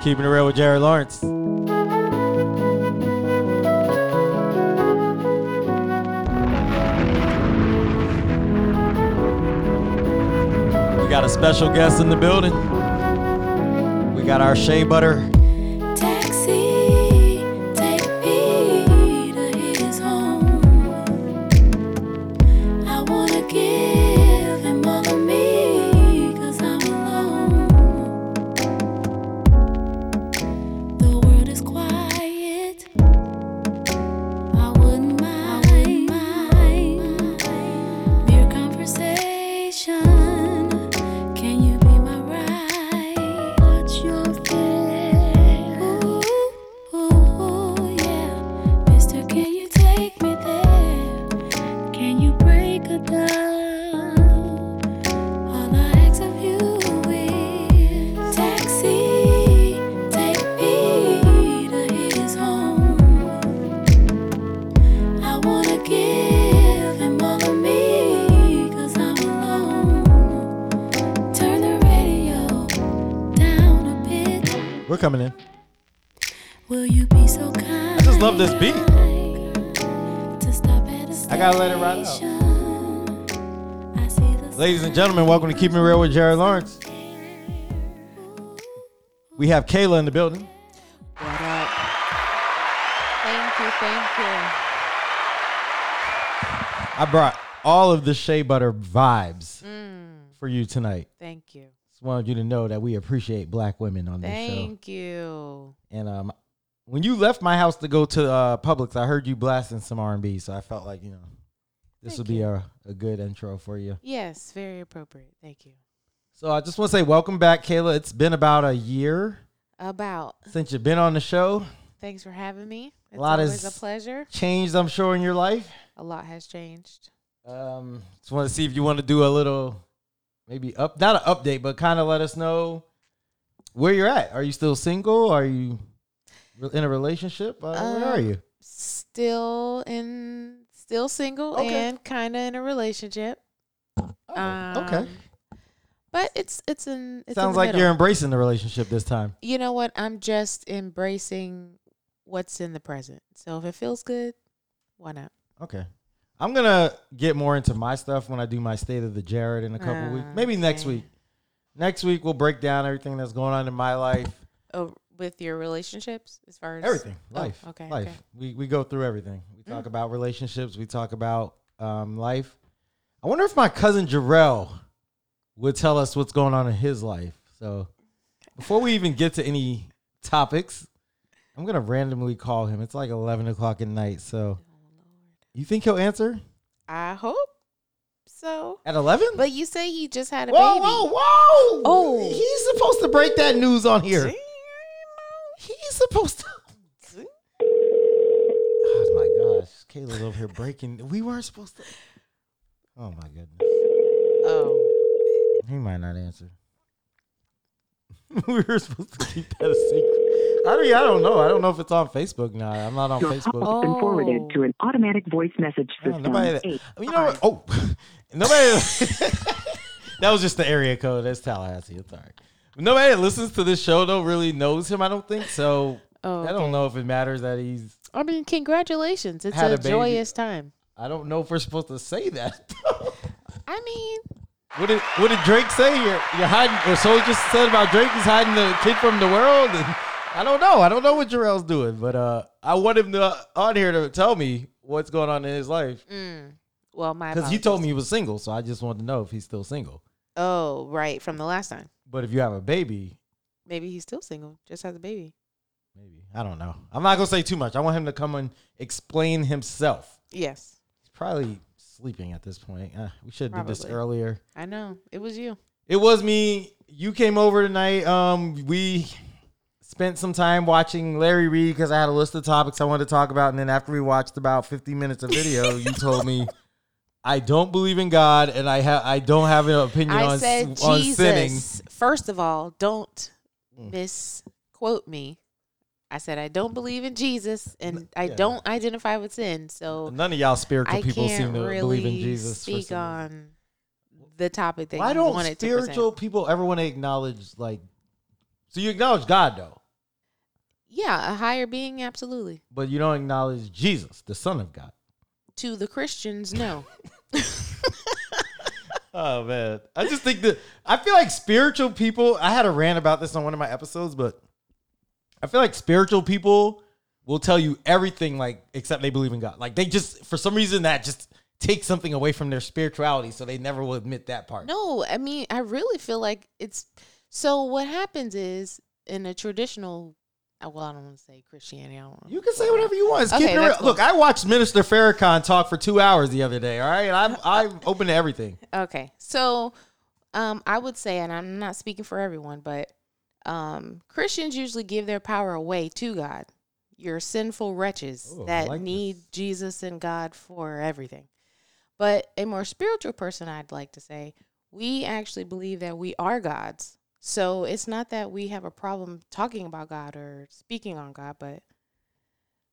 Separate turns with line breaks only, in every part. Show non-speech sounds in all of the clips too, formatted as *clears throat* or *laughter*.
Keeping it real with Jared Lawrence. We got a special guest in the building. We got our shea butter.
Taxi, take me to his home. I wanna give him all of me, cause I'm alone. The world is quiet. I wouldn't mind, mind mere conversation. Can you be my ride? What's your fear? Ooh, ooh, yeah, Mister, can you take me there? Can you break it down? All I ask of you is taxi, take me to his home. I wanna give him all of me, cause I'm alone. Turn the radio down a bit.
We're coming in.
Will you be so kind? I
just love this beat.
To stop at a
I gotta let it ride out.
station. I see the
Ladies and gentlemen, welcome to Keeping It Real with Jared Lawrence. We have Kayla in the building.
What up? Thank you, thank you.
I brought all of the shea butter vibes for you tonight.
Thank you.
Just wanted you to know that we appreciate black women on this show.
Thank you.
And um, when you left my house to go to uh, Publix, I heard you blasting some R and B, so I felt like you know this
Thank
would be
you.
a, a good intro for you.
Yes, very appropriate. Thank you.
So I just want to say welcome back, Kayla. It's been about a year
About.
since you've been on the show.
Thanks for having me. It's
lot
always
is-
a pleasure.
Changed, I'm sure, in your life.
A lot has changed.
Um, just want to see if you want to do a little, maybe up, not an update, but kind of let us know where you're at. Are you still single? Are you re- in a relationship? Uh, where are
Um,
you?
Still in still single
Okay.
and kinda in a relationship.
Oh, okay.
um, But it's it's in it's in
Sounds
the
like
middle.
you're embracing the relationship this time.
you know what? I'm just embracing what's in the present. So if it feels good, why not?
Okay. I'm gonna get more into my stuff when I do my state of the Jared in a couple
Ah,
weeks. Maybe next
okay.
week. Next week we'll break down everything that's going on in my life.
Oh, with your relationships as far as
Everything.
Oh,
Life.
okay,
Life.
okay. Mm.
We we go through everything. We talk about relationships. We talk about um, life. I wonder if my cousin Jarrell would tell us what's going on in his life. So before we even get to any topics, I'm gonna randomly call him. It's like eleven o'clock at night. So you think he'll answer?
Oh, I hope so.
At eleven?
But you say he just had a
Whoa,
baby.
whoa, whoa!
Oh.
he's supposed to break that news on here. He's supposed to. Oh my gosh, Kayla's over here breaking. We weren't supposed to. Oh my goodness,
Oh,
he might not answer. *laughs* we were supposed to keep that a secret. I mean, I don't know. I don't know if it's on Facebook now. I'm not on
Your
Facebook.
call has been forwarded
Oh.
to an automatic voice message
Yeah,
system.
nobody that,
Eight.
you know what? Oh, *laughs* nobody. that *laughs* was just the area code. That's Tallahassee. It's all right. Nobody that listens to this show though really knows him. I don't think so.
oh.
I don't know if it matters that he's.
I mean, congratulations! It's
Had
a,
a baby.
joyous time.
I don't know if we're supposed to say that.
I mean,
what did What did Drake say? You're, you're hiding. What Soldier said about Drake? He's hiding the kid from the world. And I don't know. I don't know what Jarrell's doing, but uh, I want him to on here to tell me what's going on in his life
mm, well, my
because you told me he was
apologies.
single, so I just wanted to know if he's still single.
Oh, right, from the last time.
But if you have a baby,
Maybe he's still single, just has a baby.
Maybe. I don't know. I'm not gonna say too much. I want him to come and explain himself.
Yes,
He's probably sleeping at this point. Uh, we should have did this
Probably.
earlier.
I know it was you.
It was me. You came over tonight. Um, we spent some time watching Larry Reed because I had a list of topics I wanted to talk about, and then after we watched about 50 minutes of
*laughs*
video, you told me. I don't believe in God, and I have I don't have an opinion
I
on s-
said
on sinning. Mm.
Jesus. First of all, don't misquote me. I said I don't believe in Jesus, and I
yeah.
don't identify with sin. So
None of y'all spiritual
I
people
can't
seem to
really
believe in Jesus. for
speak
some reason.
on the topic that
Why
you
don't
wanted
spiritual
to
people ever want to acknowledge like? So you acknowledge God though.
Yeah, a higher being, absolutely.
But you don't acknowledge Jesus, the Son of God.
To the
*laughs*
Christians, no.
Oh man, I just think that I feel like spiritual people. I had a rant about this on one of my episodes, but I feel like spiritual people will tell you everything, like except they believe in God. Like they just, for some reason, that just takes something away from their spirituality, so they never will admit that part.
No, I mean, I really feel like it's so. What happens is in a traditional, uh, well, I don't want to say Christianity. I don't. wanna-
You can say whatever you want. It's
Okay,
keeping it
that's
real.
cool.
Look, I watched Minister Farrakhan talk for two hours the other day. All right, and I'm I'm open to everything.
Okay, so um, I would say, and I'm not speaking for everyone, but um, Christians usually give their power away to God. You're sinful wretches
Ooh, Oh, I
that
like
need
this.
Jesus and God for everything. But a more spiritual person, I'd like to say, we actually believe that we are gods. So it's not that we have a problem talking about God or speaking on God, but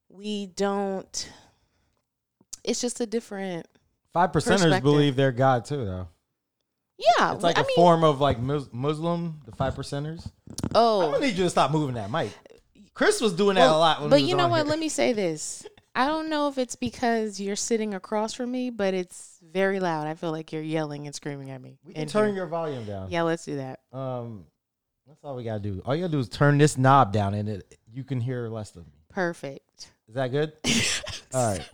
we don't. It's just a different.
Five percenters
Perspective.
believe they're God too, though.
Yeah,
It's like
I
a
mean,
form of like Mus- Muslim, the five percenters.
oh,
I'm gonna need you to stop moving that mic. Chris was doing that
Well,
a lot. When
but
he was
you know
on
what?
here.
Let me say this. I don't know if it's because you're sitting across from me, but it's very loud. I feel like you're yelling and screaming at me.
We can
in
turn
here.
your volume down.
yeah, let's do that.
Um, that's all we gotta do. All you gotta do is turn this knob down, and it you can hear less of me.
Perfect.
Is that
*laughs*
good? all right.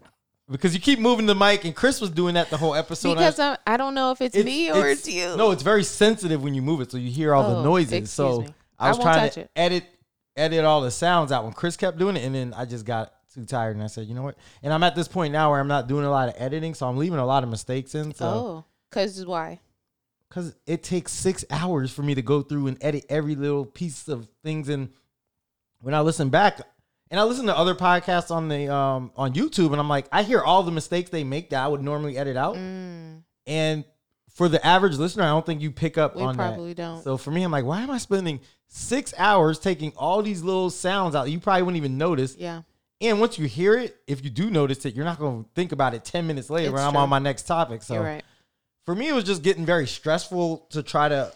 Because you keep moving the mic, and Chris was doing that the whole episode. and I-
because I, I don't know if it's, me or it's, you.
No, it's very sensitive when you move it, so you hear all the
Oh,
noises.
excuse
So
me.
I
I
was
won't
trying
touch
to
it.
edit edit all the sounds out when Chris kept doing it, and then I just got too tired, and I said, you know what? And I'm at this point now where I'm not doing a lot of editing, so I'm leaving a lot of mistakes in. So
Oh, because why?
because it takes six hours for me to go through and edit every little piece of things, and when I listen back. And I listen to other podcasts on the um, on YouTube, and I'm like, I hear all the mistakes they make that I would normally edit out.
Mm,
And for the average listener, I don't think you pick up
we
on that.
probably don't.
So for me, I'm like, why am I spending six hours taking all these little sounds out? that You probably wouldn't even notice.
yeah.
And once you hear it, if you do notice it, you're not going to think about it 10 minutes later
It's
when I'm
true.
on my next topic. So
You're right.
for me, it was just getting very stressful to try to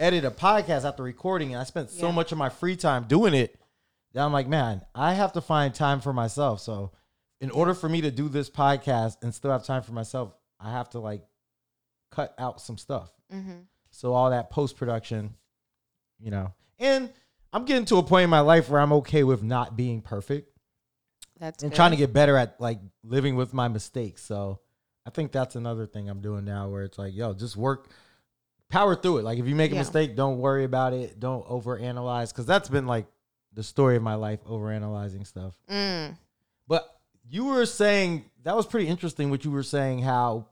edit a podcast after recording. And I spent so
Yeah.
much of my free time doing it that I'm like, man, I have to find time for myself. So in order for me to do this podcast and still have time for myself, I have to like cut out some stuff.
Mm-hmm.
So all that post production, you know. And I'm getting to a point in my life where I'm okay with not being perfect
That's
and
good.
trying to get better at like living with my mistakes. So I think that's another thing I'm doing now where it's like, yo, just work power through it. Like if you make a
Yeah.
mistake, don't worry about it. Don't overanalyze cuz that's been like the story of my life overanalyzing stuff.
Mm,
But you were saying that was pretty interesting what you were saying how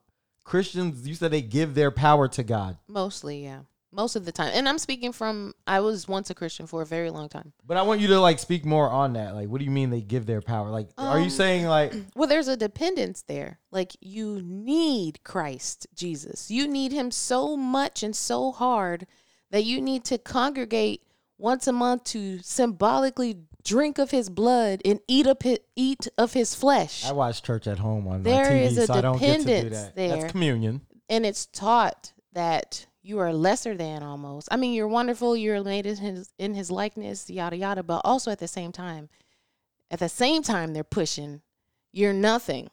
Christians you said they give their power to God.
mostly, yeah. Most of the time. And I'm speaking from, I was once a Christian for a very long time.
But I want you to like speak more on that. Like, what do you mean they give their power? Like, are you
Um,
saying
*clears throat*
like,
Well, there's a dependence there. Like you need Christ Jesus. You need him so much and so hard that you need to congregate once a month to symbolically drink of his blood and eat up his, eat of his flesh.
I watch church at home on my
There
TV,
is a
so I don't get to do
dependence
that.
there.
That's communion.
and it's taught that you are lesser than almost. I mean, you're wonderful, you're made in his in his likeness, yada yada, but also at the same time, at the same time they're pushing you're nothing.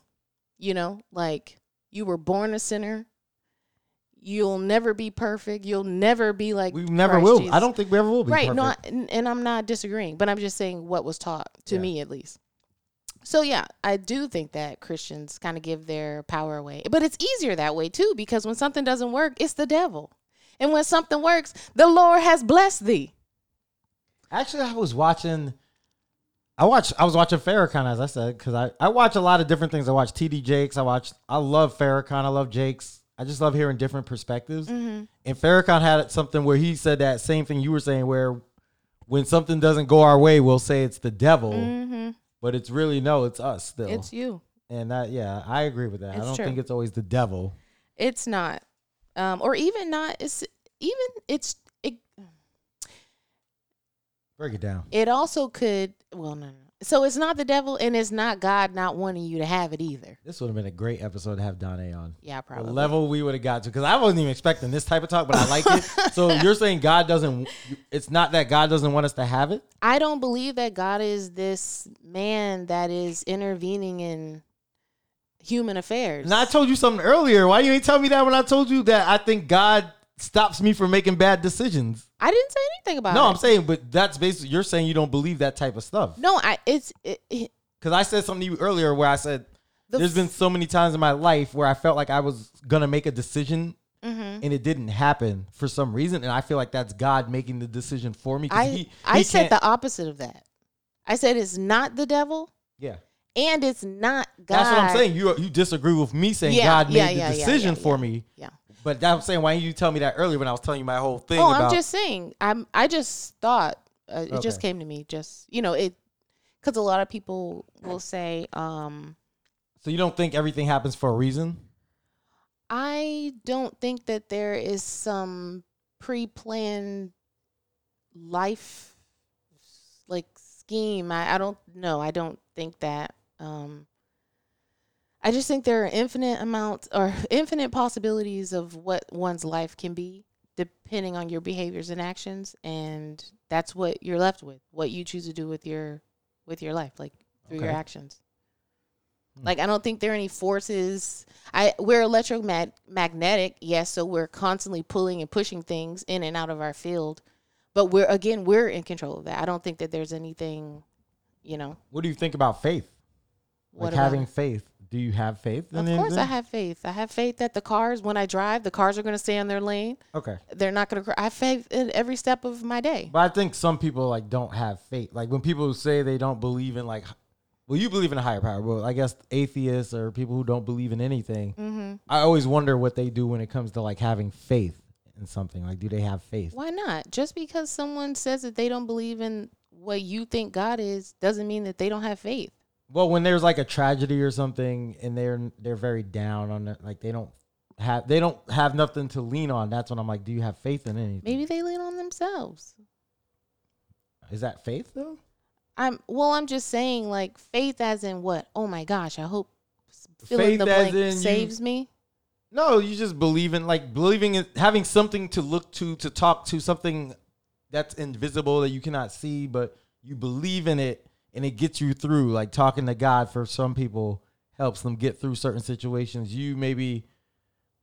You know, like you were born a sinner. You'll never be perfect. You'll never be like
We never
Christ
will. I
Jesus.
don't think we ever will be
right. No, I,
perfect.
and, and I'm not disagreeing, but I'm just saying what was taught to
Yeah.
me at least. So yeah, I do think that Christians kind of give their power away, but it's easier that way too because when something doesn't work, it's the devil, and when something works, the Lord has blessed thee.
Actually, I was watching. I watch. I was watching Farrakhan as I said because I I watch a lot of different things. I watch TD Jakes. I watch. I love Farrakhan. I love Jakes. I just love hearing different perspectives.
Mm-hmm.
And Farrakhan had something where he said that same thing you were saying, where when something doesn't go our way, we'll say it's the devil,
Mm-hmm.
but it's really no, it's us still.
It's you.
And that, yeah, I agree with that. I
It's
don't
true.
think it's always the devil.
It's not, um, or even not. It's even it's it
Break it down.
It also could well no no. no. So it's not the devil and it's not God not wanting you to have it either.
This would have been a great episode to have Donna on.
Yeah,
The
probably.
level we would have got to because I wasn't even expecting this type of talk, but I like it.
*laughs*
So you're saying God doesn't? It's not that God doesn't want us to have it.
I don't believe that God is this man that is intervening in human affairs.
And I told you something earlier. Why you ain't tell me that when I told you that I think God stops me from making bad decisions?
I didn't say anything about
No,
it.
I'm saying, but that's basically you're saying you don't believe that type of stuff.
no, I it's it, it-
Because I said something to you earlier where I said
the
there's been so many times in my life where I felt like I was gonna make a decision
Mhm.
and it didn't happen for some reason, and I feel like that's God making the decision for me. 'cause *laughs*
I
he-
I
he
said
can't-
the opposite of that. I said it's not the devil
yeah.
and it's not God.
That's what I'm saying. You you disagree with me saying
Yeah,
God made
yeah,
the
yeah, yeah,
decision
yeah,
for
yeah.
me,
Yeah.
but that's what I'm saying. Why didn't you tell me that earlier when I was telling you my whole thing?
Oh,
about,
I'm just saying. I'm. I just thought uh, it just
Okay.
came to me. Just you know it, because a lot of people will say, um,
so you don't think everything happens for a reason?
I don't think that there is some pre-planned life like scheme. I, I don't know. I don't think that. Um, I just think there are infinite amounts or *laughs* infinite possibilities of what one's life can be, depending on your behaviors and actions, and that's what you're left with. What you choose to do with your with your life, like through your
Okay. Hmm.
actions. Like I don't think there are any forces. I we're electromagnetic, yes, so we're constantly pulling and pushing things in and out of our field. But we're again, we're in control of that. I don't think that there's anything, you know.
What do you think about faith?
What
like
about
having
it?
faith. Do you have faith? in
Of course, I
anything?
have faith. I have faith that the cars, when I drive, the cars are going to stay on their lane.
Okay,
They're not going to. I have faith in every step of my day.
but I think some people like don't have faith. Like when people say they don't believe in like, well, you believe in a higher power. Well, I guess atheists or people who don't believe in anything.
Mm-hmm.
I always wonder what they do when it comes to like having faith in something. Like, do they have faith?
Why not? Just because someone says that they don't believe in what you think God is, doesn't mean that they don't have faith.
Well, when there's like a tragedy or something, and they're they're very down on it, like they don't have they don't have nothing to lean on. That's when I'm like, do you have faith in anything?
Maybe they lean on themselves.
is that faith though?
I'm well. I'm just saying, like faith, as in what? Oh my gosh! I hope s- fill in
Faith
the
as
blank
in you-
saves me.
No, you just believe in like believing in having something to look to, to talk to, something that's invisible that you cannot see, but you believe in it and it gets you through. Like talking to God for some people helps them get through certain situations. You maybe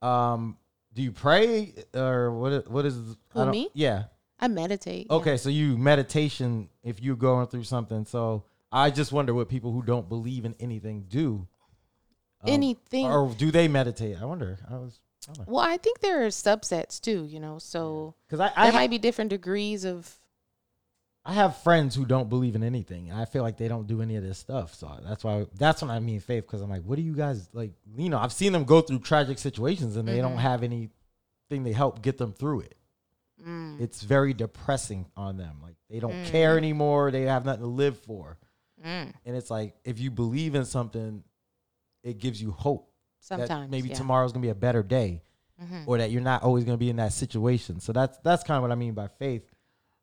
um do you pray or what i- what is
Who, me?
Yeah.
I meditate. yeah.
Okay, so you meditation if you're going through something. So I just wonder what people who don't believe in anything do. Um,
Anything.
or do they meditate? I wonder. I was I don't know.
well, I think there are subsets too. You know, so
Because I,
there
I,
might be different degrees of.
I have friends who don't believe in anything. I feel like they don't do any of this stuff. So that's why that's when I mean faith. Because I'm like, what do you guys like? You know, I've seen them go through tragic situations and they
Mm-hmm.
don't have anything to help get them through it.
Mm,
It's very depressing on them. Like they don't care anymore. They have nothing to live for.
mm,
And it's like if you believe in something, it gives you hope. that
sometimes
maybe
yeah. Mm-hmm.
tomorrow's gonna be a better day, or that you're not always gonna be in that situation. So that's that's kind of what I mean by faith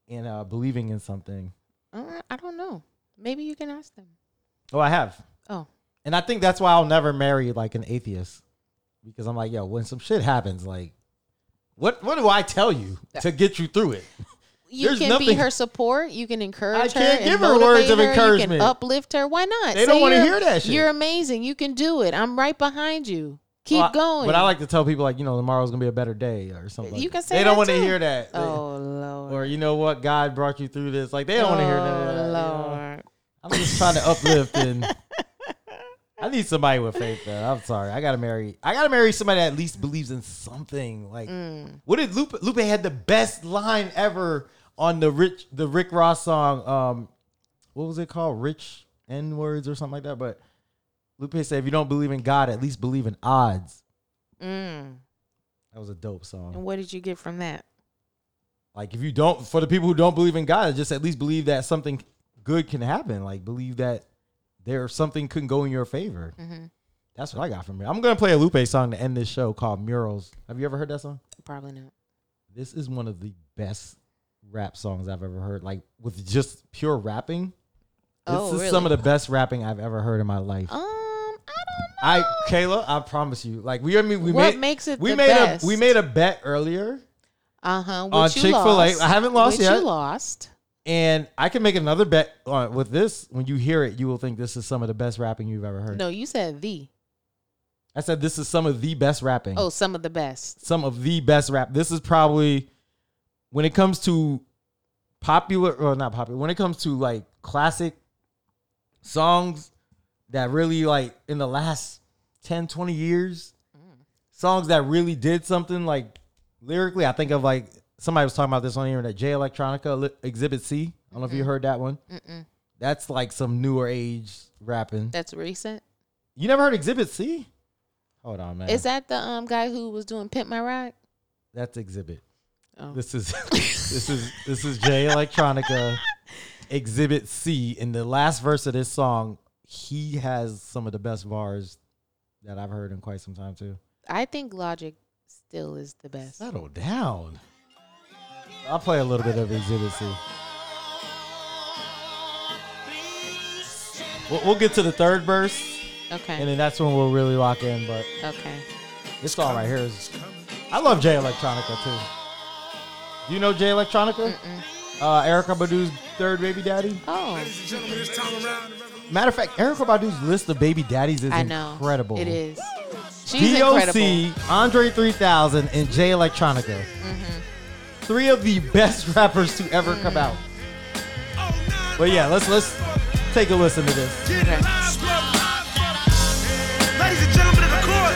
and uh, believing in something.
Uh, I don't know. Maybe you can ask them.
Oh, I have.
Oh,
And I think that's why I'll never marry like an atheist because I'm like, yo, when some shit happens, like, what what do I tell you to get you through it?
you
There's
can be
nothing-
her support. You can encourage her.
can't
and
give her words
motivate
of
her. You can
encouragement.
uplift her. Why not?
They don't wanna
you're-
hear that shit.
You're amazing. You can do it. I'm right behind you. Keep
Well, I-
going.
But I like to tell people like, you know, tomorrow's gonna be a better day or something. like
You
that.
can say
they don't
that,
want to
too.
hear that. They-
Oh lord.
Or you know what, God brought you through this. Like they don't want to hear none of that.
Oh,
you know?
Lord.
I'm just trying to uplift and
*laughs*
I need somebody with faith though. I'm sorry. I gotta marry I gotta marry somebody that at least believes in something. Like
Mm.
what did Lupe Lupe had the best line ever on the rich the Rick Ross song. Um what was it called? Rich N words or something like that. But Lupe said if you don't believe in God, at least believe in odds.
Mm.
That was a dope
And
song.
what did you get from that?
Like if you don't for the people who don't believe in God, just at least believe that something good can happen. Like believe that there's something can go in your favor.
Mm-hmm.
That's what I got from it. I'm gonna play a Lupe song to end this show called Murals. Have you ever heard that song?
Probably not.
This is one of the best rap songs I've ever heard. Like with just pure rapping, This
Oh,
is
really?
some of the best rapping I've ever heard in my life.
Um, I don't know.
I Kayla, I promise you. Like we, I mean, we
What
made,
makes it
We
the
made
best?
a we made a bet earlier,
Uh huh.
On Chick-fil-A. I haven't lost
which
yet.
You lost.
and I can make another bet uh, with this. When you hear it, you will think this is some of the best rapping you've ever heard.
No, you said the.
I said this is some of the best rapping.
Oh, some of the best.
some of the best rap. This is probably when it comes to popular or not popular. When it comes to like classic songs that really like in the last 10 20 years songs that really did something like lyrically, I think of like somebody was talking about this on the internet, J Electronica li- Exhibit C. I don't know if you heard that one.
Mm-mm.
That's like some newer age rapping.
That's recent.
You never heard Exhibit C? Hold on, man.
Is that the um guy who was doing Pimp My Ride?
That's Exhibit.
Oh.
This is *laughs* this is this is Jay Electronica Exhibit C. In the last verse of this song, he has some of the best bars that I've heard in quite some time too.
I think Logic still is the best.
Settle down. I'll play a little bit of Exhibit C. We'll, we'll get to the third verse, and
Okay.
then that's when we'll really lock in. But
Okay.
this song right here is, I love Jay Electronica too. You know Jay Electronica, uh, Erica Badu's third baby daddy.
Oh,
Matter of fact, Erica Badu's list of baby daddies is
I know.
incredible.
It is. She's
DOC,
incredible.
Andre 3000, and Jay Electronica.
Mm-hmm.
Three of the best *laughs* rappers to ever come out. But yeah, let's let's take a listen to this.
Ladies and gentlemen of the court,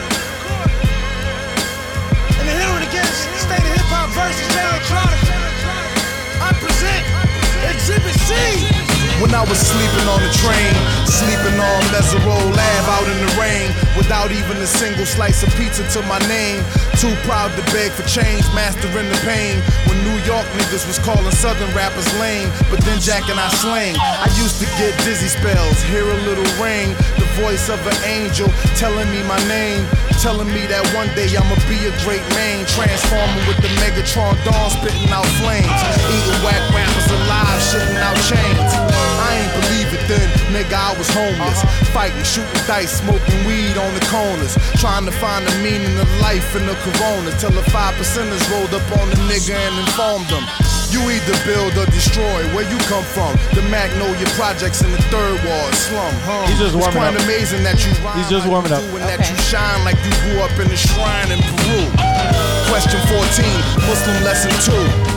and the hearing against State of Hip Hop versus Jay Electronica, I present Exhibit C.
When I was sleeping on the train, sleeping on Mesero Lab out in the rain, without even a single slice of pizza to my name. Too proud to beg for change, mastering the pain. When New York niggas was calling Southern rappers lame, but then Jack and I slang. I used to get dizzy spells, hear a little ring, the voice of an angel telling me my name. Telling me that one day I'ma be a great man Transforming with the Megatron dawn spitting out flames Eating whack rappers alive, shitting out chains I ain't believe it then, nigga I was homeless Fighting, shooting dice, smoking weed on the corners Trying to find the meaning of life in the corona Till the five percenters rolled up on the nigga and informed them you either build or destroy where you come from. The Mac know your projects in the third wall, slum, huh?
He's just
it's
warming
quite
up.
amazing that you rhyme
He's just
like
warming
you
up.
do and that
Okay.
you shine like you grew up in a shrine in Peru. Question 14, Muslim lesson 2.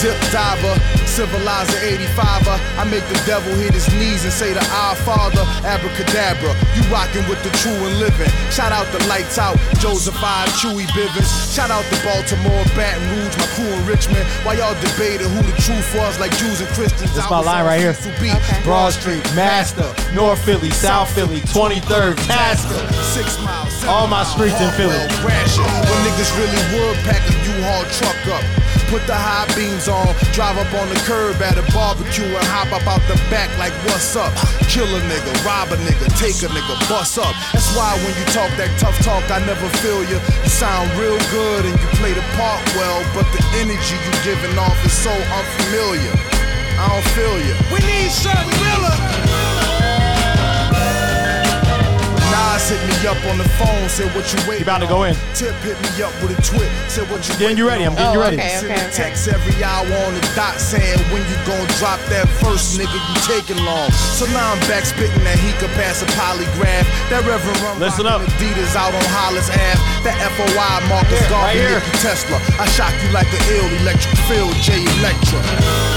Dip diver, civilizer 85er. I make the devil hit his knees and say to our father, abracadabra. You rockin' with the true and living. Shout out the lights out, Joseph I, Chewy Bivens. Shout out the Baltimore, Baton Rouge, my crew in Richmond. While y'all debating who the truth was, like Jews and Christians.
That's
I
my
was
line
on
right here.
Cecil B.
Okay.
Broad Street, Master, North Philly, South Philly, 23rd, Tasker.
Six miles. seven
All my
miles,
streets in Philly.
Hartwell, Gratiot. When niggas really would pack a U-Haul truck up. Put the high beams on, drive up on the curb at a barbecue and hop up out the back like what's up? Kill a nigga, rob a nigga, take a nigga, bust up. That's why when you talk that tough talk, I never feel you. You sound real good and you play the part well, but the energy you giving off is so unfamiliar. I don't feel you.
We need Shot Miller.
Nas hit me up on the phone, said what you waiting
about to go
on?"
in.
Tip hit me up with a twit, said what you
Getting you ready, I'm getting you ready.
Oh,
waiting
okay.
Sending texts every hour on the dot saying when you gon' drop that first nigga, you taking long. So now I'm back spitting that he could pass a polygraph. That Reverend Rum
Listen
rocking
up.
Adidas out on Hollis Ave. That FOI Marcus
Here,
Garvey,
right here.
Nikola Tesla. I shock you like an ill electric field, J Electra.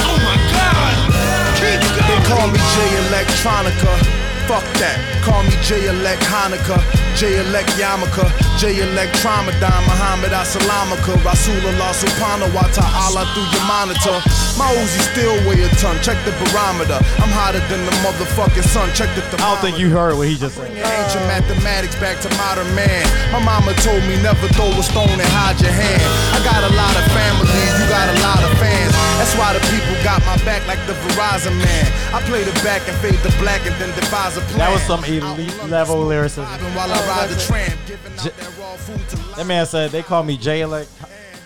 Oh my God.
They
Keep going.
call me J Electronica. Fuck that. Call me J Elect Hanukkah. J Elect Yarmulke. J Elect Tramadan. Muhammad Asalamaka. Rasulullah Subhanahu wa ta'ala through your monitor. My Uzi still weigh a ton. Check the barometer. I'm hotter than the motherfucking sun. Check the thermometer.
I don't think you heard what he just said.
Bringing ancient mathematics back to modern man. My mama told me never throw a stone and hide your hand. I got a lot of family, you got a lot of fans. That's why the people got my back like the Verizon man. I play the back and fade the black and then devise a plan.
That was some elite level lyricism.
Driving while I ride the tram, giving out
J-
that raw food to
That man said they call me J Elect,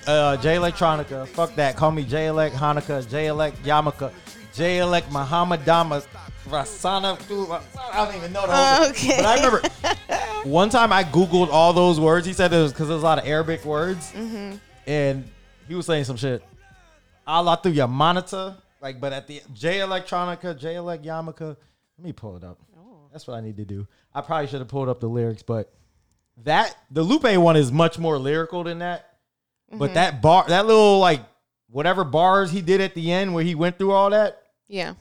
uh, J Electronica. Fuck that. Call me J Elect Hanukkah, J Elect Yamaka, J Elect Muhammad Dama, Rasana. I don't even know the whole thing.
Okay.
*laughs* But I remember one time I Googled all those words. He said it was because there's a lot of Arabic words. And he was saying some shit. Allah through your monitor. Like, but at the J Electronica, J Elect Yamaka. Let me pull it up. That's what I need to do. I probably should have pulled up the lyrics, but that, the Lupe one is much more lyrical than that. But that bar, that little like whatever bars he did at the end where he went through all that,
Yeah.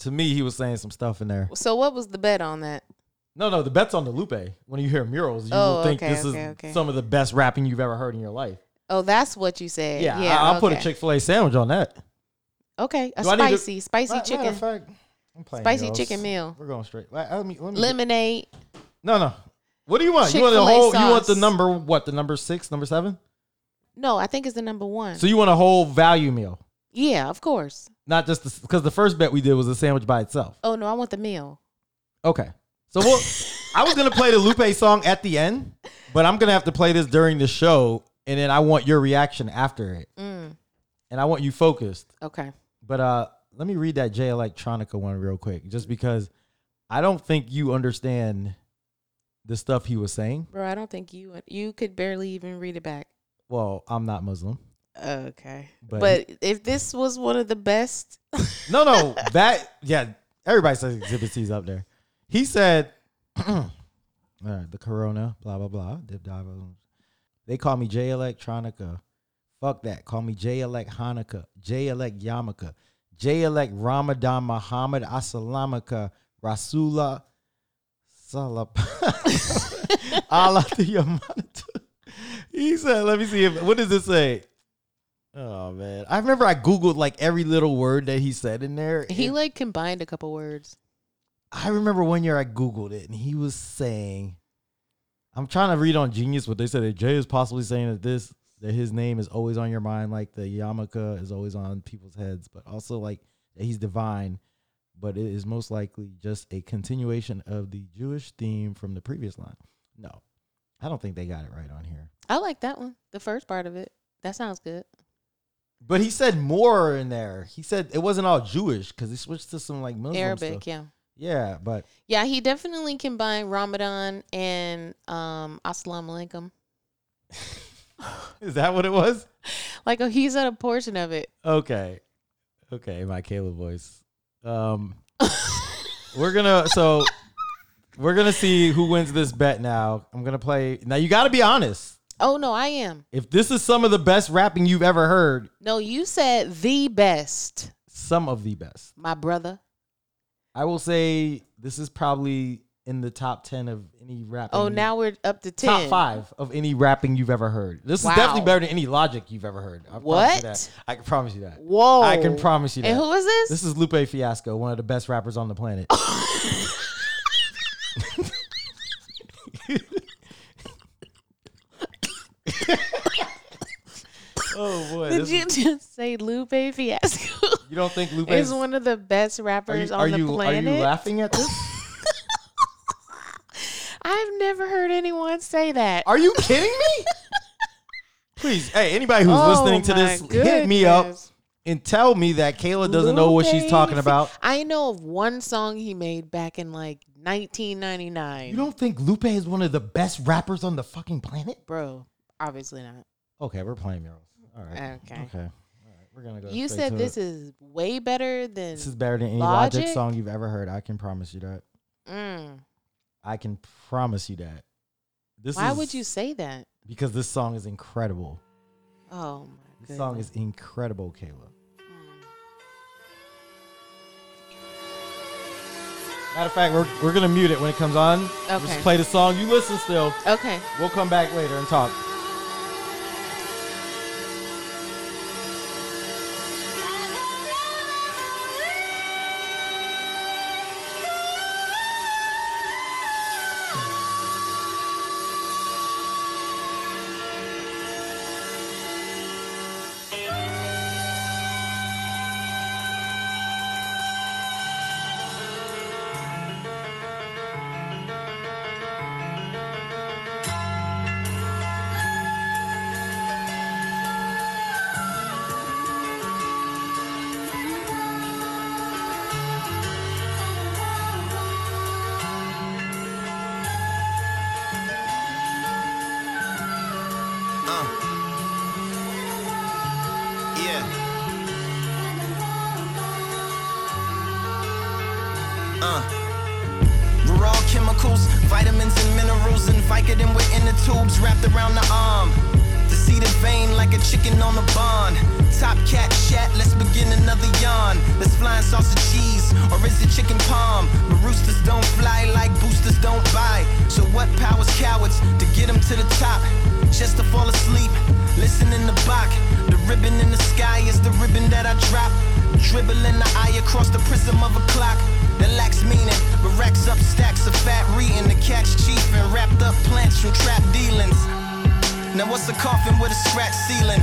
to me, he was saying some stuff in there.
So what was the bet on that?
No, no, the bet's on the Lupe. When you hear murals, you
Oh,
will think
okay,
this
okay,
is
okay.
some of the best rapping you've ever heard in your life.
Oh, that's what you said.
Yeah, I, will put a
okay.
Chick Fil A sandwich on that.
Okay, a
Do I need to-
spicy, spicy
Matter
chicken,
of fact, I'm playing
Spicy
y'all.
chicken meal.
We're going straight. Let let me, let me
lemonade.
No, no. What do you want? You want the
Chick-fil-A
whole? You want the
sauce.
number? What the number six? Number seven?
No, I think it's the number one.
So you want a whole value meal,
yeah, of course.
not just because the first bet we did was a sandwich by itself.
Oh no, I want the meal.
Okay. So we'll, I was gonna play the Lupe song at the end, but I'm gonna have to play this during the show, and then I want your reaction after it,
Mm,
and I want you focused.
okay.
But uh, let me read that J Electronica one real quick, just because I don't think you understand the stuff he was saying.
Bro, I don't think you you could barely even read it back.
Well, I'm not Muslim.
Okay.
But-
But, if this was one of the best,
No, no, that yeah. Everybody says Exhibit C's up there. He said, *clears throat* all right, the Corona, blah blah blah. Dip, dive, blah, blah. They call me J Electronica. Fuck that. Call me J Elect Hanukkah, J Elect Yamaka, J Elect Ramadan Muhammad Asalamaka Rasula *laughs* Salap. Allah to your monitor. He said, let me see if what does it say? Oh man. I remember I Googled like every little word that he said in there.
he
and
like combined a couple words.
I remember one year I Googled it and he was saying, I'm trying to read on Genius what they said that Jay is possibly saying that this, that his name is always on your mind, like the Yamaka is always on people's heads, but also like that he's divine, but it is most likely just a continuation of the Jewish theme from the previous line. No, I don't think they got it right on here.
I like that one. The first part of it. That sounds good.
But he said more in there. He said it wasn't all Jewish because he switched to some like Muslim
Arabic,
stuff.
yeah.
Yeah, but *laughs*
Yeah, he definitely combined Ramadan and um Assalamu alaikum.
is that what it was?
Like oh, he's at a portion of it.
Okay. Okay, my Caleb voice. Um We're gonna so we're gonna see who wins this bet now. I'm gonna play now you gotta be honest.
Oh no, I am.
If this is some of the best rapping you've ever heard,
No, you said the best,
some of the best.
my brother.
I will say this is probably in the top ten of any rap.
Oh, now we're up to ten.
Mm-hmm. top five of any rapping you've ever heard. This
Wow.
is definitely better than any logic you've ever heard. I promise you
What?
that. I can promise you that.
Whoa!
I can promise you that.
And who is *laughs* this?
This is Lupe Fiasco, one of the best rappers on the planet. *laughs* oh boy!
Did
this is-
you just say Lupe Fiasco? *laughs*
you don't think Lupe
is one of the best
Are
rappers
you
on
are
the
you, are
planet.
you laughing at this?
I've never heard anyone say that.
Are you kidding me? Please, hey, anybody who's
Oh,
listening to
my
this, hit me up
goodness.
and tell me that Kayla doesn't know what she's
Lupe
talking
Fi-
about.
I know of one song he made back in like 1999.
You don't think Lupe is one of the best rappers on the fucking planet?
bro? Obviously not.
Okay, we're playing murals. All right.
Okay.
Okay. All right. We're gonna go.
You
straight
said
to
this
it.
is way better than.
this is better than any logic?
Logic?
song you've ever heard. I can promise you that.
Mm.
I can promise you that. This
Why
is-
would you say that?
Because this song is incredible.
Oh my
This
god.
song is incredible, Kayla.
Mm.
Matter of fact, we're, we're gonna mute it when it comes on. Just
Okay.
play the song. You listen still.
Okay.
We'll come back later and talk.
I
Uh. Yeah. Uh. We're all chemicals, vitamins and minerals, and Vicodin within the tubes wrapped around the arm. The seeded vein like a chicken on the bond. Top cat chat, let's begin another yawn. Let's fly in sauce and cheese, or is it chicken palm? But roosters don't fly like boosters don't buy. So what powers cowards to get them to the top? Just to fall asleep, listen in the Bach. The ribbon in the sky is the ribbon that I drop. Dribbling the eye across the prism of a clock that lacks meaning. But racks up stacks of fat reading to catch chief and wrapped up plants from trap dealings. Now what's a coffin with a scratch ceiling?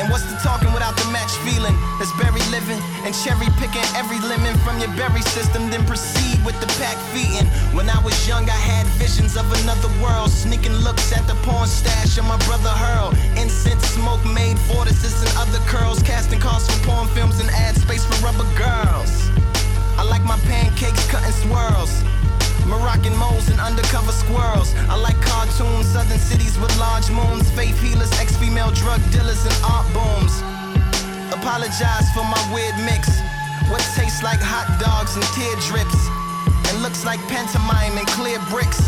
And what's the talking without the match feeling? That's berry living and cherry picking every lemon from your berry system, then proceed with the pack feeding. When I was young, I had visions of another world, sneaking looks at the porn stash of my brother Hurl. Incense smoke made vortices and other curls, casting calls for porn films and ad space for rubber girls. I like my pancakes cut in swirls. Moroccan moles and undercover squirrels. I like cartoons, southern cities with large moons, faith healers, ex female drug dealers, and art booms. Apologize for my weird mix. What tastes like hot dogs and teardrips. And looks like pantomime and clear bricks.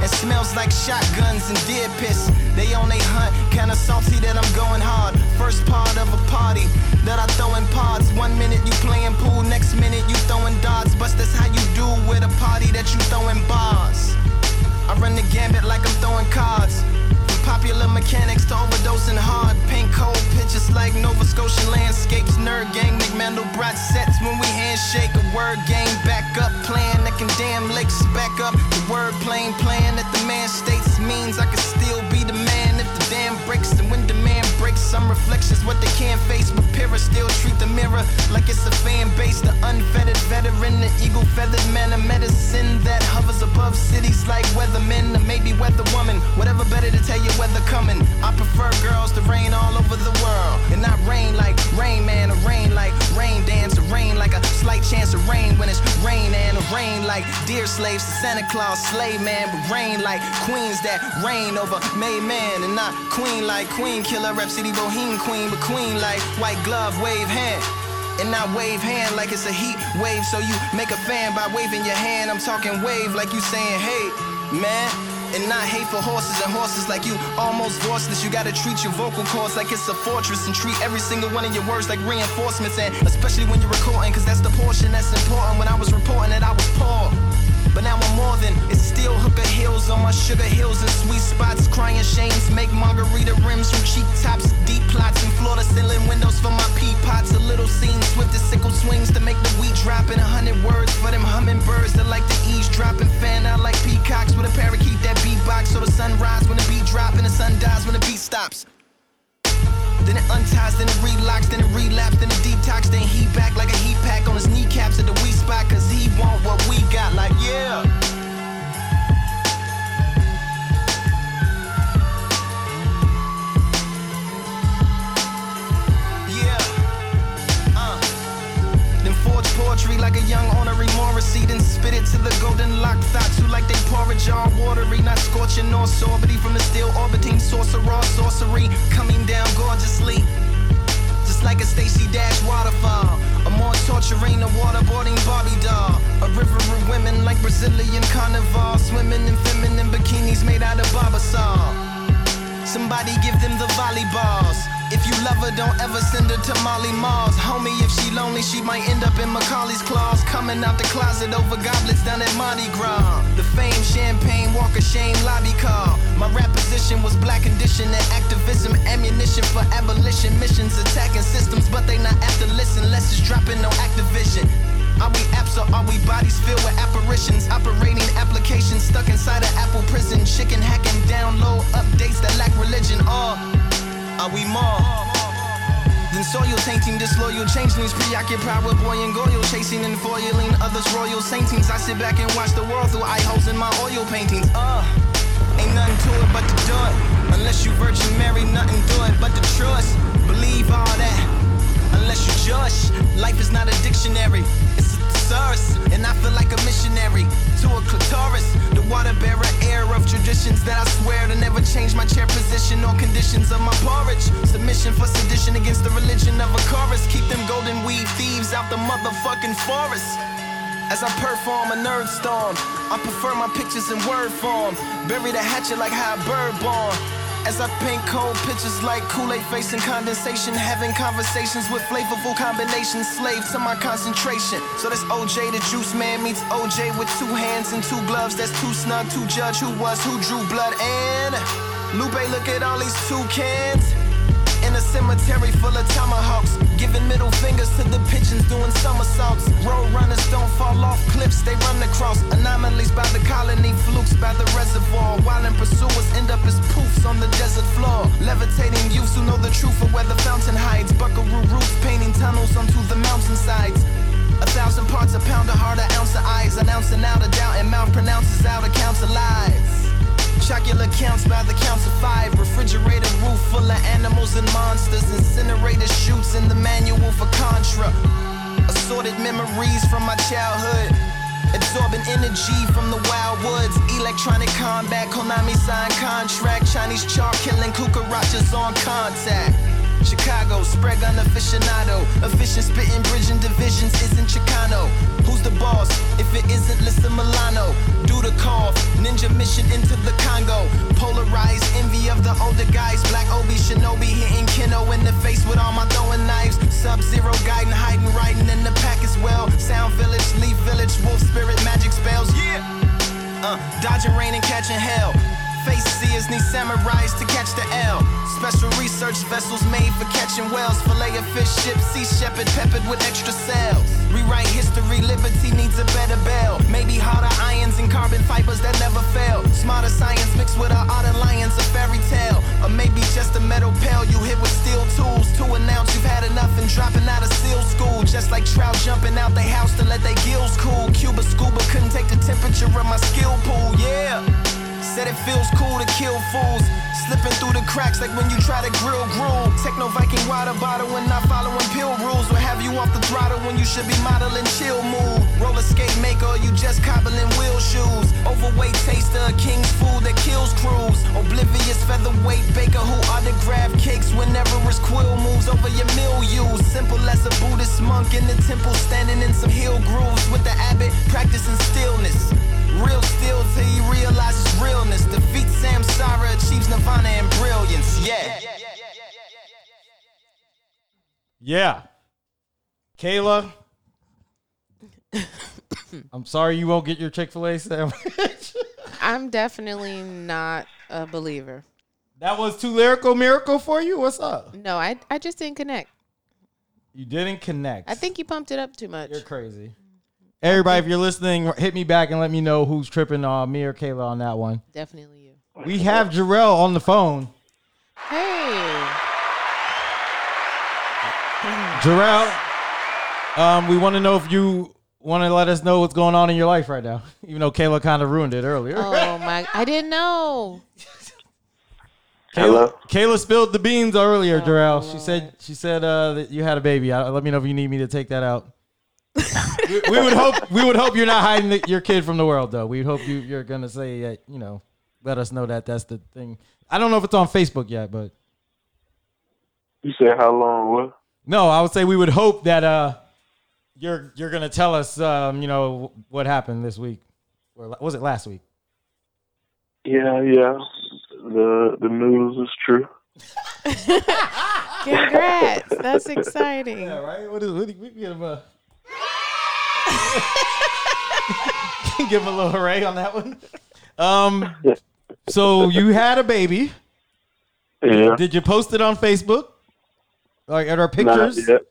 And smells like shotguns and deer piss. They on they hunt, kinda salty that I'm going hard. First part of a party that I throw in pods. One minute you playing pool, next minute you throwing darts. But that's how you do with a party that you throwing bars. I run the gambit like I'm throwing cards. From popular mechanics to overdosing hard. Paint cold pictures like Nova Scotian landscapes. Nerd gang McMandel brought sets when we handshake. A word game back up. Plan that can damn lakes back up. The word plain plan that the man states means I can still be the man if the dam breaks. And when demand breaks, some reflections what they can't face. But purists still treat the mirror like it's a fan base. The unfettered veteran, the eagle feathered man of medicine that hovers above cities like weathermen or maybe weather woman. Whatever better to tell you weather coming. I prefer girls to rain all over the world. And not rain like rain man or rain like rain dance or rain like a slight chance of rain when it's rain and a rain like deer slaves to Santa Claus, slave man, but rain like queens that reign over made man and not queen like queen killer, Rhapsody Bohemian queen, but queen like white glove, wave hand and not wave hand like it's a heat wave. So you make a fan by waving your hand. I'm talking wave like you saying hey, man. And not hate for horses and horses like you almost voiceless. You gotta treat your vocal cords like it's a fortress and treat every single one of your words like reinforcements. And especially when you're recording, cause that's the portion that's important. When I was reporting that I was poor. But now I'm more than it's still hooker heels on my sugar hills and sweet spots. Crying shames make margarita rims from cheap tops, deep plots and floor to ceiling windows for my pea pots. A little scene swift as sickle swings to make the wheat drop in a hundred words for them hummingbirds that like to eavesdrop and fan out like peacocks with a parakeet that beatbox. So the sun rise when the beat drop and the sun dies when the beat stops. Then it unties, then it relocks, then it relapse, then it detox, then he back like a heat pack on his kneecaps at the wee spot, cause he want what we got, like yeah. Yeah, uh. Then forge poetry like a young ornery Morrissey, then spit it to the golden locked thoughts who like they porridge all watery, not scorching nor sorberty from the still orbiting sorcerer sorcery coming down gorgeously. Just like a Stacy Dash waterfall, a more torturing, a waterboarding Barbie doll, a river of women like Brazilian carnival, swimming in feminine bikinis made out of barbasol. Somebody give them the volleyballs. If you love her, don't ever send her to Molly Malls. Homie, if she lonely, she might end up in Macaulay's claws. Coming out the closet over goblets down at Monty Gras. The fame, champagne, walk of shame, lobby call. My rap position was black condition and activism, ammunition for abolition missions, attacking systems, but they not after listen. Less is dropping, no Activision. Are we apps or are we bodies filled with apparitions? Operating applications stuck inside an Apple prison. Chicken hacking, download updates that lack religion. Or are we more? Then soil tainting, disloyal changelings, preoccupied with boy and goyle, chasing and foiling others' royal saintings. I sit back and watch the world through eye holes in my oil paintings. Uh, ain't nothing to it but to do it. Unless you Virgin Mary, nothing do it but to trust. Believe all that. Unless you judge, life is not a dictionary. It's a thesaurus, and I feel like a missionary to a clitoris. The water bearer, heir of traditions that I swear to never change my chair position. volition or conditions of my porridge. Submission for sedition against the religion of a chorus. Keep them golden weed thieves out the motherfucking forest. As I perform a nerd storm, I prefer my pictures in word form. Bury the hatchet like how a bird born. As I paint cold pictures like Kool-Aid facing condensation, having conversations with flavorful combinations, slave to my concentration. So that's OJ the juice man meets OJ with two hands and two gloves. That's too snug to judge who was who drew blood and Lupe. Look at all these toucans. In a cemetery full of tomahawks, giving middle fingers to the pigeons doing somersaults. Road runners don't fall off cliffs, they run across anomalies by the colony, flukes by the reservoir. While in pursuers end up as poofs on the desert floor. Levitating youths who know the truth of where the fountain hides. Buckaroo roots painting tunnels onto the mountainsides. A thousand parts, a pound, a heart, an ounce of eyes. Announcing out a doubt, and mouth pronounces out accounts of lies. Chocula counts by the counts of five. Refrigerator roof full of animals and monsters. Incinerator shoots in the manual for Contra. Assorted memories from my childhood. Absorbing energy from the wild woods. Electronic combat, Konami signed contract. Chinese char killing cucarachas on contact. Chicago, spread gun aficionado. Efficient spitting, bridging divisions isn't Chicano. Who's the boss? If it isn't Lisa Milano, do the cough. Ninja mission into the Congo. Polarized envy of the older guys. Black Obi Shinobi hitting Keno in the face with all my throwing knives. Sub zero guiding, hiding, riding in the pack as well. Sound village, leaf village, wolf spirit, magic spells. Yeah! Uh, dodging rain and catching hell. Face seers need samurais to catch the L. Special research vessels made for catching whales. Fillet of fish, ship, sea shepherd, peppered with extra cells. Rewrite history, liberty needs a better bell. Maybe harder irons and carbon fibers that never fail. Smarter science mixed with our art alliance, a fairy tale. Or maybe just a metal pail you hit with steel tools to announce you've had enough and dropping out of SEAL school. Just like trout jumping out they house to let their gills cool. Cuba scuba couldn't take the temperature of my skill pool, yeah. Said it feels cool to kill fools. Slipping through the cracks like when you try to grill gruel. Techno Viking water bottle and not following pill rules. Will have you off the throttle when you should be modeling chill mood. Roller skate maker, or you just cobbling wheel shoes. Overweight taster, of king's food that kills crews. Oblivious featherweight baker who autograph cakes whenever his quill moves over your milieu. Simple as a Buddhist monk in the temple, standing in some hill grooves with the abbot, practicing stillness. Real still till he realizes realness. Defeat Samsara, achieves nirvana and brilliance. yeah.
Yeah. Kayla. *coughs* I'm sorry you won't get your Chick fil A sandwich. *laughs*
I'm definitely not a believer.
that was too lyrical miracle for you? What's up?
No, I I just didn't connect.
You didn't connect.
I think Mm-hmm. you pumped it up too much.
you're crazy. Everybody, if you're listening, hit me back and let me know who's tripping on me or Kayla on that one.
Definitely you.
We have Jarrell on the phone.
Hey.
Jarrell, um, we want to know if you want to let us know what's going on in your life right now, *laughs* even though Kayla kind of ruined it earlier.
Oh my! I didn't know.
*laughs* Kayla, Kayla spilled the beans earlier, Darrell. She said she said uh, that you had a baby. I, let me know if you need me to take that out. we, we would hope we would hope you're not hiding the, your kid from the world, though. We hope you you're gonna say that you know, let us know that that's the thing. I don't know if it's on Facebook yet, but
You said how long? What?
no, I would say we would hope that uh, you're you're gonna tell us um, you know what happened this week, or la- was it last week?
Yeah, yeah. The the news is true.
Congrats! That's exciting.
All right, what is what do you- we can give him a *laughs* give him a little hooray on that one. Um, so you had a baby.
Yeah.
Did you post it on Facebook? Like at our
Not
pictures.
yet.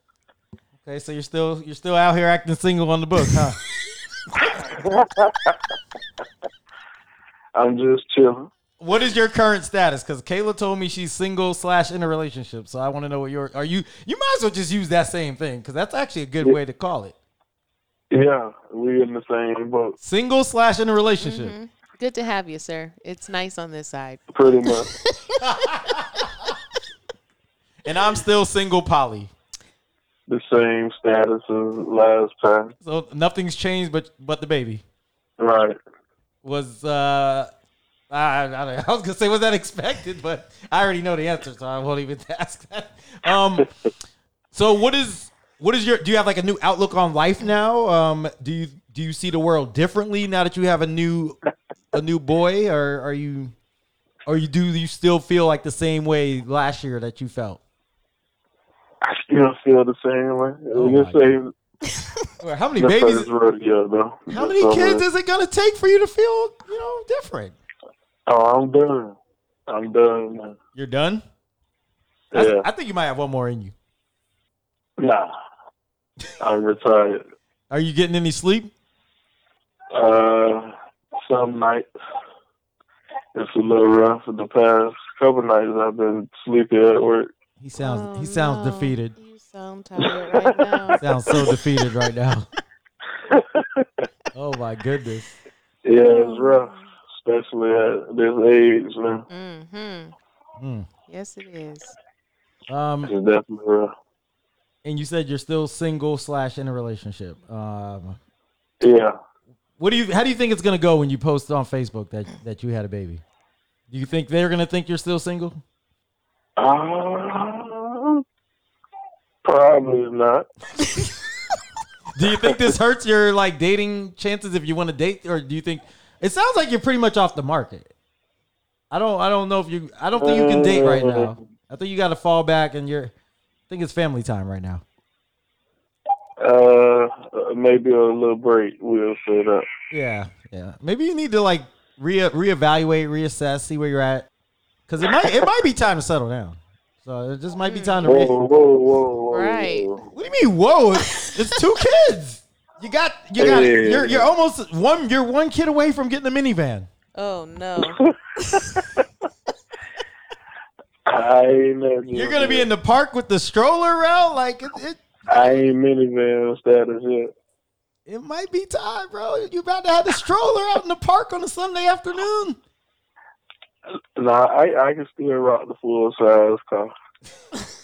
Okay, so you're still you're still out here acting single on the book, huh? *laughs*
I'm just chilling.
what is your current status? Because Kayla told me she's single slash in a relationship, so I want to know what your are you. You might as well just use that same thing because that's actually a good way to call it.
Yeah, we in the same boat,
Single slash in a relationship.
Good to have you, sir. It's nice on this side.
pretty much.
*laughs* and I'm still single poly.
the same status as last time.
So nothing's changed but but the baby.
Right.
Was uh I, I, *laughs* I was gonna say was that expected, but I already know the answer, so I won't even *laughs* ask that. Um, so what is what is your? Do you have like a new outlook on life now? Um, do you do you see the world differently now that you have a new a new boy, or are you or you do you still feel like the same way last year that you felt?
I still feel the same way.
Oh,
you
my
say
Or how many
the
babies?
first rodeo, though.
How many
So,
kids
uh,
is it gonna take for you to feel you know different?
Oh, I'm done. I'm done. man.
You're done. I-
Yeah.
I, think you might have one more in you.
Nah. I'm retired.
Are you getting any sleep?
Uh, some nights it's a little rough. The past couple nights I've been sleepy at work.
He sounds
Oh,
he sounds
no.
defeated.
You sound tired right *laughs* now.
Sounds so defeated right now. *laughs* oh my goodness.
Yeah, it's rough, especially at this age, man.
Mm-hmm.
Mm.
Yes, it is.
Um,
It's definitely rough.
and you said you're still single slash in a relationship. Um,
Yeah.
what do you? How do you think it's gonna go when you post on Facebook that that you had a baby? Do you think they're gonna think you're still single?
Uh, probably not.
Do you think this hurts your like dating chances if you want to date, or do you think it sounds like you're pretty much off the market? I don't. I don't know if you. I don't think you can date right now. I think you got to fall back, and you're. I think it's family time right now.
Uh, maybe a little break. We'll set up.
Yeah, yeah. Maybe you need to like re reevaluate, reassess, see where you're at, because it might it might be time to settle down. So it just might be time to.
Whoa,
Re-
whoa, whoa, whoa.
Right.
whoa.
what do you mean? Whoa! It's, it's two kids. You got you got
Hey.
you're you're almost one you're one kid away from getting a minivan.
Oh no.
I ain't nothing.
You're gonna be in the park with the stroller around, like it. it
I ain't minivan status yet.
it might be time, bro. You about to have the stroller out in the park on a Sunday afternoon.
Nah, I I can still rock the full size
*laughs*
car.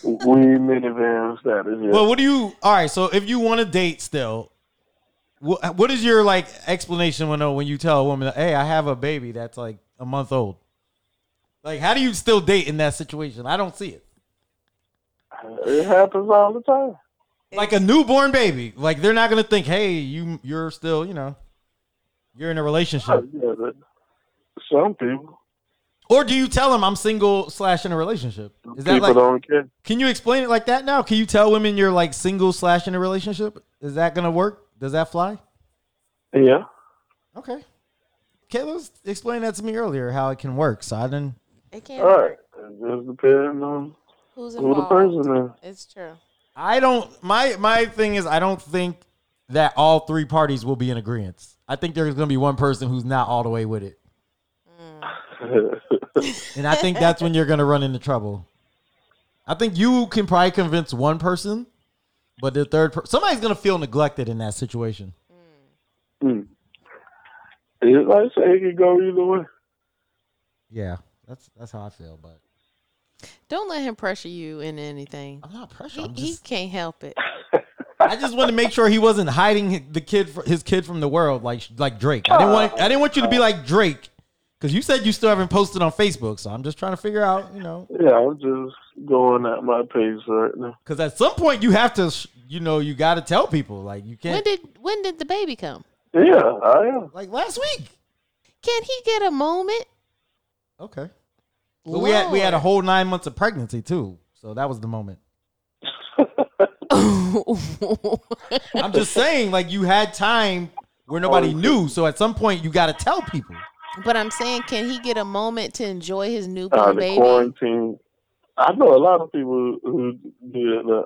we ain't minivan status yet.
Well, what do you? All right, so if you want to date still, what, what is your like explanation when uh, when you tell a woman, "Hey, I have a baby that's like a month old"? Like, how do you still date in that situation? I don't see it.
it happens all the time.
Like a newborn baby, like they're not gonna think, "Hey, you you're still you know." You're in a
Oh,
relationship,
yeah, but some people
or do you tell them I'm single slash in a relationship? Is that
people
like
don't care.
Can you explain it like that now? Can you tell women you're like single slash in a relationship? Is that gonna work? Does that fly?
Yeah.
Okay. Kayla's explained that to me earlier how it can work. So I didn't.
It can't
All right.
hurt.
It just depends on
Who's
who the
involved?
person is.
It's true.
I don't. My my thing is I don't think that all three parties will be in agreement. I think there's gonna be one person who's not all the way with it, and I think that's when you're gonna run into trouble. I think you can probably convince one person, but the third per- somebody's gonna feel neglected in that situation.
Hmm. It's like I say, *laughs* it could go either way.
Yeah, that's that's how I feel. But
Don't let him pressure you into anything.
I'm not pressure.
He,
I'm
he
just
can't help it.
I just wanted to make sure he wasn't hiding the kid, fr- his kid from the world, like like Drake. I didn't want I didn't want you to be like Drake, because you said you still haven't posted on Facebook. So I'm just trying to figure out, you know,
Yeah, I'm just going at my pace right now.
because at some point you have to, sh- you know, you got to tell people. Like you
When
can't,
did when did the baby come?
Yeah, I am.
like last week.
Can he get a moment?
Okay, but we had we had a
Lord.
whole nine months of pregnancy too, so that was the moment. I'm just saying, like you had time where nobody knew. So at some point you got to tell people.
*laughs* but I'm saying, can he get a moment to enjoy his
Uh,
newborn
the
baby?
quarantine. I know a lot of people who do that.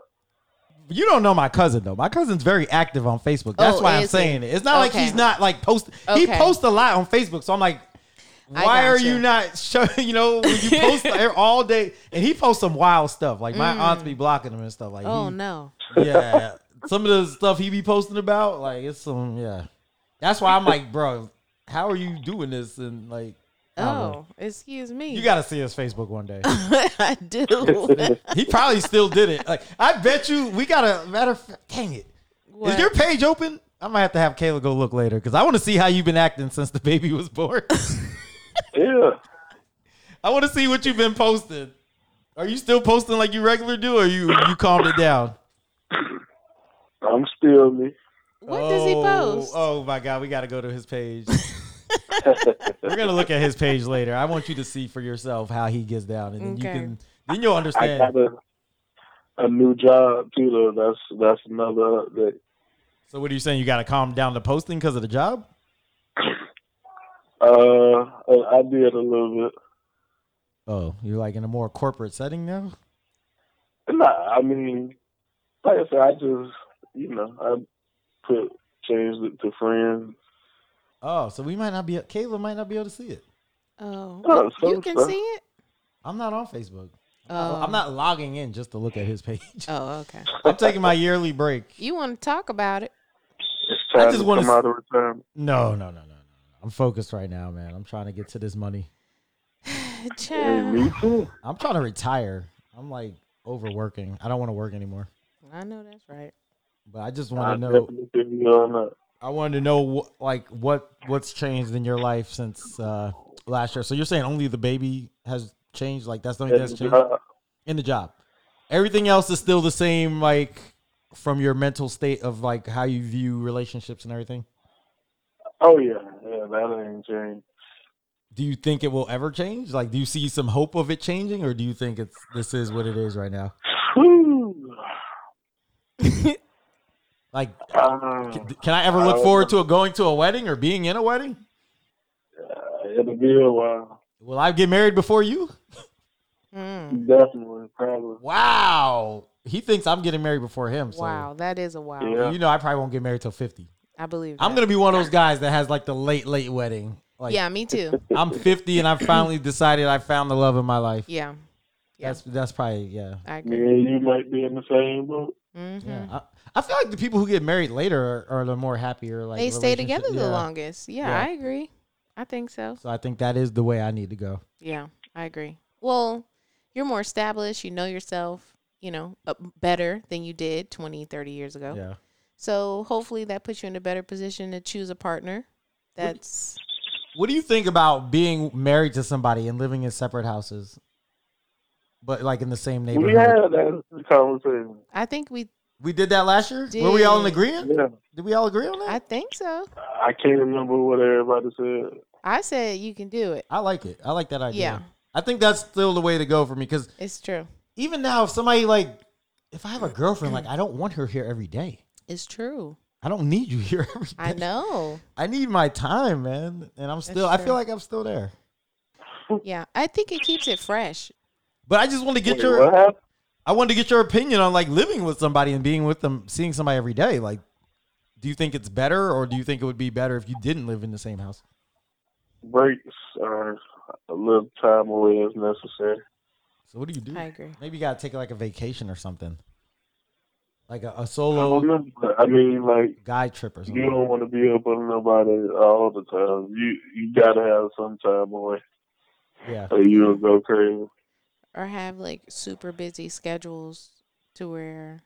You don't know my cousin though. My cousin's very active on Facebook. That's
Oh,
why I'm
is he?
saying it. It's not like
Okay.
he's not like post. He
Okay.
posts a lot on Facebook, so I'm like,
I
why are
gotcha.
you not showing? *laughs* You know, when you
*laughs*
post there all day, and he posts some wild stuff. Like my aunts be blocking him and stuff. Like,
Mm. Oh
he-
no.
yeah, some of the stuff he be posting about, like it's some yeah. That's why I'm like, bro, how are you doing this? And like, Mm-hmm. I don't know.
Oh, excuse me.
you got to see his Facebook one
*laughs*
day.
I
*laughs*
do.
he probably still did it. Like, I bet you we got a matter of fact. Dang it. Is
What?
your page
*laughs*
open? I might have to have Kayla go look later because I want to see how you've been acting since the baby was born.
Yeah.
I want to see what you've been posting. Are you still posting like you regular do, or you you calmed it down?
I'm still me.
What does he
Oh,
post?
Oh my God, we got to go to his
*laughs*
page. We're gonna look at his page later. I want you to see for yourself how he gets down, and then
Okay.
you can then you'll
I
understand.
got a, a new job too though. That's that's another update.
So what are you saying? You got to calm down the posting because of the job?
Uh I, I did a little bit.
Oh, you're like in a more corporate setting now.
Nah, I mean like I said, I just you know, I put changed it to friends.
Oh, so we might not be. Kayla might not be able to see it.
Oh,
Oh, so-
you can
so-
see it.
I'm not on Facebook.
Oh,
I'm not logging in just to look at his page. *laughs*
Oh, okay.
I'm taking my yearly break.
You want to talk about it? *laughs*
It's
I
time
just
to
wanna
come
s-
out of retirement.
No, no, no, no, no. no. I'm focused right now, man. I'm trying to get to this money.
Hey,
Child.
me too.
I'm trying to retire. I'm like overworking. I don't want to work anymore.
I know that's right.
But I just
I
want to know.
definitely feel you on that.
I wanted to know wh- like what what's changed in your life since uh last year. So you're saying only the baby has changed? Like that's the only thing that's
And,
changed
uh,
in the job. Everything else is still the same. Like from your mental state of like how you view relationships and everything.
Oh yeah, yeah, that ain't changed.
Do you think it will ever change? Like, do you see some hope of it changing, or do you think it's this is what it is right now?
Whew.
Like,
Um,
can, can I ever look forward to a, going to a wedding or being in a wedding?
Uh, it'll be a while.
Will I get married before you?
Mm.
Definitely, probably.
Wow. He thinks I'm getting married before him. So,
Wow, that is a wow.
Yeah.
you know, I probably won't get married till 50.
I believe.
I'm
that.
going to be one of those guys that has like the late, late wedding. Like,
yeah, me too.
I'm 50 and I finally decided I found the love of my life.
Yeah,
That's, that's probably, yeah.
*laughs*
I
Me
agree.
and you might be in the same boat.
Mm-hmm.
Yeah. I, I feel like the people who get married later are, are the more happier. Like
they stay
relationship-
together the
yeah.
longest. Yeah,
Yeah.
I agree. I think so.
So I think that is the way I need to go.
Yeah, I agree. Well, you're more established. You know yourself, you know, uh, better than you did 20, 30 years ago.
Yeah.
So hopefully that puts you in a better position to choose a partner. That's
What do you think about being married to somebody and living in separate houses, but like in the same neighborhood?
We had that conversation.
I think we
We did that last year. Were we all in
Did.
agreement?
Yeah,
Did we all agree on
I
that?
think so.
I can't remember what everybody said.
I said you can do it.
I, like it. I like that idea.
Yeah.
I think that's still the way to go for me because
It's true.
even now, if somebody like, if I have a girlfriend, like I don't want her here every day.
It's true.
I don't need you here *laughs* every day.
I know.
I need my time, man. And I'm still. I
true.
feel like I'm still there.
Yeah, I think it keeps it fresh.
But I just want to get
Wait,
your.
what happened?
I wanted to get your opinion on like living with somebody and being with them, seeing somebody every day. Like, do you think it's better, or do you think it would be better if you didn't live in the same house?
Breaks or a little time away is necessary.
So what do you do?
I agree.
Maybe you gotta take like a vacation or something, like a, a
I don't
solo
know, but I mean, like
guy trip or
you
something.
don't want to be up on nobody all the time. You you gotta have some time away,
Yeah,
or you'll go crazy.
Or have like super busy schedules to where,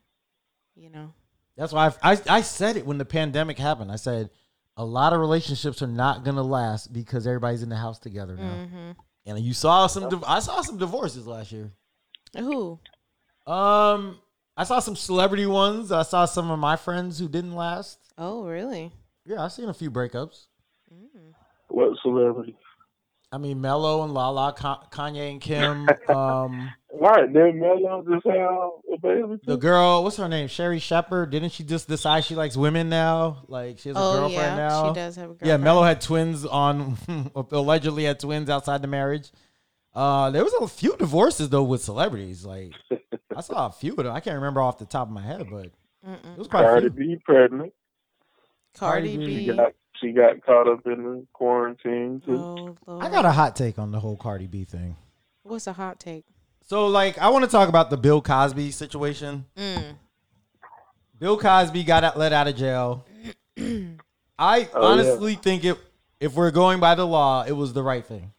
you know,
that's why I've, I I said it when the pandemic happened. I said a lot of relationships are not gonna last because everybody's in the house together now.
Mm. Mm-hmm.
And you saw some. div- I saw some divorces last year.
who?
Um, I saw some celebrity ones. I saw some of my friends who didn't last.
Oh, really?
Yeah, I've seen a few breakups.
What celebrity?
I mean, Mello and Lala, Ka- Kanye and
*laughs*
Kim. Um,
All right, then Melo just have a baby.
the
too?
girl, what's her name? Sherry Shepard. Didn't she just decide she likes women now? Like she has a
Oh,
girlfriend
yeah.
now.
She does have a girlfriend.
Yeah, Mello had twins on *laughs* allegedly had twins outside the marriage. Uh, there was a few divorces though with celebrities. Like I saw a few of them. I can't remember off the top of my head, but it
Mm-mm.
was quite
Cardi
a few.
B pregnant.
Cardi
Cardi B.
B.
She got she got caught up in the quarantine too.
Oh, Lord.
I got a hot take on the whole Cardi B thing.
What's a hot take?
So like I want to talk about the Bill Cosby situation.
Mm.
Bill Cosby got out, let out of jail. I
Oh, yeah.
honestly think if if we're going by the law, it was the right thing.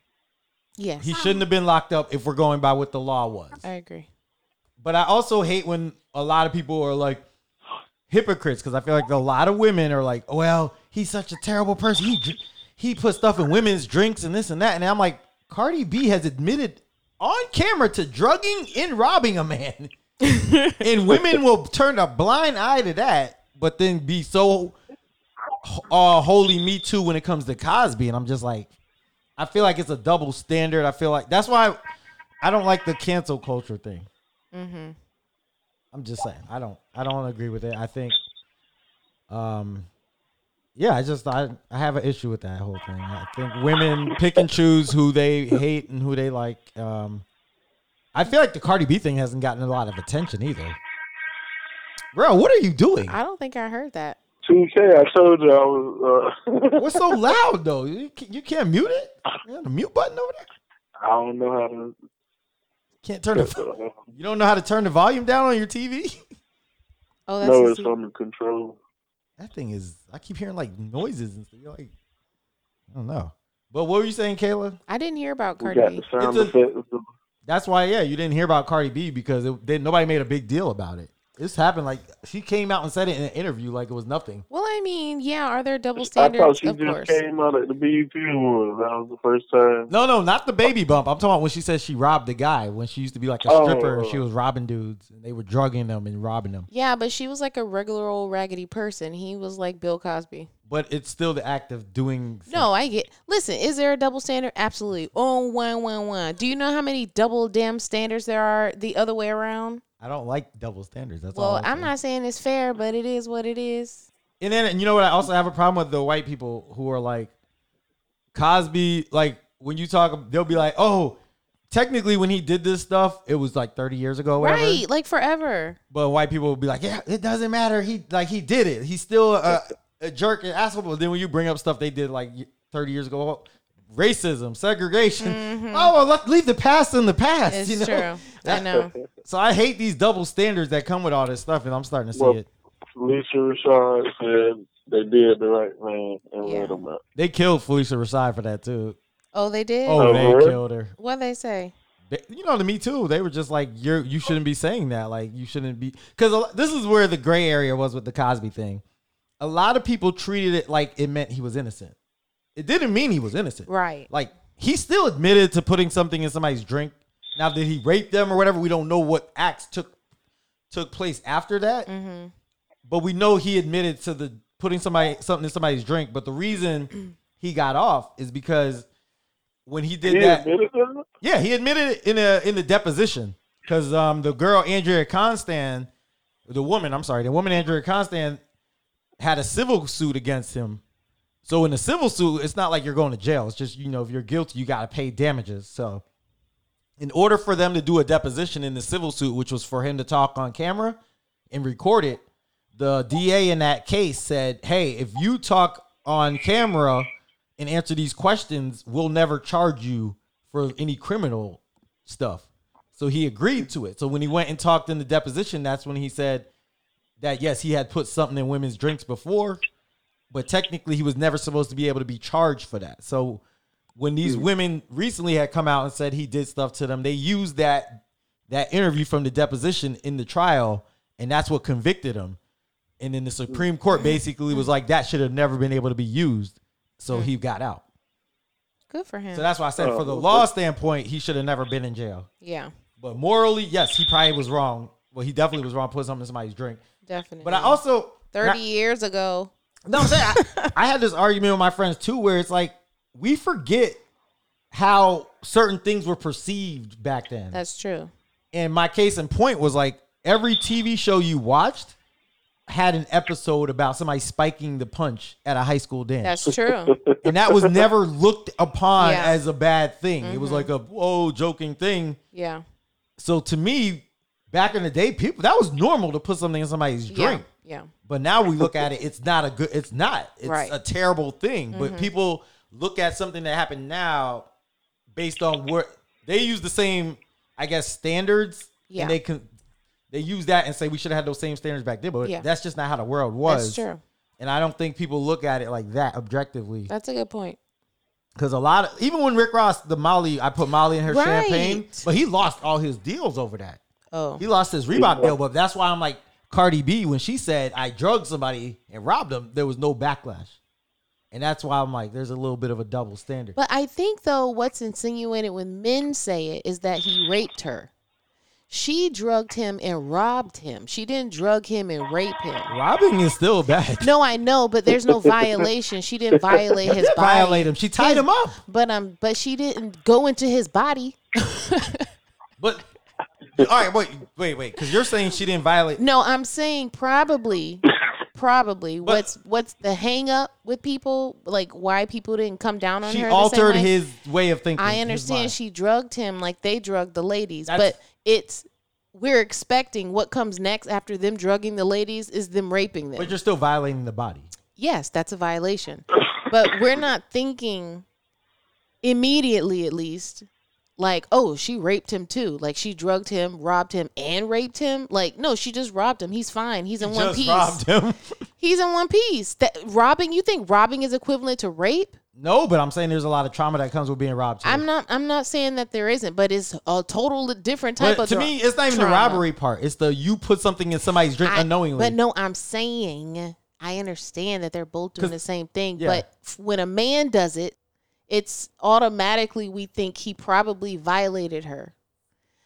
Yes.
He shouldn't have been locked up if we're going by what the law was.
I agree.
But I also hate when a lot of people are like hypocrites because I feel like a lot of women are like, "Well, he's such a terrible person. He dr- he put stuff in women's drinks and this and that. And I'm like, Cardi B has admitted on camera to drugging and robbing a man. and women will turn a blind eye to that, but then be so uh, holy me too when it comes to Cosby. And I'm just like, I feel like it's a double standard. I feel like that's why I don't like the cancel culture thing. I'm just saying, I don't, I don't agree with it. I think, um, yeah, I just, I, I have an issue with that whole thing. I think women pick and choose who they hate and who they like. Um, I feel like the Cardi B thing hasn't gotten a lot of attention either. Bro, what are you doing?
I don't think I heard that.
2K, I told you I was. Uh, *laughs*
What's so loud though? You can't, you can't mute it. You have the mute button over there.
I don't know uh, how to.
Can't turn
*laughs*
the. You don't know how to turn the volume down on your TV.
Oh, that's
no,
a
it's
secret.
on the control.
*laughs* That thing is. I keep hearing like noises and stuff. You're like, I don't know. But what were you saying, Kayla?
I didn't hear about
We
Cardi
got
B.
the sound
It's a-
effect. It's a-
That's why, yeah, you didn't hear about Cardi B because it, they, nobody made a big deal about it. This happened like she came out and said it in an interview like it was nothing.
Well, I mean, yeah, are there double
I
standards?
thought she
of
just
course.
came out at the BET Awards. That was the first time.
No, no, not the baby bump. I'm talking about when she said she robbed a guy when she used to be like a
Oh.
stripper. She was robbing dudes and they were drugging them and robbing them.
Yeah, but she was like a regular old raggedy person. He was like Bill Cosby.
But it's still the act of doing.
No, I get. Listen, is there a double standard? Absolutely. Oh, one, one, one. Do you know how many double damn standards there are the other way around?
I don't like double standards. That's all.
well, I'm
saying.
not saying it's fair, but it is what it is.
And then and you know what? I also have a problem with the white people who are like Cosby. Like when you talk, they'll be like, "Oh, technically, when he did this stuff, it was like 30 years ago, or whatever."
Right, like forever.
But white people will be like, "Yeah, it doesn't matter. He like he did it. He's still a, a jerk and asshole." But then when you bring up stuff they did like 30 years ago, oh, racism, segregation. Oh, well, let, leave the past in the past.
Mm-hmm. It's
*laughs* you know?
true. I know.
So I hate these double standards that come with all this stuff, and I'm starting to see
Well-
it.
Lisa Rashad said they did the right thing and
Yeah.
let him out.
They killed Felicia Rashad for that too.
Oh, they did.
Oh, they
really?
killed her.
What they say?
They- you know, to me too. They were just like, "You're you shouldn't be saying that. Like, you shouldn't be." Because this is where the gray area was with the Cosby thing. A lot of people treated it like it meant he was innocent. It didn't mean he was innocent.
Right.
Like he still admitted to putting something in somebody's drink. Now, did he rape them or whatever? We don't know what acts took took place after that. But we know he admitted to the putting somebody something in somebody's drink. But the reason he got off is because when he did
He
that,
admitted that?
yeah, he admitted it in a in the deposition because um the girl Andrea Constan, the woman, I'm sorry, the woman Andrea Constan had a civil suit against him. So in a civil suit, it's not like you're going to jail. It's just you know if you're guilty, you got to pay damages. So in order for them to do a deposition in the civil suit, which was for him to talk on camera and record it, the DA in that case said, "Hey, if you talk on camera and answer these questions, we'll never charge you for any criminal stuff." So he agreed to it. So when he went and talked in the deposition, that's when he said that yes, he had put something in women's drinks before, but technically he was never supposed to be able to be charged for that. So when these women recently had come out and said he did stuff to them, they used that that interview from the deposition in the trial, and that's what convicted him. And then the Supreme Court basically was like, that should have never been able to be used.
Mm.
So he got out.
Good for him.
So that's why I said, for the law standpoint, he should have never been in jail.
yeah,
But morally, yes, he probably was wrong. Well, he definitely was wrong putting something in somebody's drink.
definitely.
But I also
thirty
*laughs*
years ago.
no, I'm
*laughs*
saying I, I had this argument with my friends too, where it's like we forget how certain things were perceived back then.
That's true.
and my case in point was like every TV show you watched had an episode about somebody spiking the punch at a high school dance
That's *laughs* true.
and that was
*laughs*
never looked upon
Yeah. Mm-hmm.
as a bad thing. It was like a whoa joking thing.
yeah.
So to me, back in the day, people that was normal to put something in somebody's drink.
Yeah. Yeah.
But now we look at it, it's not a good. It's not. It's
Right. Mm-hmm.
a terrible thing. But people look at something that happened now based on what they use the same, I guess, standards.
Yeah.
And they can they use that and say we should have had those same standards back then. But
Yeah.
that's just not how the world was.
That's true.
And I don't think people look at it like that objectively.
That's a good point.
Because a lot of even when Rick Ross the Molly, I put Molly in her
Right.
champagne, but he lost all his deals over that.
Oh,
He lost his Reebok deal, but that's why I'm like Cardi B when she said I drugged somebody and robbed them. There was no backlash, and And that's why I'm like, there's a little bit of a double standard.
But I think though what's insinuated when men say it is that he raped her. She drugged him and robbed him. She didn't drug him and rape him.
Robbing is still bad.
*laughs* No, I know, but there's no violation. She didn't
*laughs*
violate his body.
Violate him. She tied
His-
him up.
But um, but she didn't go into his body.
But all right, wait, wait, wait, because you're saying she didn't violate.
No, I'm saying probably, probably. what's what's the hang up with people? Like why people didn't come down on
She
her? the same
altered
way?
his way of thinking.
I
his
understand
mind.
she drugged him like they drugged the ladies,
That's-
but it's we're expecting what comes next after them drugging the ladies is them raping them.
But you're still violating the body.
yes, that's a violation. but we're not thinking immediately at least like, oh, she raped him too. Like she drugged him, robbed him, and raped him. Like, no, she just robbed him. He's fine. He's in one
Just
piece.
robbed him.
He's in one piece. That robbing, you think robbing is equivalent to rape?
No, but I'm saying there's a lot of trauma that comes with being robbed. Too.
I'm not. I'm not saying that there isn't, but it's a total different type
But
of.
to
dra-
me, it's not even the
trauma.
robbery part. It's the you put something in somebody's drink
I-
unknowingly.
But no, I'm saying I understand that they're both doing
'Cause-
the same thing.
yeah.
But f- when a man does it, it's automatically we think he probably violated her.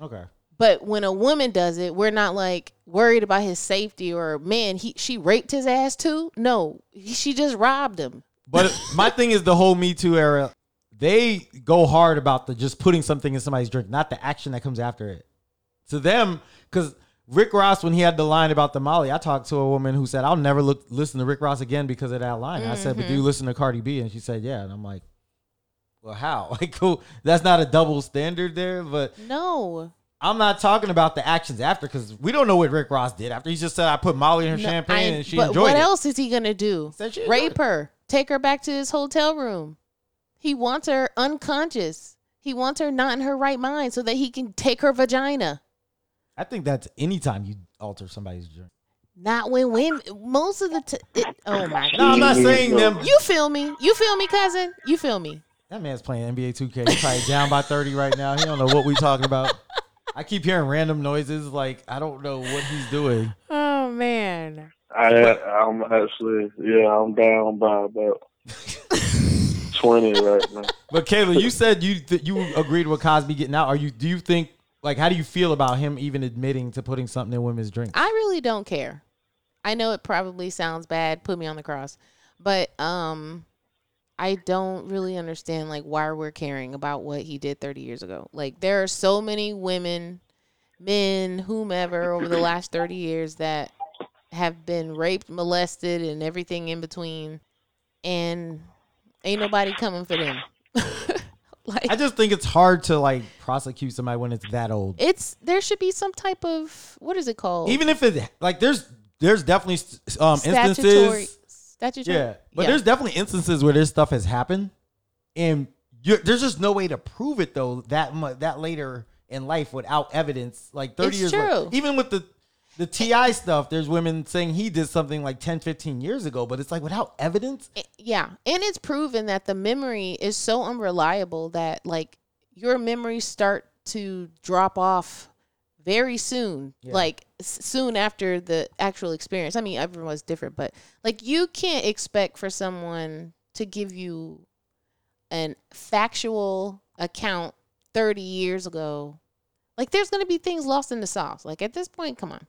okay.
But when a woman does it, we're not like worried about his safety or man. He she raped his ass too. No, he, she just robbed him.
*laughs* But my thing is the whole Me Too era. They go hard about the just putting something in somebody's drink, not the action that comes after it. To them, because Rick Ross, when he had the line about the Molly, I talked to a woman who said, "I'll never look listen to Rick Ross again because of that line." I said, "But
Mm-hmm.
do you listen to Cardi B?" And she said, "Yeah." And I'm like, "Well, how? *laughs* Like, cool. That's not a double standard there, but."
No,
I'm not talking about the actions after because we don't know what Rick Ross did after. He just said, "I put Molly in her
No, I-
champagne and she
but
enjoyed
what
it."
else is he gonna do?
Said she enjoyed
Rape
it.
her, take her back to his hotel room. He wants her unconscious. He wants her not in her right mind so that he can take her vagina.
I think that's anytime you alter somebody's drink.
Not when women. Most of the t- it, oh my
No,
god.
I'm not saying them.
You feel me? You feel me, cousin? You feel me?
That man's playing NBA 2K. He's
*laughs*
probably down by 30 right now. He don't know what we talking about. I keep hearing random noises. Like I don't know what he's doing.
Oh man.
I I'm actually yeah I'm down by
*laughs*
about twenty right now.
But Kayla, you said you th- you agreed with Cosby getting out. Are you? Do you think? Like, how do you feel about him even admitting to putting something in women's drinks?
I really don't care. I know it probably sounds bad. Put me on the cross, but um, I don't really understand like why we're caring about what he did 30 years ago. Like there are so many women, men, whomever over the last 30 years that have been raped, molested, and everything in between, and ain't nobody coming for them. *laughs* like
I just think it's hard to like prosecute somebody when it's that old.
it's there should be some type of what is it called?
even if it like there's there's definitely um
Oh. statutory.
instances
Statutory.
yeah but there's definitely instances where this stuff has happened and you're, there's just no way to prove it though that mu- that later in life without evidence like 30
It's
years later.
true.
even with the the ti stuff there's women saying he did something like 10 15 years ago but it's like without evidence
Eh, Yeah. And it's proven that the memory is so unreliable that like your memories start to drop off very soon.
Yeah.
Like s- soon after the actual experience. I mean, everyone's different, but like you can't expect for someone to give you an factual account 30 years ago. Like there's going to be things lost in the sauce. Like at this point, come on.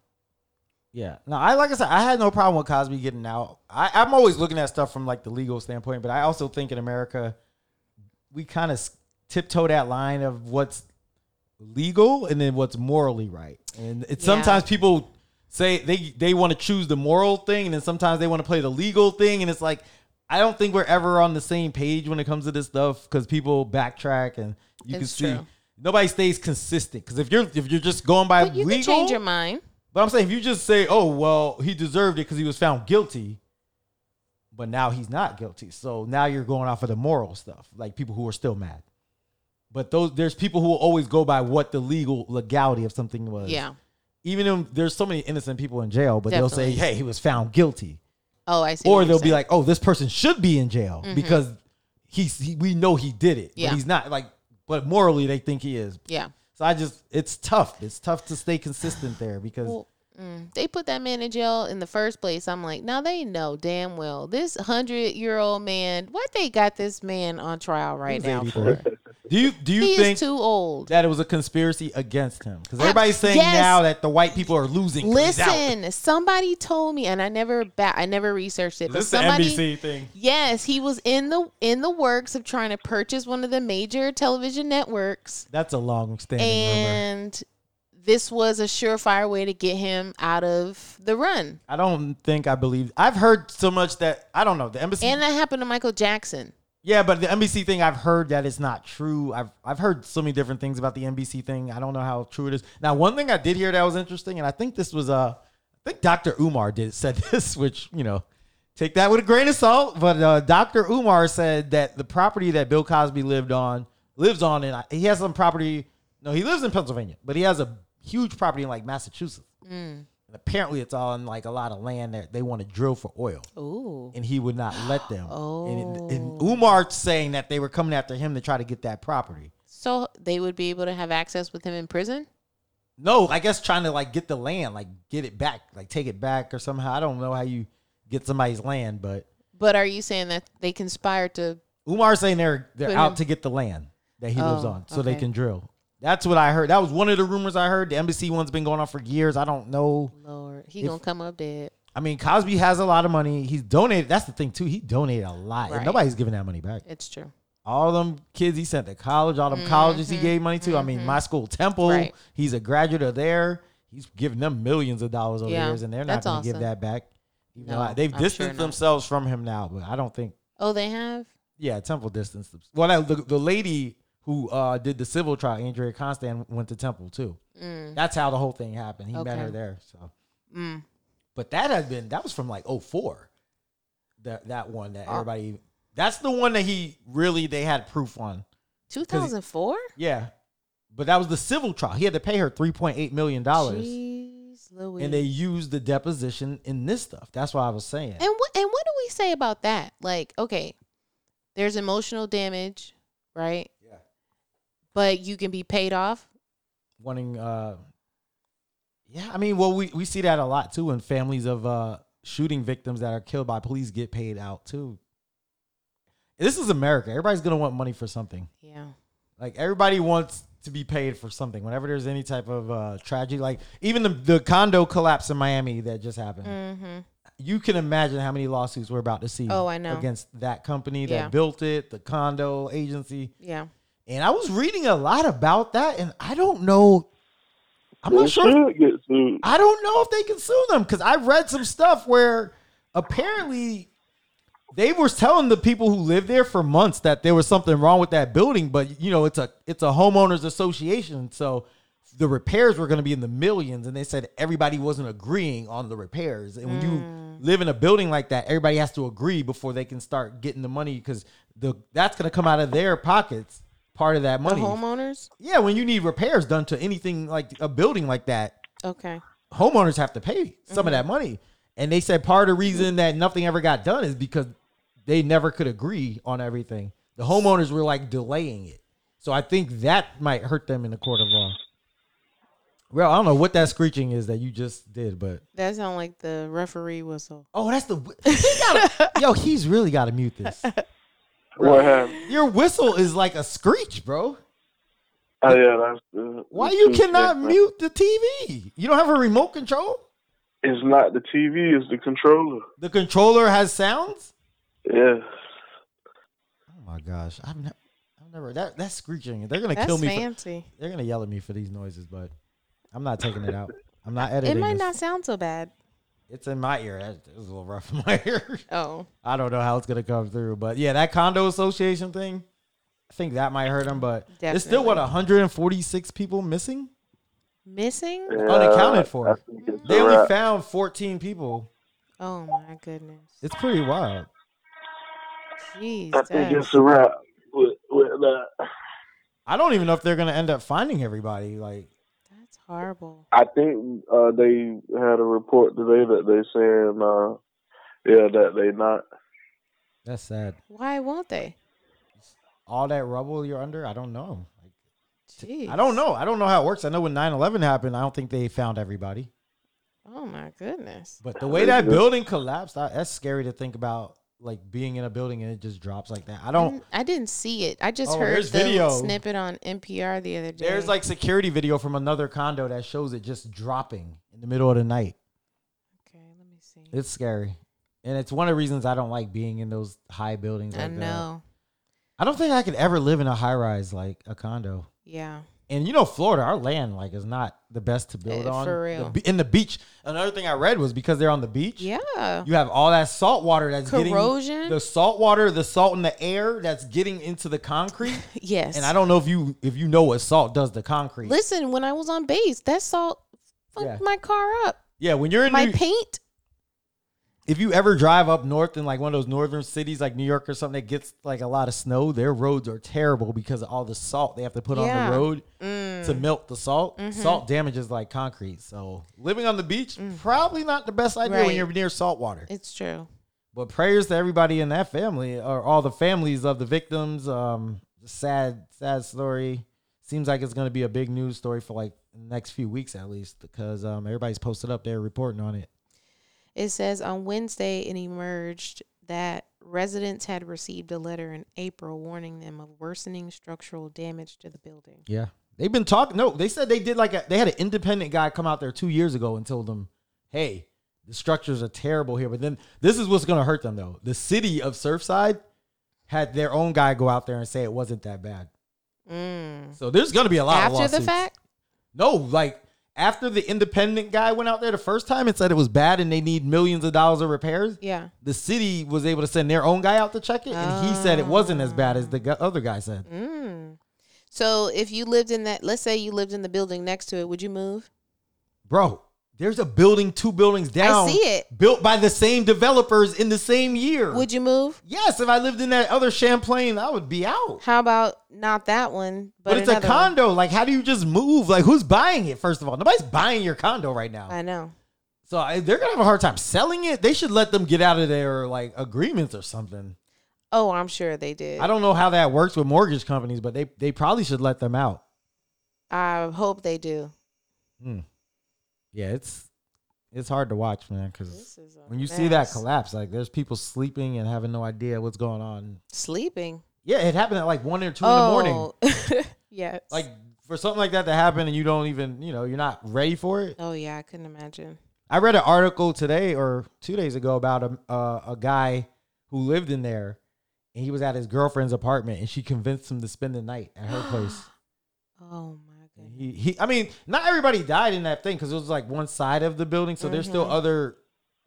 yeah no i like i said i had no problem with cosby getting out I, i'm always looking at stuff from like the legal standpoint but i also think in america we kind of tiptoe that line of what's legal and then what's morally right. And it's
Yeah.
sometimes people say they they want to choose the moral thing, and then sometimes they want to play the legal thing, and it's like I don't think we're ever on the same page when it comes to this stuff because people backtrack and you can
It's
see.
true.
Nobody stays consistent because if you're if you're just going by
But you
legal,
can change your mind.
but I'm saying if you just say, "Oh well, he deserved it because he was found guilty," but now he's not guilty, so now you're going off of the moral stuff, like people who are still mad. But those there's people who will always go by what the legal legality of something was.
Yeah.
Even though there's so many innocent people in jail, but they'll say,
Definitely.
"Hey, he was found guilty,"
Oh, I see. what
or
you're
they'll be
saying.
like, "Oh, this person should be in jail because he's he, we know he did it,
Mm-hmm. Yeah.
but he's not." Like, but morally they think he is.
yeah.
So I just it's tough. It's tough to stay consistent there because
Well, Mm. They put that man in jail in the first place. I'm like, now they know damn well this hundred year old man. What they got this man on trial right
He's
now
84.
for?
Do you do you
He
think
is too old.
that it was a conspiracy against him? Because
Ab-
everybody's saying
yes.
now that the white people are losing. 'cause he's out.
Listen, somebody told me, and I never ba- I never researched it,
Is
but
this the
somebody.
NBC thing?
Yes, he was in the in the works of trying to purchase one of the major television networks,
That's a long-standing rumor.
and this was a surefire way to get him out of the run.
I don't think I believe. I've heard so much that I don't know the embassy.
And that happened to Michael Jackson.
yeah, but the NBC thing I've heard that it's not true. I've I've heard so many different things about the NBC thing. I don't know how true it is. Now, one thing I did hear that was interesting, and I think this was uh, I think Dr. Umar did *laughs* said this, which you know, take that with a grain of salt. But uh, Dr. Umar said that the property that Bill Cosby lived on lives on, and he has some property. No, he lives in Pennsylvania, but he has a huge property in like Massachusetts. And apparently, it's on like a lot of land that they want to drill for oil
Ooh.
and he would not let them. And, and
Oh.
Umar saying that they were coming after him to try to get that property.
So they would be able to have access with him in prison?
No, I guess trying to like get the land, like get it back, like take it back or somehow. I don't know how you get somebody's land, but
But are you saying that they conspired to
Umar saying they're they're
Put
out
him-
to get the land that he lives
Oh,
on, so they
okay.
can drill. That's what I heard. That was one of the rumors I heard. The embassy one's been going on for years. I don't know.
Lord, he
If-
gonna come up dead.
I mean, Cosby has a lot of money. He's donated. That's the thing too. He donated a lot, and
Right.
nobody's giving that money back.
It's true.
all them kids he sent to college, all them colleges he gave money to. I mean, my school, Temple,
Mm-hmm. Right.
he's a graduate of there. He's giving them millions of dollars over the
Yeah,
years, and they're not
that's
going to give
awesome.
that back. You know,
No,
I- they've
I'm sure
distanced
not.
themselves from him now, but I don't think,
Oh, they have?
yeah, Temple distanced. them- Well, that, the, the lady who uh, did the civil trial, Andrea Constant, went to Temple too. That's how the whole thing happened. He met
Mm. Okay.
her there. So,
Mm.
but that had been that was from like 04. That that one
Ah.
that everybody. That's the one that he really they had proof on.
2004?
Yeah. But that was the civil trial. He had to pay her $3.8 million. dollars,
Jeez Louise.
And they used the deposition in this stuff. That's what I was saying.
And what and what do we say about that? Like, okay, there's emotional damage, right? Yeah. But you can be paid off.
Wanting, uh, yeah, I mean, well, we, we see that a lot too when families of uh, shooting victims that are killed by police get paid out too. This is America. Everybody's going to want money for something.
Yeah.
Like everybody wants to be paid for something. Whenever there's any type of uh, tragedy, like even the, the condo collapse in Miami that just happened.
Mm-hmm.
you can imagine how many lawsuits we're about to see.
Oh, I know.
Against that company that
Yeah.
built it, the condo agency.
Yeah.
And I was reading a lot about that, and I don't know. I'm
They
not sure.
should get sued.
I don't know if they can sue them because I read some stuff where apparently they were telling the people who lived there for months that there was something wrong with that building, but you know, it's a it's a homeowners association, so the repairs were going to be in the millions, and they said everybody wasn't agreeing on the repairs. And when
Mm.
you live in a building like that, everybody has to agree before they can start getting the money because the that's going to come out of their pockets, part of that
The
money.
homeowners?
yeah, when you need repairs done to anything like a building like that,
Okay.
homeowners have to pay some of that money. And they said part of the reason that nothing ever got done is because they never could agree on everything. The homeowners were like delaying it. So I think that might hurt them in the court of law. Well, I don't know what that screeching is that you just did, but
That sounds like the referee whistle.
oh, that's the he gotta- yo. He's really got to mute this.
What happened?
Your whistle is like a screech, bro.
Oh yeah, that's uh,
Why
the
you
*laughs* two
cannot
things.
mute the TV? You don't have a remote control.
It's not the TV, it's the controller.
The controller has sounds.
Yeah.
Oh my gosh, I've never, I've never that that's screeching. They're gonna
That's
kill me. for-
fancy.
they're gonna yell at me for these noises, but I'm not taking it out. I'm not editing.
It might
this.
not sound so bad.
It's in my ear. That it was a little rough in my *laughs* ear.
Oh.
I don't know how it's gonna come through, but yeah, that condo association thing. I think that might hurt them, but there's still what
Definitely.
146 people missing,
Missing?
yeah
unaccounted for.
I think it's
They
a
only
wrap.
found 14 people.
Oh my goodness.
It's pretty wild.
Jeez.
I think
Dad.
it's a wrap with, with that.
I don't even know if they're gonna end up finding everybody. Like,
That's horrible.
I think uh, they had a report today that they saying, uh, yeah, that they not.
that's sad.
Why won't they?
All that rubble you're under, I don't know. Like,
Jeez.
I don't know. I don't know how it works. I know when 9 11 happened, I don't think they found everybody.
Oh my goodness.
But the way that building collapsed, I, that's scary to think about. Like being in a building and it just drops like that. I don't.
Mm, I didn't see it. I just
Oh,
heard
there's
the
video.
snippet on NPR the other day.
There's like security video from another condo that shows it just dropping in the middle of the night.
Okay, let me see.
It's scary, and it's one of the reasons I don't like being in those high buildings.
I
Like that.
know.
I don't think I could ever live in a high rise like a condo.
Yeah.
And you know, Florida, our land like is not the best to build
Eh,
on.
for
The
real.
be- in the beach. Another thing I read was because they're on the beach.
Yeah.
You have all that salt water that's
Corrosion?
getting the salt water, the salt in the air that's getting into the
*laughs*
concrete.
Yes.
and I don't know if you if you know what salt does to concrete.
Listen, when I was on base, that salt fucked
Yeah.
my car up.
yeah, when you're in
My
New-
paint.
if you ever drive up north in like one of those northern cities like New York or something that gets like a lot of snow, their roads are terrible because of all the salt they have to put
Yeah.
on the road
Mm. Mm-hmm.
to melt the salt. Salt damages like concrete. So living on the beach, probably not the best idea
Mm. Right.
when you're near salt water.
It's true.
But prayers to everybody in that family or all the families of the victims. Um, sad, sad story. Seems like it's going to be a big news story for like the next few weeks at least because um, everybody's posted up there reporting on it.
It says on Wednesday it emerged that residents had received a letter in April warning them of worsening structural damage to the building.
Yeah. They've been talking. No, they said they did like a, they had an independent guy come out there two years ago and told them, hey, the structures are terrible here. But then this is what's going to hurt them though. The city of Surfside had their own guy go out there and say it wasn't that bad.
Mm.
So there's going to be a lot of
After
lawsuits.
the fact,
No, like after the independent guy went out there the first time and said it was bad and they need millions of dollars of repairs,
yeah.
the city was able to send their own guy out to check it. And he said it wasn't as bad as the gu- other guy said.
Mm. So if you lived in that, let's say you lived in the building next to it, would you move?
Bro, there's a building two buildings down.
see it.
Built by the same developers in the same year.
Would you move?
yes, if I lived in that other Champlain, I would be out.
How about not that one, but,
But, it's a
another one?
condo. Like, how do you just move? Like, who's buying it, first of all? Nobody's buying your condo right now.
I know.
so I, they're going to have a hard time selling it. They should let them get out of their, like, agreements or something.
Oh, I'm sure they did.
I don't know how that works with mortgage companies, but they, they probably should let them out.
I hope they do.
Yeah, it's it's hard to watch, man, because
This is a
when you see that
mess.
collapse, like, there's people sleeping and having no idea what's going on.
Sleeping.
Yeah, it happened at like one or two in
Oh,
the morning.
morning. *laughs* yes.
Like for something like that to happen and you don't even, you know, you're not ready for it.
Oh yeah, I couldn't imagine.
I read an article today or two days ago about a uh, a guy who lived in there and he was at his girlfriend's apartment and she convinced him to spend the night at her
*gasps*
place.
Oh my goodness.
He, he I mean, not everybody died in that thing because it was like one side of the building, so there's
Mm-hmm.
still other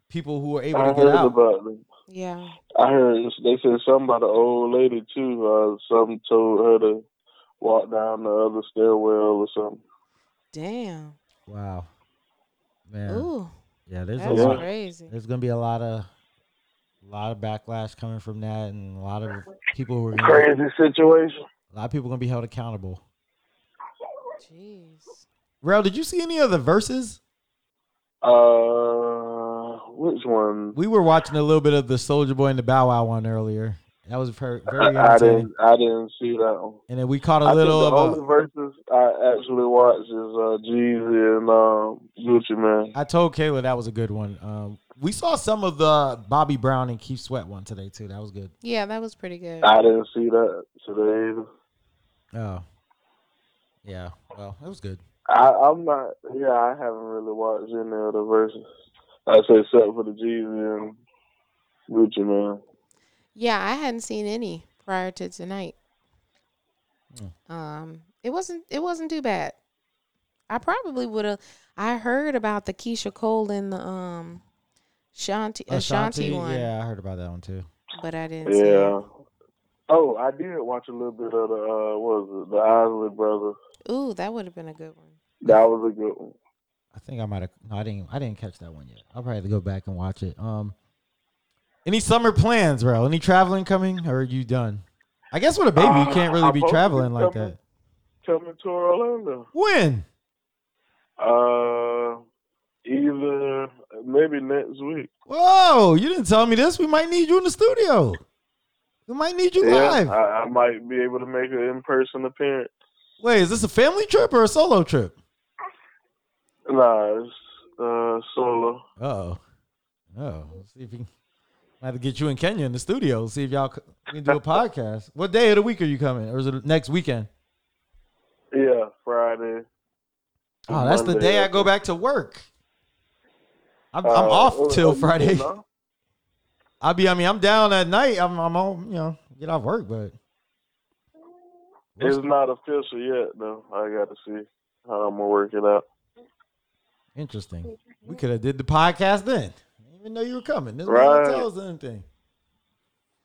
people who were able
I
to get
heard
out.
about them.
Yeah.
I heard they said something about an old lady too. Uh, something told her to walk down the other stairwell or something.
Damn.
wow. Man.
Ooh.
Yeah, there's a
That's
lot.
crazy.
There's gonna be a lot of lot of backlash coming from that, and a lot of people who are gonna,
Mm-hmm. Crazy situation.
a lot of people gonna be held accountable.
Jeez.
Rel, did you see any of the verses?
Uh, which one?
We were watching a little bit of the Soldier Boy and the Bow Wow one earlier. That was very, very
*laughs* I, I
entertaining.
didn't. I didn't see that one.
And then we caught a
I think
little
the
of
only
a.
verses I actually watch is uh, Jeezy and um, Gucci Man.
I told Kayla that was a good one. Um, we saw some of the Bobby Brown and Keith Sweat one today too. That was good.
Yeah, that was pretty good.
I didn't see that today. Either.
Oh, yeah. Well, that was good.
I, I'm not. Yeah, I haven't really watched any of the verses. I say except for the Jeezy and Gucci Man.
Yeah, I hadn't seen any prior to tonight.
Hmm.
Um, it wasn't it wasn't too bad. I probably would have. I heard about the Keisha Cole and the um, Shanti Ashanti one,
Yeah, I heard about that one too.
but I didn't. see
Yeah.
it.
Oh, I did watch a little bit of the uh, what was it? The Isley Brothers.
Ooh, that would have been a good one.
That was a good one.
I think I might have. No, I didn't. I didn't catch that one yet. I'll probably have to go back and watch it. Um, any summer plans, bro? Any traveling coming, or are you done? I guess with a baby, you
Uh,
can't really
I'm
be
supposed to be
traveling like
coming.
that.
Coming to Orlando.
When?
Uh, either maybe next week.
Whoa! You didn't tell me this. We might need you in the studio. We might need you live.
I, I might be able to make an in-person appearance.
Wait, is this a family trip or a solo trip?
Nah, it's uh, solo.
Oh, oh. Let's see if we can. I have to get you in Kenya in the studio. See if y'all c- we can
*laughs*
do a podcast. What day of the week are you coming, or is it next weekend?
Yeah, Friday.
Oh, that's the
Monday,
day I
okay.
go back to work. I'm, I'm
Uh,
off
oh,
till
oh, you
Friday.
getting off?
*laughs* I'll be. I mean, I'm down at night. I'm. I'm on. You know, get off work, but
*laughs* It's not official yet, though. I got to see how I'm gonna work it out.
interesting. We could have did the podcast then. Didn't even know you were coming. This
Right. Mm-hmm.
right. tell us anything.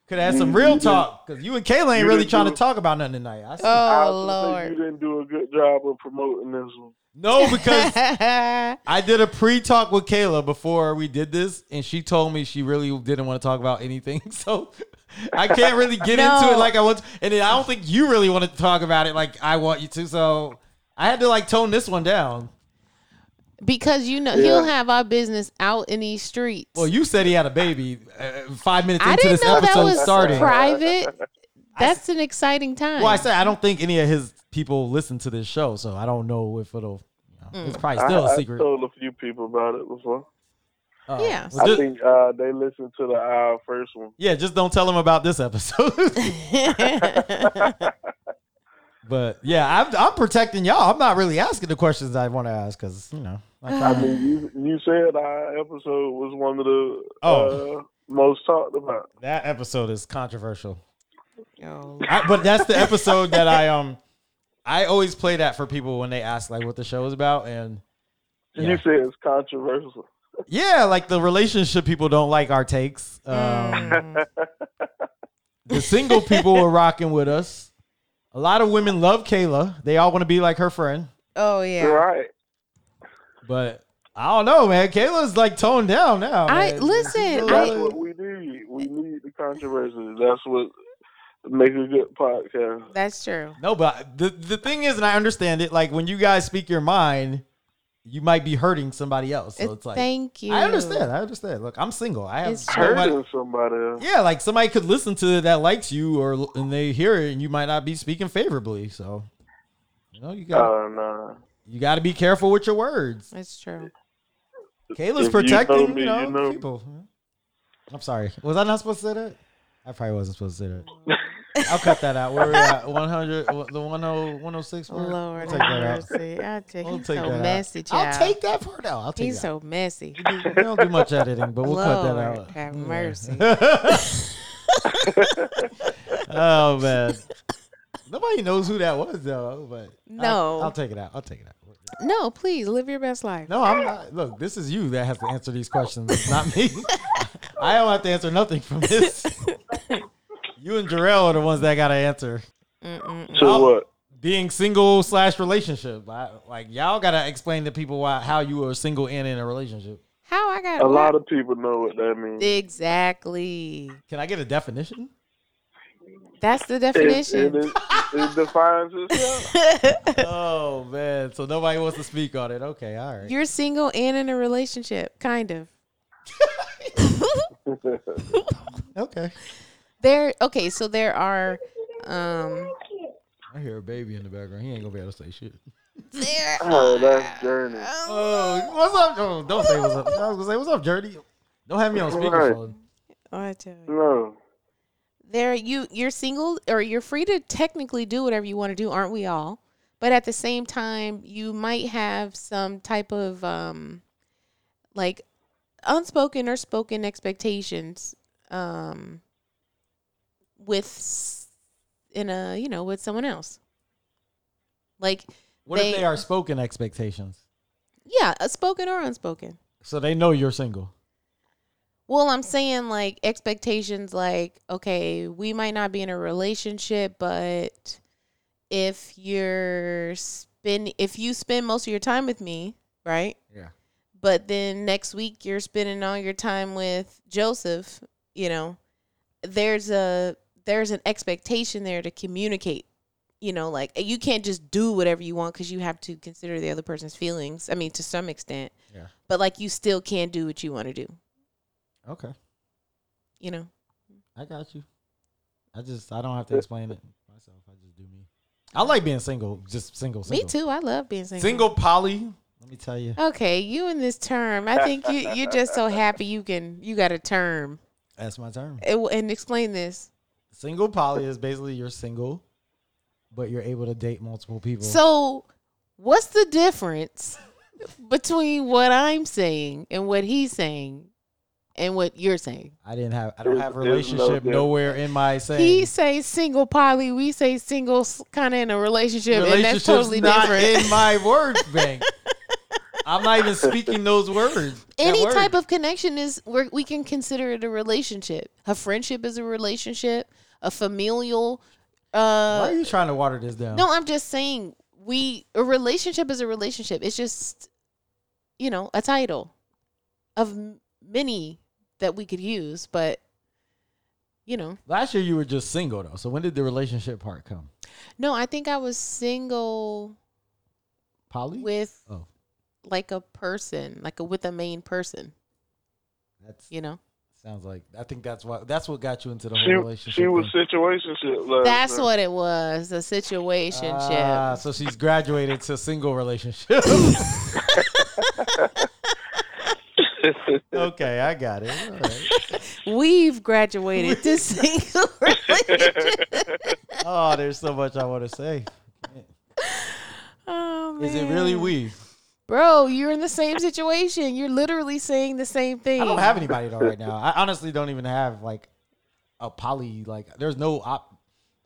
Could have had some real talk because you and Kayla ain't
you
really
didn't
trying to
do-
talk about nothing tonight. I see.
I
Oh
was gonna say,
lord.
you didn't do a good job of promoting this one.
no,
*laughs*
because I did a pre-talk with Kayla before we did this, and she told me she really didn't want to talk about anything. *laughs* So I can't really get into
No.
it like I want. To, and then I don't think you really want to talk about it like I want you to. So I had to like tone this one down.
because you know
Yeah.
he'll have our business out in these streets.
Well, you said he had a baby uh, five minutes
I
into
didn't
this
know that
episode
was
starting.
private. That's an exciting
*laughs*
time.
Well, I said I don't think any of his people listen to this show, so I don't know if it'll. you know, It's probably still
I,
a secret.
I told a few people about it before.
Uh,
Yeah.
well,
I
just-
think uh, they listened to the uh, first one.
yeah, just don't tell him about this episode.
*laughs*
*laughs* But yeah, I'm, I'm protecting y'all. I'm not really asking the questions I want to ask because you know. I'm trying-
I mean, you, you said our episode was one of the uh,
Oh.
most talked about.
that episode is controversial,
Oh,
I, but that's the episode that I um I always play that for people when they ask like what the show is about, and
You
yeah,
said it's controversial.
yeah like the relationship people don't like our takes. Um,
mm.
the single people were rocking with us. A lot of women love Kayla. They all want to be like her friend,
Oh, yeah.
Right.
but I don't know, man. Kayla's like toned down now.
I
man.
listen.
That's
I
what we need. We need the controversy. That's what make a good podcast.
that's true.
No, but the the thing is, and I understand it. Like when you guys speak your mind, you might be hurting somebody else. So
It-
it's like
thank you.
I understand. I understand. Look, I'm single. I have
It's
nobody-
Hurting somebody else.
yeah, like somebody could listen to it that likes you, or and they hear it, and you might not be speaking favorably. So, you know, you got
Oh, nah.
you got to be careful with your words.
It's true.
Kayla's
If you know
protecting, you know,
me, you know me.
people. I'm sorry. Was I not supposed to say that? I probably wasn't supposed to say
*laughs*
that. I'll cut that out. Where we at? 100, the oh, 10, 106 mark?
Lord
We'll take that out.
have mercy. I take,
We'll
he's
take
so
that out.
messy,
I'll
child.
take that part out. I'll take
he's
that.
so messy.
out. we don't do much editing, but we'll cut that
Lord,
out. *laughs*
have mercy.
oh man. Nobody knows who that was though, but I'll-
No.
I'll, take it out. I'll take it out.
No, please live your best life.
No, I'm not. Look, this is you that has to answer these questions, It's not me. *laughs* I don't have to answer nothing from
*laughs*
this. you and Jarrell are the ones that got to answer.
Mm-mm.
To
I'll-
what?
Being single slash relationship, I, like y'all got to explain to people why how you are single and in a relationship.
How I got
A lot of people know what that means.
exactly.
Can I get a
*laughs*
definition?
That's the
It, it,
definition.
is- it defines
*laughs*
itself.
oh man, so nobody wants to speak on it. Okay, all right.
You're single and in a relationship, kind of.
okay.
There. Okay, so there are. Um,
I hear a baby in the background. He ain't gonna be able to say shit.
there.
Oh, that's journey.
Oh, what's up? Oh, don't say what's up. I was gonna say what's up, Journey. Don't have me on speakerphone.
Oh, I tell you.
No.
there you you're single or you're free to technically do whatever you want to do aren't we all but at the same time you might have some type of um like unspoken or spoken expectations um with s- in a you know with someone else like
What
They-
if they are spoken expectations?
yeah a spoken or unspoken
So they know you're single.
Well, I'm saying like expectations, like, okay, we might not be in a relationship, but if you're spend if you spend most of your time with me, right?
Yeah.
But then next week you're spending all your time with Joseph, you know, there's a there's an expectation there to communicate. You know, like you can't just do whatever you want because you have to consider the other person's feelings. I mean, to some extent.
Yeah.
But like you still can do what you want to do,
Okay,
you know.
I got you. I just I don't have to explain it myself. I just do me. I like being single, just single. single.
Me too. I love being single.
Single poly. Let me tell you.
Okay, you in this term. I think you you're just so happy you can you got a term.
That's my term.
It, will- and explain this.
Single poly is basically you're single, but you're able to date multiple people.
So, what's the difference between what I'm saying and what he's saying and what you're saying?
I didn't have. I don't have
There's- there's no
relationship
difference.
nowhere in my saying.
He says single poly, we say single kind of in a relationship, and that's
Relationship's
totally
not
different.
in my
*laughs*
word bank. I'm not even speaking those words. that
any
word.
type of connection is we we can consider it a relationship. A friendship is a relationship. A familial.
Why
Uh,
are you trying to water this down?
no, I'm just saying we a relationship is a relationship. It's just you know a title of m- many that we could use, but you know,
Last year you were just single though. So when did the relationship part come?
no, I think I was single
Poly.
with
oh,
like a person, like a with a main person.
that's
You know,
sounds like. I think that's why. That's what got you into the whole
She,
relationship.
she was
thing.
situationship last
that's
night.
what it was. A situation.
Ah, so she's graduated to single
*laughs*
relationship. okay, I got it. All right.
We've graduated
*laughs*
to single *laughs* religion.
Oh, there's so much I want to say.
Oh,
Is it really
man.
we?
Bro, you're in the same situation. You're literally saying the same thing.
I don't have anybody though right now. I honestly don't even have like a poly. Like, there's no op.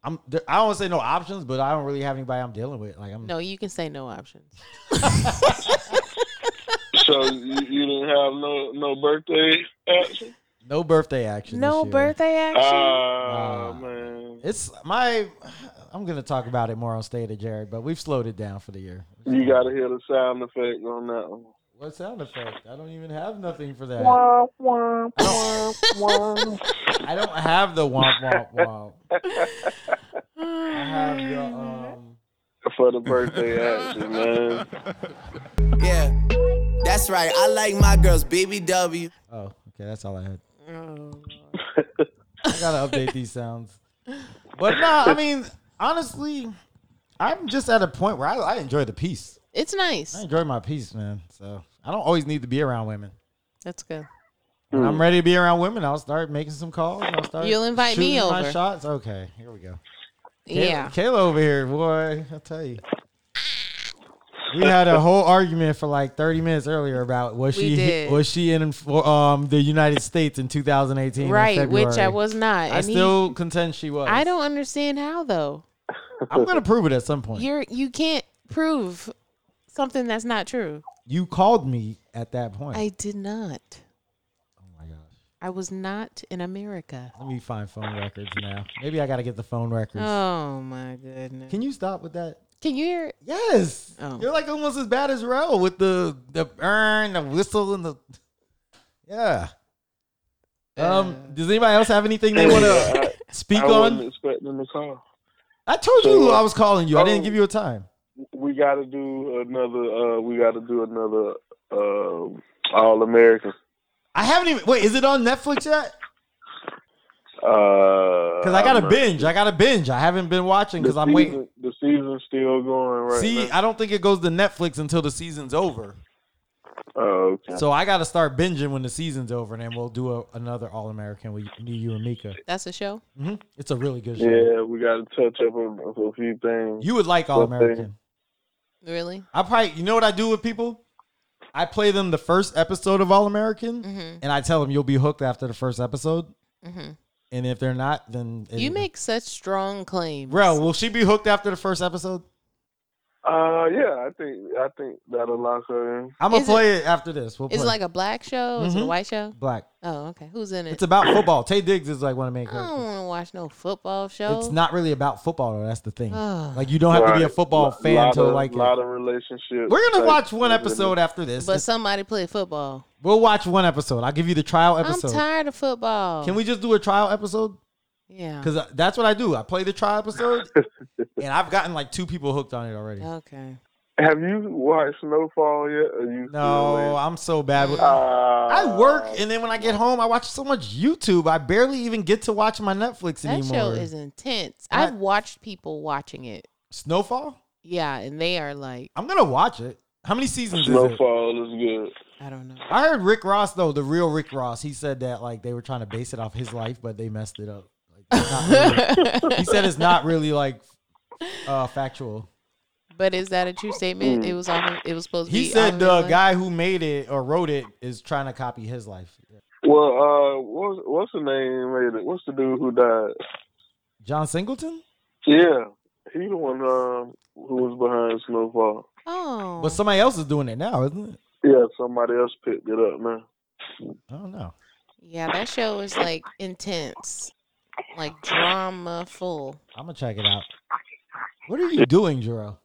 I'm. There, I don't want to say no options, but I don't really have anybody I'm dealing with. Like, I'm.
no, you can say no options.
*laughs* So you, you didn't have no no birthday
*laughs*
action?
No birthday action. this
No
year.
birthday
Oh,
action.
Ah, man.
It's my. I'm gonna talk about it more on state of Jared, but we've slowed it down for the year.
You got to hear the sound effect on that one.
What sound effect? I don't even have nothing for that.
Womp, womp, womp, womp.
*laughs* I don't have the womp womp
*laughs*
womp. I have the um.
For the birthday action, man.
Yeah, that's right. I like my girls BBW.
Oh, okay, that's all I had.
Oh,
I gotta update these sounds. But no, I mean, honestly, I'm just at a point where I, I enjoy the peace.
it's
I
nice.
enjoy my peace, man. So I don't always need to be around women.
That's good.
When I'm ready to be around women, I'll start making some calls. I'll start.
You'll invite me
shooting my
over.
shots. Okay, here we go. Kayla,
Yeah.
Kayla over here, boy. I'll tell you. We had a whole argument for like 30 minutes earlier about was
We
she
did.
was she in for, um the United States in 2018 in
Right, which I
February.
was not.
I
and he-
still contend she was.
I don't understand how though.
I'm gonna prove it at some point.
You're you can't prove something that's not true.
You called me at that point.
I did not.
oh my gosh.
I was not in America.
Let me find phone records now. Maybe I gotta get the phone records.
Oh my goodness.
Can you stop with that?
Can you hear it?
Yes.
Oh.
You're like almost as bad as Rel with the the urn, the whistle, and the yeah. Um. Does anybody else have anything they want to speak
*laughs* I wasn't
on?
expecting the call.
I told you I was calling you. I didn't
Oh.
give you a time.
We got to do another. Uh, we got to do another uh, All American.
I haven't even. Wait, is it on Netflix yet?
Because
Because I got to binge. I got to binge. I haven't been watching because I'm waiting.
uh, The season's still going right
See,
now.
I don't think it goes to Netflix until the season's over.
oh, okay.
So I got to start binging when the season's over, and then we'll do a, another All American with me, you, and Mika.
That's a show.
hmm It's a really good show.
yeah, we got to touch up on, on a few things.
You would like All American.
Really?
I probably, you know what I do with people? I play them the first episode of All American,
Mm-hmm.
and I tell them you'll be hooked after the first episode. And if they're not, then it-
You make such strong claims.
bro. Will she be hooked after the first episode?
uh, yeah, I think I think that'll lock her in.
I'm gonna
Is it-
play it, after this. We'll
Is it
play.
like a black show? Is it a
Mhm.
white show?
black.
Oh, okay. Who's in it?
It's
*coughs*
about football. Tay Diggs is like one of the main
I
characters.
don't want to watch no football show.
It's not really about football though. That's the thing.
Ugh.
like you don't have to be a
Right.
football
Lot-
fan
lot
to
of-
like it.
lot of relationships.
We're gonna
Like,
watch one
really-
episode after this.
but somebody play football.
we'll watch one episode. I'll give you the trial episode.
I'm tired of football.
Can we just do a trial episode?
Yeah.
Because that's what I do. I play the trial *laughs* episode, and I've gotten like two people hooked on it already.
Okay.
*laughs* Have you watched Snowfall yet? Or you
No, I'm so bad. With,
still uh,
I work, and then when I get home, I watch so much YouTube. I barely even get to watch my Netflix
That show
anymore.
is intense.
I-
I've watched people watching it.
Snowfall.
Yeah, and they are like,
I'm gonna watch it. How many seasons is it?
Snowfall is good.
I
*laughs*
don't know.
I heard Rick Ross though, the real Rick Ross. He said that like they were trying to base it off his life, but they messed it up. Like, it's
*laughs*
not really- he said it's not really like uh, factual.
But is that a true statement? It was on. It was supposed to be.
He said
on
the
his
guy who made it or wrote it is trying to copy his life.
Well, uh, what's what's the name? Made it. What's the dude who died?
John Singleton,
Yeah, he the one um, who was behind Snowfall.
life. Oh,
but somebody else is doing it now, isn't it?
Yeah, somebody else picked it up, man.
I don't know.
yeah, that show is like intense, like drama full.
I'm gonna check it out. What are you doing, Jero?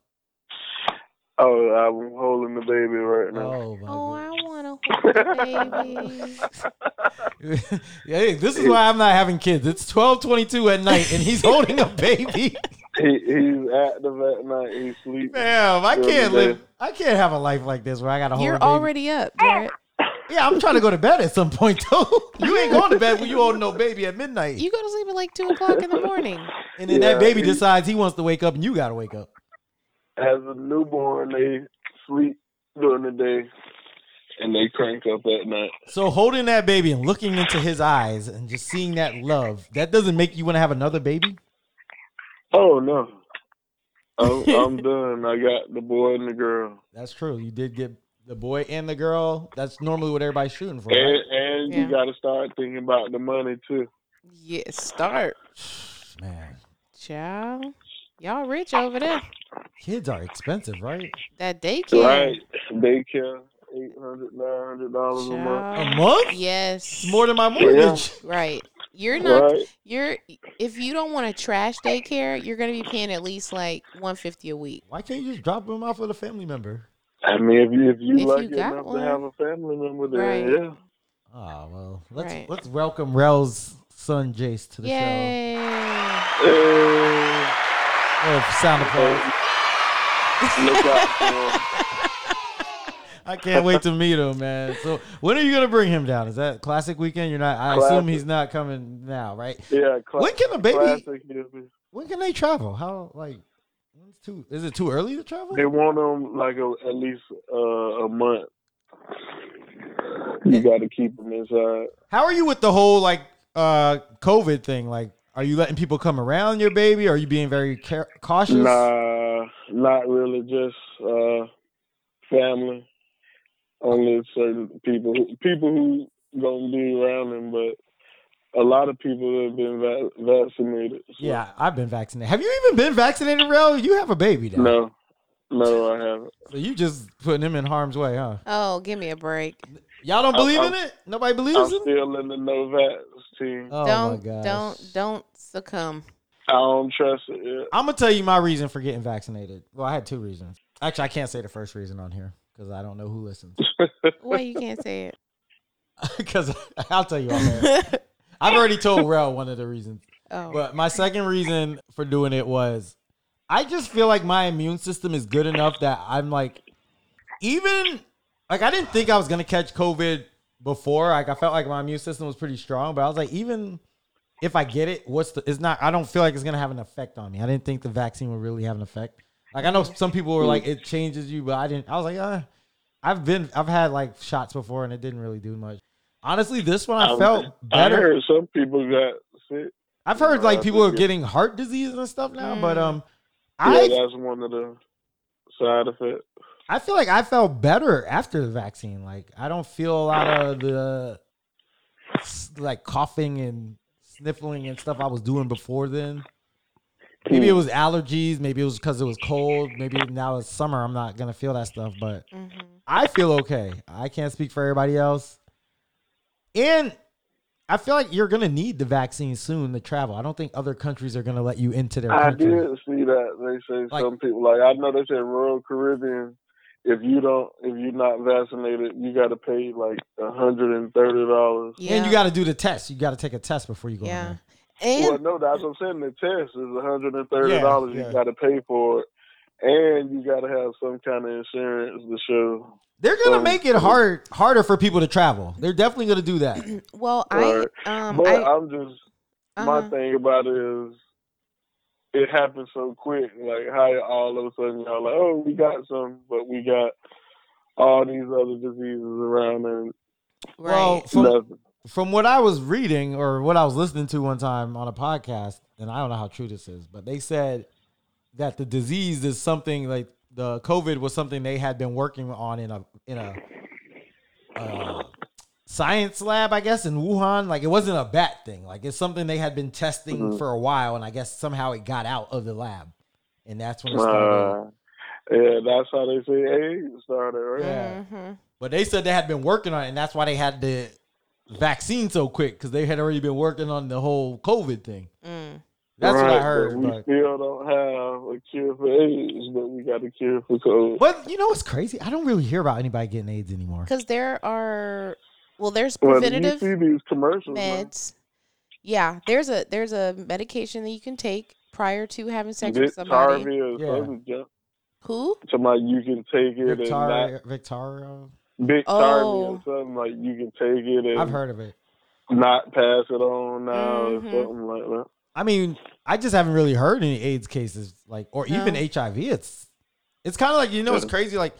Oh, I'm holding the baby right now.
Oh my
Oh,
god.
I want to hold the baby.
*laughs* hey, this is why I'm not having kids. It's 12:22 at night, and he's holding a
*laughs*
baby.
He he's active at night. He's sleeping.
Damn, I
During
can't
the day.
live. I can't have a life like this where I got to hold. a
You're
baby.
already up, Jared.
Yeah, I'm trying to go to bed at some point
*laughs*
though. you ain't going to bed when you holding no baby at midnight,
You go to sleep at like two o'clock in the morning.
and then that
Yeah,
baby
he-
decides he wants to wake up, and you got to wake up.
As a newborn, they sleep during the day, and they crank up at night.
So holding that baby and looking into his eyes and just seeing that love, that doesn't make you want to have another baby.
Oh no,
*laughs*
I'm I'm done. I got the boy and the girl,
That's true. You did get the boy and the girl. That's normally what everybody's shooting for.
and
Right?
and
Yeah.
you got to start thinking about the money too.
Yeah, start,
Man,
child. Y'all rich over there.
kids are expensive, right?
That
Right.
daycare.
Daycare, eight hundred, nine hundred dollars a month.
A
child.
month?
Yes.
It's more than my mortgage.
Right. You're not.
Right.
You're. If you don't want to trash daycare, you're gonna be paying at least like one fifty a week.
Why can't you just drop him off with a family member?
I mean, if you if you
If you
lucky
got
enough
one.
to have a family member, then
Right.
*laughs*
yeah.
Ah, well, let's
Right.
let's welcome Rel's son Jace to the
Yay.
Eh,
show. Oh, sound effects.
look out for 'em.
I can't wait
*laughs*
to meet him, man. So when are you gonna bring him down? Is that classic weekend? You're not. I assume he's not coming now, right?
Yeah, cla-
When can a baby-
classic is-
When can they travel? How like? When's too? Is it too early to travel?
They want them like a, at least uh, a month. You got to keep them inside.
How are you with the whole like uh COVID thing? Like, are you letting people come around your baby? Are you being very care- cautious?
Nah, not really. Just uh, family. Only certain people, who- people who gonna be around him, but a lot of people have been va- vaccinated. so-
Yeah, I've been vaccinated. Have you even been vaccinated, Rel? You have a baby now,
No, no, I haven't.
so you just putting him in harm's way, huh?
Oh, give me a break.
Y'all don't believe
I'm-
in it? Nobody
I'm
believes in it?
still in the no vax team.
Oh my
don't
gosh.
don't don't succumb.
I don't trust it. yet.
I'm gonna tell you my reason for getting vaccinated. Well, I had two reasons. Actually, I can't say the first reason on here because I don't know who listens. *laughs*
Why you can't say
Because I'll tell you, all that.
it?
I've already told Rel one of the reasons.
*laughs* oh,
But my second reason for doing it was I just feel like my immune system is good enough that I'm like, even like I didn't think I was gonna catch COVID before. Like I felt like my immune system was pretty strong, but I was like, even if I get it, what's the? It's not. I don't feel like it's gonna have an effect on me. I didn't think the vaccine would really have an effect. Like I know some people were like, it changes you, but I didn't. I was like, uh, I've been, I've had like shots before, and it didn't really do much. Honestly, this one I
I'm-
felt
Um, I
better.
heard some people got sick.
I've heard
Uh, Yeah,
like
I
people are
think it-
getting heart disease and stuff now, but
Mm.
um,
Yeah,
I
that's one of the side effects.
I feel like I felt better after the vaccine. Like I don't feel a lot of the s- like coughing and sniffling and stuff I was doing before then. Maybe
Mm.
it was allergies. Maybe it was because it was cold. Maybe now it's summer. I'm not gonna feel that stuff, but
mhm.
I feel okay. I can't speak for everybody else. And I feel like you're gonna need the vaccine soon to travel. I don't think other countries are gonna let you into their
I
country.
did see that they say
Like-
some people like I know they said rural Caribbean. If you don't, if you're not vaccinated, you got to pay like a hundred and thirty dollars.
yeah.
And you got to do the test. You got to take a test before you go. in
yeah.
there.
And
Well, no, that's what I'm saying. The test is a hundred and thirty dollars.
Yeah, yeah.
You got to pay for it, and you got to have some kind of insurance to show.
They're gonna
So-
make it hard harder for people to travel. They're definitely gonna do
*clears throat*
that.
well,
Word.
I um
but
I,
I, am just my
uh-huh.
thing about it is it happened so quick. Like how all of a sudden y'all like, oh, we got some, but we got all these other diseases around and
Right.
Well, from,
nothing.
from what I was reading or what I was listening to one time on a podcast, and I don't know how true this is, but they said that the disease is something like the COVID was something they had been working on in a in a uh, science lab, I guess, in Wuhan. Like it wasn't a bat thing. Like it's something they had been testing for a while, and I guess somehow it got out of the lab, and that's when it started.
Uh, yeah, that's how they say AIDS started, right?
Yeah.
Mhm.
But they said they had been working on it, and that's why they had the vaccine so quick because they had already been working on the whole COVID thing.
Mm.
That's what I
Right,
heard.
But we
But,
still don't have a cure for AIDS, but we got a cure for COVID.
but you know what's crazy? I don't really hear about anybody getting AIDS anymore.
Because there are, well, there's
When you
preventative
see these commercials, man,
meds. Yeah, there's a there's a medication that you can take prior to having sex with somebody.
Victaria or
Yeah.
something, yeah.
Who?
somebody you can take it and
Victoria, Victoria,
not Victaria
Oh.
or something like you can take it and
I've heard of it.
not pass it on now
Mhm.
or something like that.
I mean, I just haven't really heard any AIDS cases, like or even
No.
HIV. It's it's kind of like you know, it's
Yeah.
crazy. Like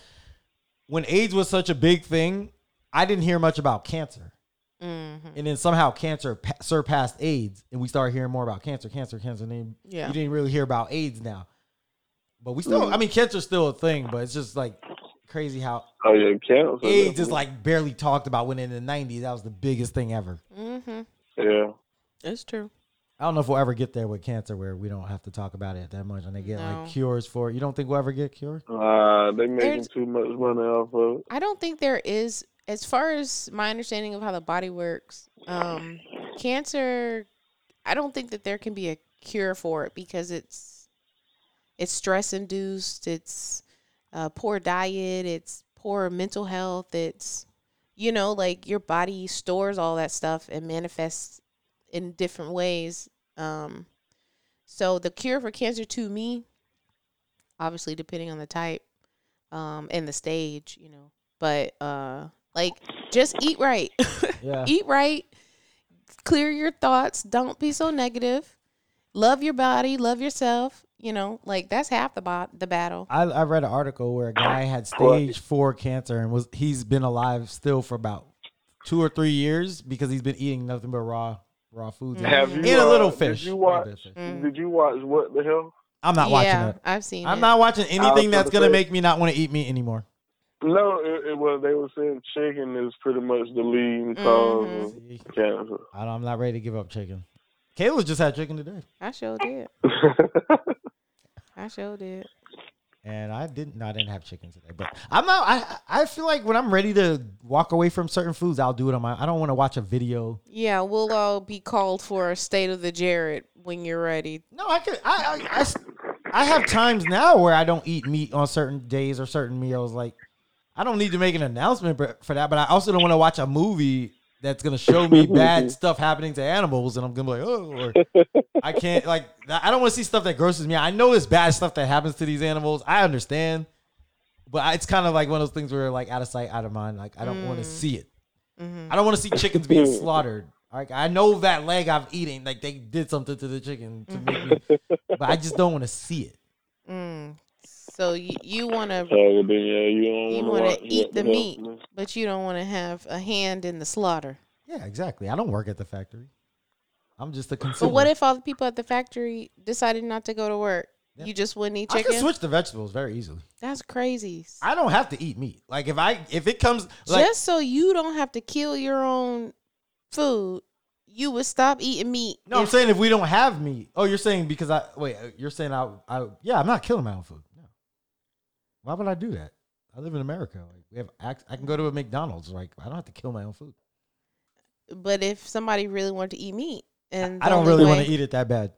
when AIDS was such a big thing, I didn't hear much about cancer.
Mm-hmm.
and then somehow cancer pa- surpassed AIDS, and we started hearing more about cancer, cancer, cancer. And then
Yeah.
you didn't really hear about AIDS now, but we still. I mean, cancer's still a thing, but it's just like crazy how
Oh yeah, cancer.
AIDS is
definitely.
like barely talked about. When in the '90s, that was the biggest thing ever.
Mm-hmm.
yeah.
It's true.
I don't know if we'll ever get there with cancer, where we don't have to talk about it that much, and they get
No.
like cures for it. You don't think we'll ever get
*laughs*
cured?
Uh, they making
There's-
too much money off of it.
I don't think there is, as far as my understanding of how the body works, um, cancer. I don't think that there can be a cure for it because it's it's stress induced. It's uh, poor diet. It's poor mental health. It's you know like your body stores all that stuff and manifests in different ways. Um, so the cure for cancer, to me, obviously depending on the type um, and the stage, you know, but uh, like just eat right. *laughs*
Yeah,
eat right clear your thoughts don't be so negative love your body love yourself you know like that's half the bo- the battle
I, I read an article where a guy had stage four cancer and was he's been alive still for about two or three years because he's been eating nothing but raw raw foods and,
Have you,
and a little
uh,
fish.
Did you
A
watch?
little bit of fish.
Mm.
Did you watch what the hell?
I'm not
yeah
watching it.
i've seen
I'm
it.
not watching anything
gonna
that's gonna
say-
make me not want to eat meat anymore.
No, it, it was. They were saying chicken is pretty much the leading
Mhm.
because
See,
of cancer. *laughs*
I don't, I'm not ready to give up chicken. Kayla just had chicken today,
i sure did i sure did
and I didn't. No, I didn't have chicken today, but I'm not. I I feel like when I'm ready to walk away from certain foods, I'll do it on my. I don't want to watch a video.
yeah we'll all be called for a state of the jared when you're ready
No, I could. I, I- I s- I have times now where I don't eat meat on certain days or certain meals. Like, I don't need to make an announcement for, for that, but I also don't want to watch a movie that's gonna show me bad stuff happening to animals, and I'm gonna be like, oh, or I can't. Like, I don't want to see stuff that grosses me. out. I know it's bad stuff that happens to these animals. I understand, but I- it's kind of like one of those things where like out of sight, out of mind. Like, I don't want to see it.
Mm-hmm.
I don't want to see chickens being slaughtered. Like I know that leg I've eaten, like they did something to the chicken to make me, but I just don't want to see it.
mm. so you, you want to
Oh, well, then yeah, you don't
you
wanna
want
watch
to eat
what
the
hell,
meat
man.
but you don't want to have a hand in the slaughter
Yeah, exactly. I don't work at the factory. I'm just a
So
consumer.
what if all the people at the factory decided not to go to work?
Yeah.
You just wouldn't eat
I
chicken.
can switch to vegetables very easily?
That's crazy.
I don't have to eat meat. Like if I if it comes like
just so you don't have to kill your own food, you would stop eating meat.
no, I'm
if-
saying if we don't have meat. Oh, you're saying because I wait. uh, You're saying I I yeah. I'm not killing my own food. No. Why would I do that? I live in America. Like we have ac- I can go to a McDonald's. Like I don't have to kill my own food.
but if somebody really wanted to eat meat, and
I don't really want to eat it that bad.
eat.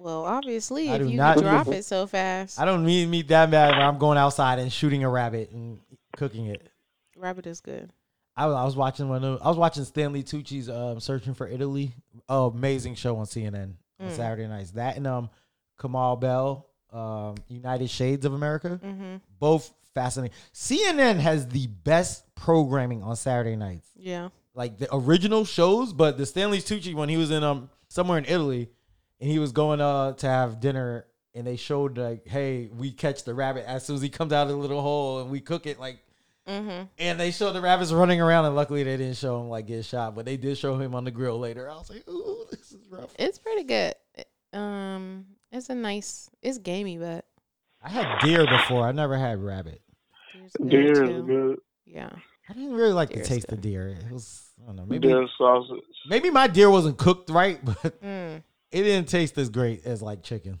Well, obviously,
I
if
do
you could
not-
drop it so fast,
I don't need meat that bad where I'm going outside and shooting a rabbit and cooking it.
rabbit is good.
I, was- I was watching one of I was watching Stanley Tucci's um, Searching for Italy. Oh, amazing show on CNN on
Mm.
Saturday nights. That and um Kamal Bell, um, United Shades of America,
hmm
both fascinating. CNN has the best programming on Saturday nights,
Yeah.
like the original shows. But the Stanley Tucci when he was in um somewhere in Italy, and he was going uh to have dinner, and they showed like, hey, we catch the rabbit as soon as he comes out of the little hole, and we cook it like
Mm-hmm.
And they showed the rabbits running around, and luckily they didn't show him like get shot, but they did show him on the grill later. I was like, ooh, this is rough.
It's pretty good. Eh, Um, it's a nice. It's gamey, but
I had deer before. I never had rabbit.
deer's good,
Deer is
too.
good.
Yeah.
I didn't really like
Deer's
the taste
good.
of deer. It was I don't know. Maybe
Deer sausage.
maybe my deer wasn't cooked right, *laughs* but
Mm.
it didn't taste as great as like chicken.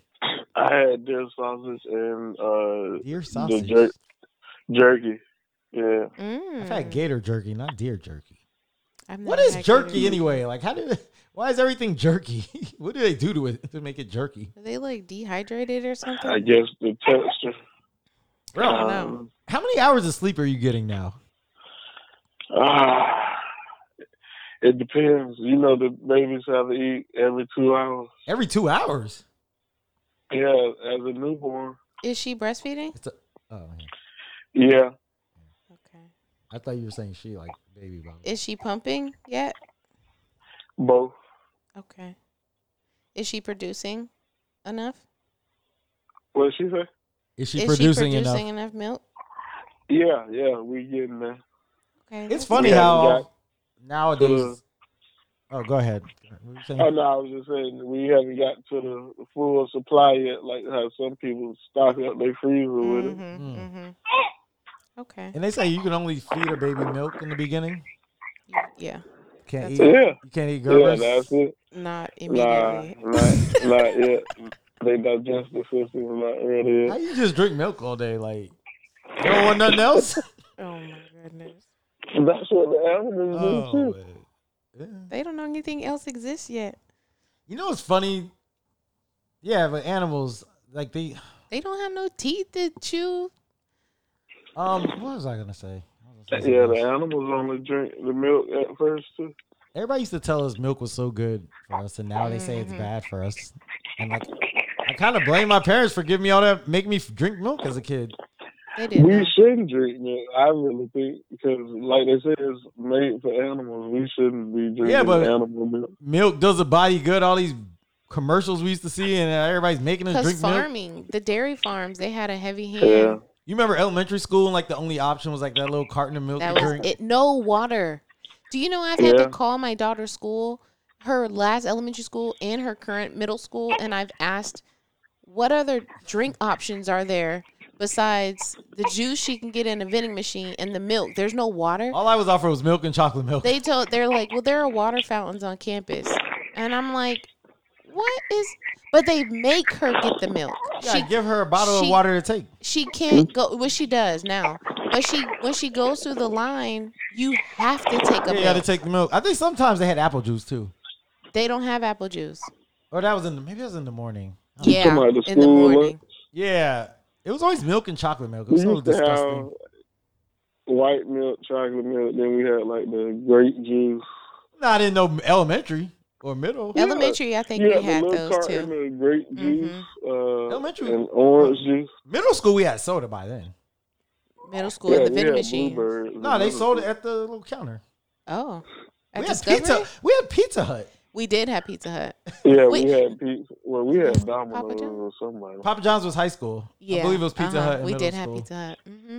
I had deer sausage and uh,
Deer sausage.
jerk. jerky. Yeah.
Mm.
I've had gator jerky, not deer jerky.
I've
What
never
is
had
jerky
gator.
anyway? Like, how did? Why is everything jerky? *laughs* what do they do to it to make it jerky?
Are they like dehydrated or something?
I guess the texture. Um,
Bro,
don't know.
how many hours of sleep are you getting now?
Ah, it depends. You know, the babies have to eat every two hours.
Every two hours.
Yeah, as a newborn.
Is she breastfeeding?
It's a, oh, man.
Yeah.
Okay.
I thought you were saying she like baby bottle.
Is she pumping yet?
Both.
Okay. Is she producing enough?
What she say?
Is she
is
producing
she
enough?
producing enough, milk?
Yeah, yeah, we getting there.
Okay.
It's
that's-
funny
Yeah,
how
we got-
nowadays. Oh, go ahead. What were you saying?
Oh no, I was just saying we haven't got to the full supply yet, like how some people stock up their freezer with
Mhm,
it.
Mm.
mhm. Okay.
And they say you can only feed a baby milk in the beginning.
You- Yeah.
Can't
That's
eat.
Yeah.
You can't eat
Yeah,
Gerber's.
that's it.
Not
Nah,
immediately.
*laughs* not, not yet. They digestive system is not ready
How
yet.
you just drink milk all day? Like you don't want nothing else.
*laughs* Oh my goodness.
That's what the animals
Mm-hmm.
do
oh,
too.
man. Yeah.
They don't know anything else exists yet.
You know what's funny? Yeah, but animals like they.
They don't have no teeth to chew.
Um, what was I gonna say? I was gonna say
Yeah,
something
the
else.
animals only drink the milk at first too.
Everybody used to tell us milk was so good for us, and now they say
Mm-hmm.
it's bad for us. And like, I kind of blame my parents for giving me all that, make me drink milk as a kid.
They
We
didn't.
shouldn't drink milk. I really think because, like they said, it's made for animals. We shouldn't be drinking
Yeah, but-
animal milk.
Milk does a body good. All these commercials we used to see, and everybody's making us
Because
drink milk.
farming, the dairy farms, they had a heavy hand.
Yeah.
You remember elementary school, and like the only option was like that little carton of milk
That
you
was
drink.
it. No water. Do you know I've had
Yeah.
to call my daughter's school, her last elementary school and her current middle school, and I've asked what other drink options are there besides the juice she can get in a vending machine and the milk. There's no water.
All I was offered was milk and chocolate milk.
They told they're like, well, there are water fountains on campus, and I'm like, what is? But they make her get the milk.
yeah,
She
give her a bottle of
she-
water to take.
she can't go well she does now but she when she goes through the line you have to take
Yeah,
a
you
milk.
got to take the milk. I think sometimes they had apple juice too.
they don't have apple juice
Or that was in the maybe that was in the morning.
yeah
talking about the
in the
school lunch?
morning
Yeah. It was always milk and chocolate milk. It
We
was so
used to
disgusting.
have white milk, chocolate milk. Then we had like the grape juice.
Not in no elementary or middle.
elementary i think
You
we
had
had
the little
those
carton
too Mm-hmm.
of grape juice, uh,
Elementary-
and orange juice.
Middle school, we had soda by then.
middle school
yeah,
in the
we
vending
had
machine
blueberries.
No, they sold it at the little counter.
oh at
we had
Discovery?
pizza. We had Pizza Hut.
we did have
*laughs*
pizza hut
Yeah, we
Wait.
had pizza. Well, we had Domino's
John's?
or somebody.
Papa John's was high school.
yeah
I believe it was Pizza
uh-huh.
Hut. In
we
middle
did
school.
have pizza hut hmm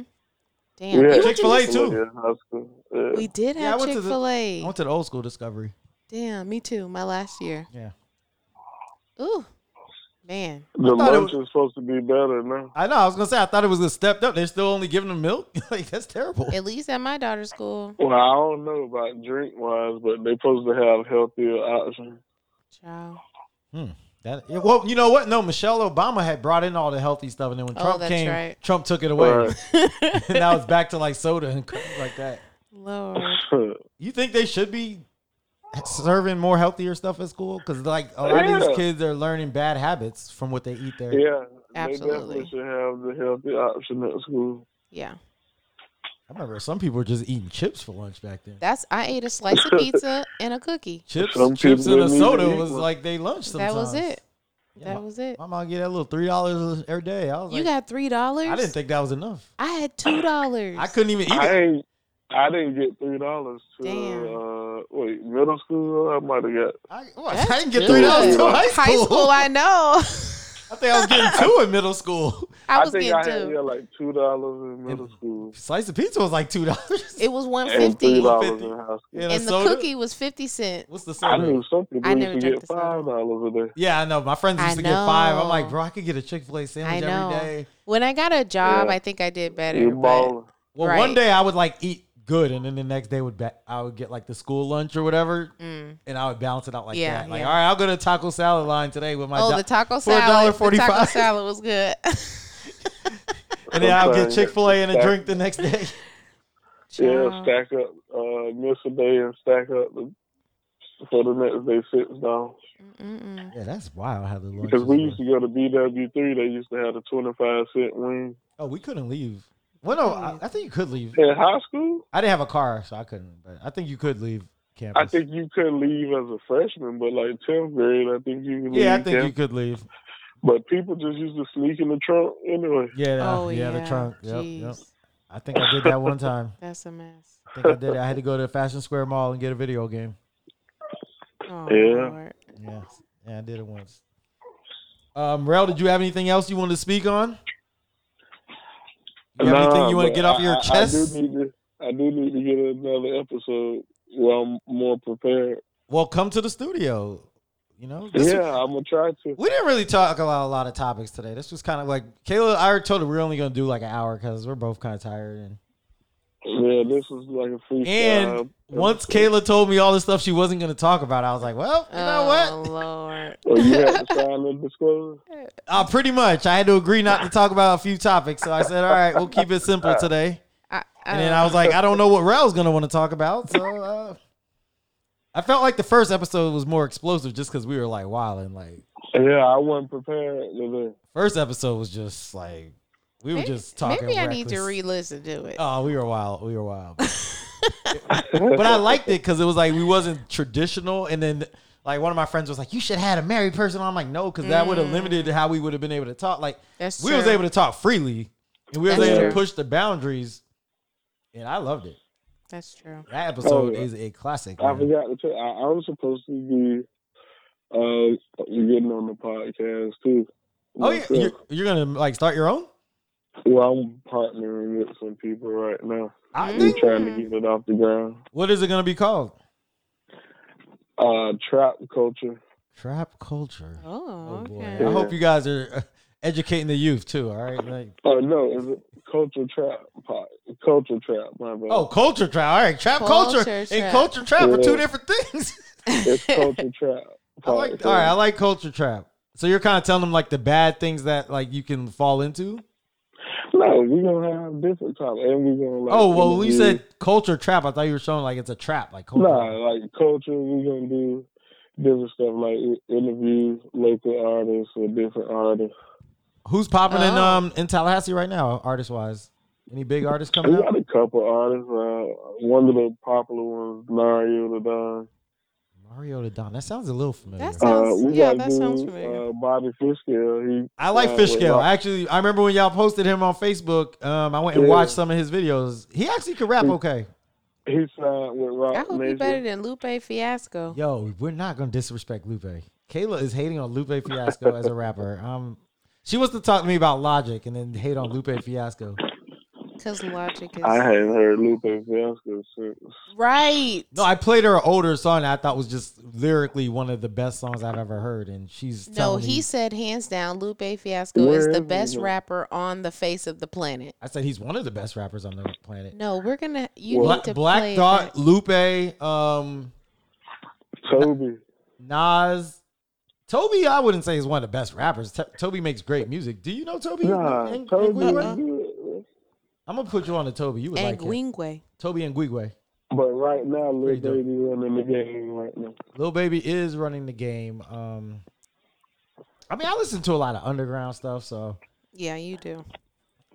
We
damn
had
you went to,
Chick-fil-A
Chick-fil-A
too.
in high school. Yeah.
we did
Yeah, I
have
went to the-
chick-fil-a
I went to the old school Discovery.
damn me too my last year
Yeah.
ooh man
The
I thought it
lunch
was-
is supposed to be better now.
I know. I was gonna say I thought it was a step up. They're still only giving them milk. *laughs* like that's terrible.
at least at my daughter's school
Well, I don't know about drink wise, but they're supposed to have healthier options.
Child. *laughs*
That, yeah, well, you know what? No, Michelle Obama had brought in all the healthy stuff, and then when
Oh,
Trump
that's
came,
right.
Trump took it away.
Right. *laughs*
and *laughs* now it's back to like soda and crap like that.
Lord.
You think they should be serving more healthier stuff at school? Because like a lot of these
Yeah.
kids are learning bad habits from what they eat there.
yeah, they
Absolutely.
definitely should have the healthy option at school.
Yeah.
I remember some people were just eating chips for lunch back then.
That's I ate a slice of pizza and a cookie.
chips,
Some
chips,
kids
and a
wouldn't even
soda
eat
was
one.
like they lunch. Sometimes.
That was it.
Yeah,
That
my-
was it.
My mom get that little three dollars every day. I was
You
like,
got three dollars?
I didn't think that was enough.
I had two dollars.
I couldn't even eat
I
it.
ain't, I didn't get three dollars
Damn.
to uh, wait middle school. I might have got
I, well, I
That's
didn't get
good.
three dollars
till
high
High
school. *laughs*
school, I know.
I think I was getting two in middle school. *laughs*
I was
think
getting
I
two.
had yeah, like two dollars in middle school
Slice of pizza was like two dollars. *laughs*
It was one
and
fifty,
three
and
dollars in high school.
the cookie was fifty cent.
What's the
I
soda?
knew some people
I never
used to
drank
get
the soda.
five dollars a day.
Yeah, I know. My friends
I
used to get five. I'm
know.
like, bro, I could get a Chick Fil A
I
sandwich
know.
every day.
When I got a job,
Yeah.
I think I did better.
You
But
balling.
Well,
Right.
one day I would like eat good, and then the next day would be- I would get like the school lunch or whatever,
Mm.
and I would balance it out like
Yeah,
that. Like,
yeah.
all right, I'll go to Taco Salad line today with my
oh,
do-
the taco
for a
salad. The taco
$1.45.
salad was good.
*laughs* and then I'll get
Sometimes
Chick Fil A and a
stack-
drink the next
*laughs*
day. *laughs*
Yeah, stack up, uh, miss a day and stack up the, for the next day six dollars.
Mm-mm.
yeah, that's wild how the lunch.
Because we used to go to BW three, they used to have the twenty five cent wing
oh, we couldn't leave. Well, no, I, I think you could leave.
in high school.
I didn't have a car, so I couldn't. But I think you could leave campus.
I think you could leave as a freshman, but like tenth grade, I think you could leave.
Yeah, I think
then.
you could leave.
But people just used to sneak in the trunk anyway.
Yeah,
Oh
yeah,
yeah,
the trunk. Yep, yep.
Jeez.
I think I did that one time.
That's a mess.
I think I did. it. I had to go to Fashion Square Mall and get a video game.
Oh,
Yeah.
Lord.
Yeah, yeah, I did it once. Um, Rel, did you have anything else you wanted to speak on? You have anything
Nah,
you want to
but
get off
I-
your
I-
chest?
I do need to. I do need to get another episode where I'm more prepared.
well, come to the studio. You know, this-
yeah, I'm gonna try to.
we didn't really talk about a lot of topics today. This was kind of like Kayla. I already told her we're only gonna do like an hour because we're both kind of tired. And
Yeah, this is like a freestyle.
and once
episode.
Kayla told me all the stuff she wasn't gonna talk about, I was like, well, you know what?
Oh Lord.
Oh, you had to sign a disclosure.
Uh, pretty much. I had to agree not to talk about a few topics. So I said, all right, we'll keep it simple today.
I,
*laughs* And then I
Oh.
was like, I don't know what Rel's going to want to talk about. So uh, I felt like the first episode was more explosive just because we were like wilding. Like,
Yeah, I wasn't prepared. Today.
first episode was just like, we were
Maybe-
just talking.
Maybe I need to
reckless.
re-listen to it.
Oh, we were wild. We were
*laughs*
wild. but I liked it because it was like we wasn't traditional. And then like one of my friends was like, "You should have had a married person." on." I'm like, "No," because that would
Mm.
have limited how we would have been able to talk. Like
That's
we was
true.
able to talk freely, and we was
That's
able
true.
to push the boundaries. And I loved it.
That's true.
That episode
yeah.
is a classic.
I
man.
forgot to tell. I, I was supposed to be uh getting on the podcast too.
Oh yeah,
myself.
you're, you're gonna like start your own.
Well, I'm partnering with some people right now.
Mm.
I
We're
think.
trying to get it off the ground.
What is it gonna be called?
Uh, trap culture.
Trap culture.
Oh,
boy.
okay.
I hope you guys are uh, educating the youth too. All right. Like,
Oh no, is it culture trap? po- Culture trap. My bad.
Oh, culture trap. All right, trap culture,
Culture
and
trap.
culture trap are two
Yeah.
different things. *laughs*
it's culture trap.
I like, all right, I like culture trap. So you're kind of telling them like the bad things that like you can fall into.
No, we gonna have different topics, and we gonna like.
oh well, you
interview-
said culture trap. I thought you were showing like it's a trap, like culture.
Nah, like culture, we gonna do different stuff, like i- interview local artists or different artists.
Who's popping in
Oh.
um in Tallahassee right now, artist wise? Any big artists
We
coming out?
got a couple artists. Uh, one of the popular ones, Nario the Don.
Mario the Don. That sounds a little familiar.
That's-
Uh,
Sounds-
we
yeah,
got
that
a dude,
sounds familiar.
Uh, Bobby Fishkill. He.
I like
uh,
Fish Fishkill.
with-
Actually, I remember when y'all posted him on Facebook. Um, I went and
Yeah.
watched some of his videos. He actually could rap okay.
He signed with
I
Rock
hope you better than
Nation.
Lupe Fiasco.
Yo, we're not gonna disrespect Lupe. Kayla is hating on Lupe Fiasco as a rapper. Um, she wants to talk to me about Logic and then hate on Lupe Fiasco.
Because logic is
I hadn't heard Lupe Fiasco since.
right.
No, I played her an older song that I thought was just lyrically one of the best songs I've ever heard, and she's
no,
telling me-
he said hands down, Lupe Fiasco is
Wherever
the
you
best
go.
rapper on the face of the planet.
I said he's one of the best rappers on the planet.
No, we're gonna. You
Well,
Bla-
need to
Black
play
Dot,
that.
Lupe, um,
Toby.
Nas, Toby. I wouldn't say is one of the best rappers. T- Toby makes great music. Do you know Toby?
Nah,
Ng-
Toby.
Nguigwe?
is good. I'm
I'm gonna put you on to Toby. You would
and
like him.
Gwingwe.
Toby and Guigwe.
But right now,
Pretty
Lil
dope.
Baby running the game right now.
Lil Baby is running the game. Um, I mean, I listen to a lot of underground stuff, so
Yeah, you do.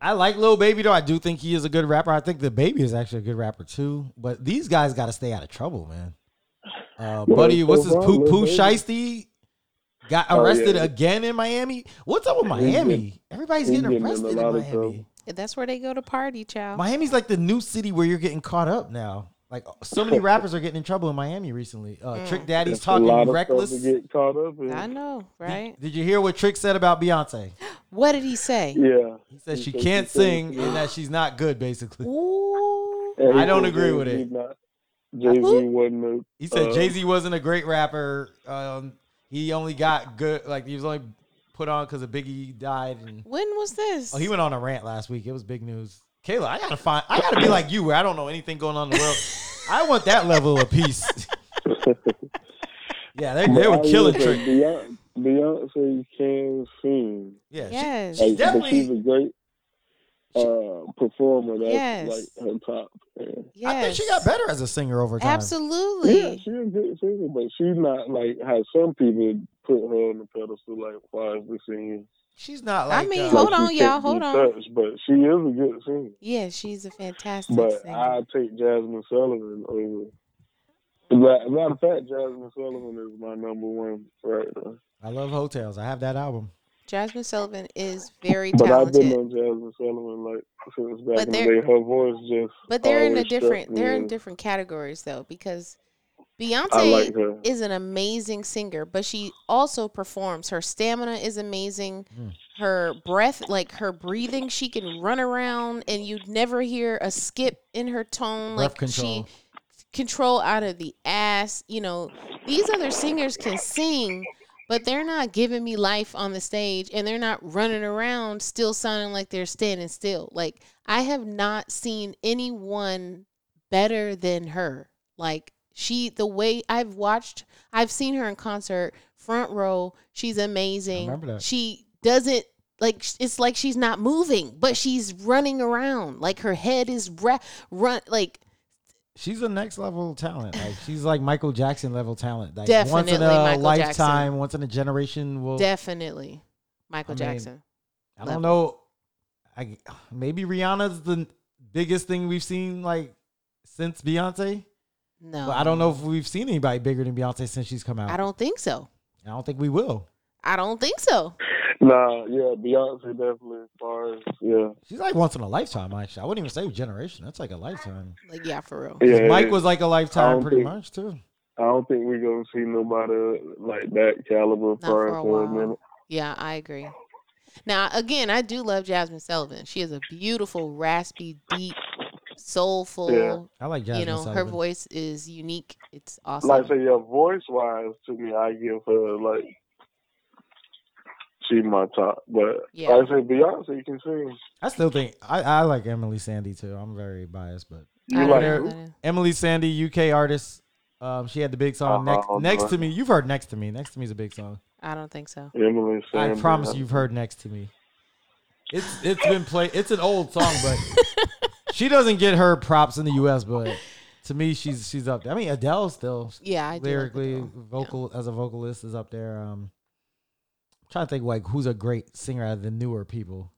I like Lil Baby though. I do think he is a good rapper. I think the baby is actually a good rapper too. But these guys got to stay out of trouble, man. Uh,
Yeah,
buddy,
so
what's his
far,
poo
Lil
poo
Baby-
shiesty? Got
Oh, yeah.
arrested again in Miami. What's up with
He's getting-
Miami? Everybody's
he's
getting
getting in a
arrested in
lot of
Miami.
trouble.
That's where they go to party, child.
Miami's like the new city where you're getting caught up now. Like so
*laughs*
many rappers are getting in trouble in Miami recently. Uh,
Mm.
Trick Daddy's
It's a lot
talking
of
reckless.
stuff to
Did,
get caught up in.
I know, right?
did you hear what Trick said about Beyonce?
What did he say?
Yeah.
He said
He
she
said
can't
she couldn't
sing and that she's not good. Basically,
Ooh.
And
I
he
don't
said
agree with
Jay-Z
it.
not- Jay-Z
Uh, Who?
wasn't a,
he said
Uh,
Jay Z wasn't a great rapper. Um, he only got good. Like he was only put on because of Biggie died and.
When was this?
Oh, he went on a rant last week. It was big news. Kayla, I gotta find. I gotta be like you, where I don't know anything going on in the world. I want that level of peace. *laughs* yeah, they, they
But I
were
will
killing
say
Trick.
Beyonce, Beyonce can sing.
Yeah, she-
yes.
She's
Like, but
definitely-
she's a great uh, performer. That's
Yes.
like her top. Yeah.
yes.
I think she got better as a singer over time.
Absolutely.
Yeah, she's a good singer, but she's not like how some people put her on the pedestal. Like, why is this singing?
She's not
I
like.
mean,
uh,
hold
Like, she
on,
can't
y'all,
be
hold on.
touched, but she is a good singer.
Yeah, she's a fantastic
But
singer.
I take Jasmine Sullivan over. But, matter of fact, Jasmine Sullivan is my number one right now.
I love hotels. I have that album.
Jasmine Sullivan is very
But I've been
talented.
on Jasmine Sullivan like since back
But
in the
they're-
day. Her voice just
But they're in a
always struck
different
me
they're in
as-
different categories though because
I
Beyonce
like her.
is an amazing singer, but she also performs. Her stamina is amazing.
Mm.
Her breath, like her breathing, she can run around and you'd never hear a skip in her tone.
Breath
like
control.
she control out of the ass. You know, these other singers can sing, but they're not giving me life on the stage and they're not running around still sounding like they're standing still. Like I have not seen anyone better than her. Like she the way I've watched I've seen her in concert, front row. She's amazing.
I remember that.
She doesn't like sh- it's like she's not moving, but she's running around. Like her head is ra- run like
She's a next level talent. Like she's like Michael Jackson level talent. Like once in
Definitely
a
Michael
lifetime, once in a generation. Will
definitely Michael
I mean,
Jackson.
I don't know. I maybe Rihanna's the biggest thing we've seen like since Beyonce.
No.
But I don't know if we've seen anybody bigger than Beyonce since she's come out.
I don't think so.
I don't think we will.
I don't think so.
Nah, yeah, Beyonce definitely as far as yeah.
She's like once in a lifetime. Actually, I wouldn't even say generation. That's like a lifetime.
Like yeah, for real.
'Cause
Yeah,
Mike was like a
I
lifetime
don't
pretty
think-
much too.
I don't think we're gonna see nobody like that caliber
Not for
far
a
as for a
while.
minute.
Yeah, I agree. Now, again, I do love Jasmine Sullivan. She is a beautiful, raspy, deep, soulful.
Yeah.
I like Jasmine
you know, her
Sullivan.
voice is unique. It's awesome.
Like I say your voice wise to me I give her like she my top. But
Yeah.
like I say Beyonce can sing.
I still think I, I like Emily Sandy too. I'm very biased, but
I
You
don't
like
know
her?
who that is.
Emily Sandy, UK artist. Um, she had the big song
Uh-uh,
next
I'll
next
do
to
it.
me. You've heard next to me. Next to me is a big song.
I don't think so.
Emily
I
Sanders.
promise you've heard next to me. It's it's been played. It's an old song,
*laughs*
but she doesn't get her props in the U.S. But to me, she's she's up there. I mean, Adele still
Yeah, I do like
lyrically
Adele.
vocal as a vocalist is up there. Um, I'm trying to think like who's a great singer out of the newer people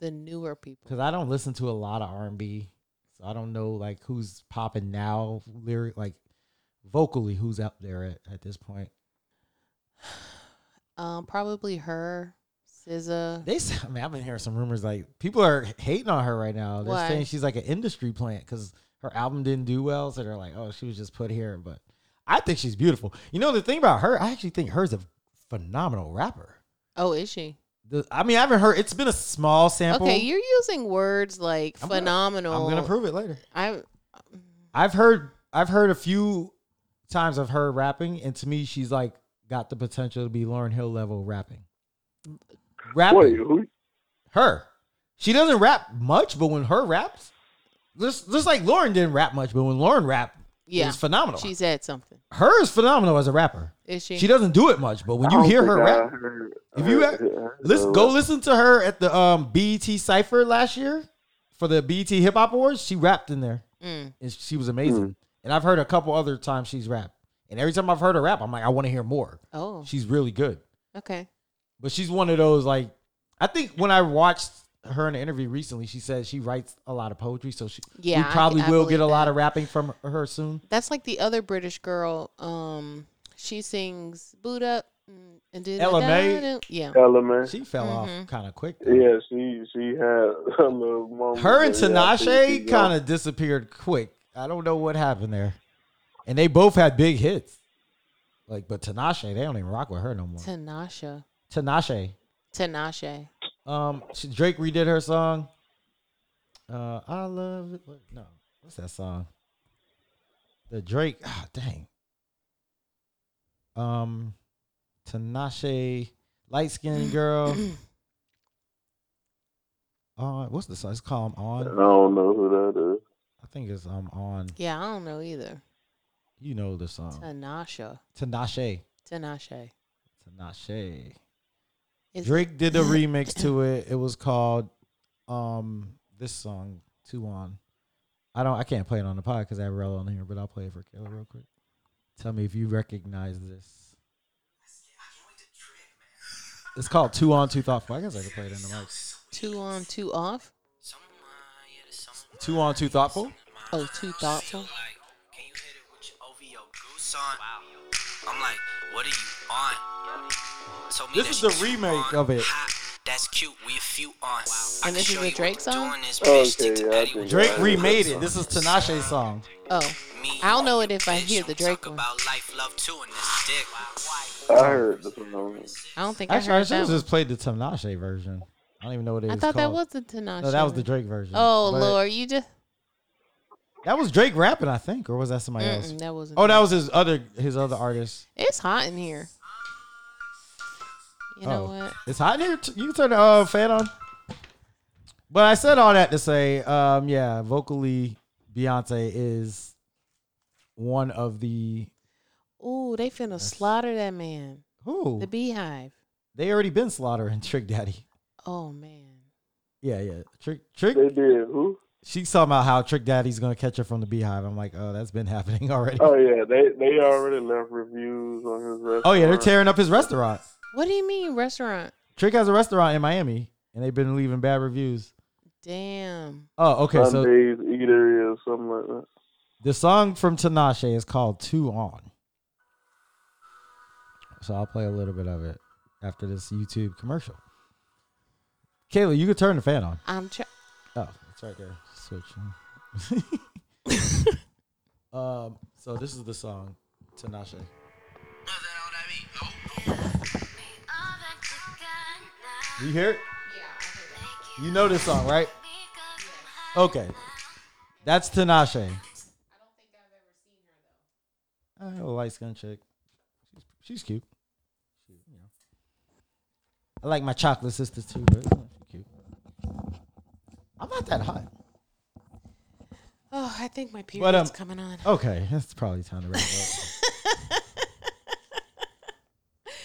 the newer people.
because I don't listen to a lot of R and B, so I don't know like who's popping now lyric like vocally who's out there at, at this point.
Um, probably her, SZA.
They, s- I mean, I've been hearing some rumors like people are hating on her right now. They're
Why?
saying she's like an industry plant because her album didn't do well, so they're like, oh, she was just put here. But I think she's beautiful. You know the thing about her, I actually think her's a phenomenal rapper.
Oh, is she?
The, I mean, I haven't heard. It's been a small sample.
Okay, you're using words like
I'm gonna-
phenomenal.
I'm gonna prove it later.
I
I've heard, I've heard a few times of her rapping, and to me, she's like got the potential to be Lauren Hill level rapping. Rapping.
Wait, who
her. She doesn't rap much, but when her raps, just just like Lauren didn't rap much, but when Lauren rap,
yeah.
is phenomenal.
She said something.
her is phenomenal as a rapper.
Is she?
She doesn't do it much, but when you hear her rap, if
Uh,
you have- listen, go listen to her at the um, BET Cipher last year for the BET Hip Hop Awards. She rapped in there,
Mm.
and she was amazing. And I've heard a couple other times she's rapped, and every time I've heard her rap, I'm like, I want to hear more.
Oh,
She's really good.
okay.
But she's one of those like I think when I watched her in an interview recently, she said she writes a lot of poetry, so she
Yeah, I-
we probably
I
will
believe
get a lot
that.
of rapping from her soon.
That's like the other British girl. Um, she sings "Boot Up" mm, and did
Ella May?
Yeah,
Element.
She fell
Mhm.
off kind of quick. though.
Yeah, she she had a little moment.
Her and
where, yeah, I think
Tinashe
she
kind of disappeared quick. I don't know what happened there. And they both had big hits. Like, but Tinashe, they don't even rock with her no more.
Tanasha.
Tinashe.
Tinashe.
Um, she, Drake redid her song. Uh, I love it. What, no, what's that song? The Drake. Ah, dang. Um, Tinashe, light skinned girl. Uh, what's the song? It's called
I
"On."
don't know who that is.
I think it's um on.
Yeah, I don't know either.
You know the song.
Tanasha.
Tinashe.
Tinashe.
Tinashe.
Is-
Drake did a remix
*clears throat*
to it. It was called um this song two on. I don't I can't play it on the pod because I have Rel on here, but I'll play it for Kayla real quick. Tell me if you recognize this. It's called Two On Two Off. Well, I guess I could play it in the mic.
Two on, two off.
Two on Two Thoughtful.
Oh, too thoughtful.
Can you hit it with your OVO goose on? I'm like, what are you on? Told me
This
that
is the
she cute
remake
on.
of it.
Ha, That's cute. We a few on. I
And
can
this is
show
a
you what
Drake
I'm
song?
doing, this bitch,
Oh, Okay,
stick to
I
Eddie
think
with
Drake
I-
remade it. This is Tinashe's song.
Oh,
me.
I don't know it if I
Bitch,
hear the
don't
Drake
talk
one.
about life, love too, and this dick.
Oh.
I heard the song.
I don't think
Actually,
I
I
heard
should
that.
have
One.
just played the Tinashe version. I don't even know what it is.
I thought that
called.
was the Tinashe.
no, that was the
one.
Drake version.
Oh
But
Lord, you just
that was Drake rapping, I think, or was that somebody else?
Mm-mm, that wasn't.
Oh, that was his other his other artist.
It's hot in here. You know
Oh.
what?
It's hot in here. T- You can turn the uh, fan on. But I said all that to say, um, yeah, vocally, Beyonce is one of the Oh.
Ooh, they finna slaughter that man.
who
The beehive.
they already been slaughtering *laughs* Trick Daddy.
Oh man.
Yeah, yeah, Trick Trick.
They did who?
She's talking about how Trick Daddy's gonna catch her from the Beehive. I'm like, oh, that's been *laughs* happening already.
Oh yeah, they they already left reviews on his restaurant.
Oh yeah, they're tearing up his restaurant.
What do you mean restaurant?
Trick has a restaurant in Miami, and they've been leaving bad reviews.
Damn.
Oh, okay,
Um,
so
Sunday's Eatery or something like that.
The song from Tinashe is called Two On. So I'll play a little bit of it after this YouTube commercial. Kayla, you could turn the fan on.
I'm trying.
Oh, it's right there. Switch. *laughs* um, so this is the song, Tinashe. You hear it? You know this song, right? Okay. That's Tinashe. I have a light skinned chick. She's, she's cute. She, you know. I like my chocolate sisters too, but you know, she's cute. I'm not that hot.
Oh, I think my period's
But, um,
coming on.
Okay, that's probably time to wrap up.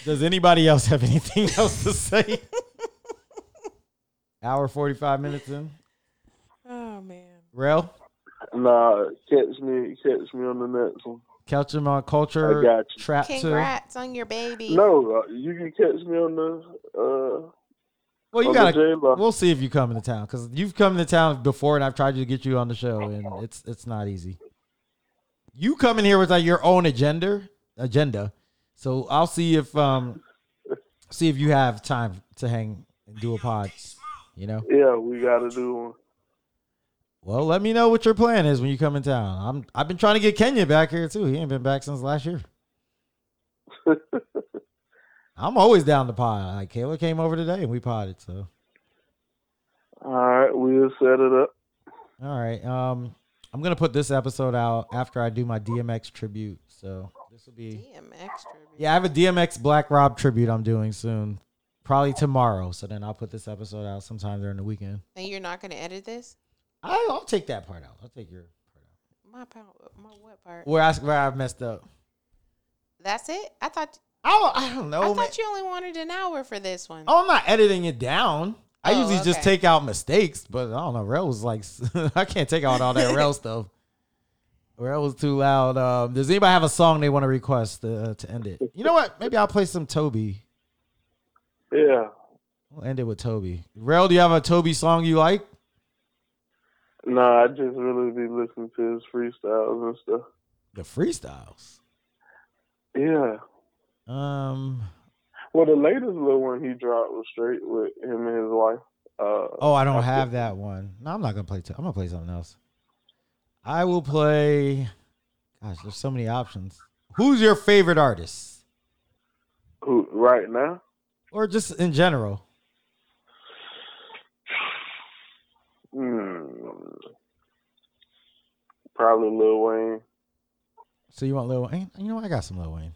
Does anybody else have anything *laughs* else to say? Hour 45 minutes in.
Oh man.
Rel,
Nah, catch me, catch me on the next one.
Couch him on Culture,
I got you.
Trap 2.
Congrats on your baby.
No, uh, you can catch me on the. Uh,
Well, you
on the
got to.
J-Lo.
We'll see if you come into town because you've come into town before, and I've tried to get you on the show, and it's it's not easy. You come in here with like your own agenda, agenda. So I'll see if um, see if you have time to hang and do a pod. You know.
yeah, we gotta do one.
Well, let me know what your plan is when you come in town. I'm I've been trying to get Kenya back here too. He ain't been back since last year. I'm always down to pod. Like Kayla came over today and we potted. So
All right, we'll set it up.
all right, um, I'm gonna put this episode out after I do my DMX tribute. So this will be
Damn extra.
yeah. I have a DMX Black Rob tribute I'm doing soon, probably tomorrow. So then I'll put this episode out sometime during the weekend.
And you're not gonna edit this?
I, I'll take that part out. I'll take your part out.
My pow- my what part?
Where I where I messed up.
That's it? I thought
I don't, I don't know.
I
Oh, man.
thought you only wanted an hour for this one.
Oh, I'm not editing it down. I
Oh,
usually just
okay.
take out mistakes, but I don't know. Rel was like, *laughs* I can't take out all that
*laughs*
Rel stuff. Rel was too loud. Um, does anybody have a song they want to request uh, to end it? You know what? Maybe I'll play some Toby.
Yeah,
We'll end it with Toby. Rel, do you have a Toby song you like?
nah, I just really be listening to his freestyles and stuff.
The freestyles.
Yeah,
Um.
well, the latest little one he dropped was straight with him and his wife. Uh,
Oh, I don't have that one. No, I'm not gonna play. To- I'm gonna play something else. I will play. Gosh, there's so many options. Who's your favorite artist,
Who right now?
or just in general?
Hmm. Probably Lil Wayne.
So you want Lil Wayne? You know, what? I got some Lil Wayne.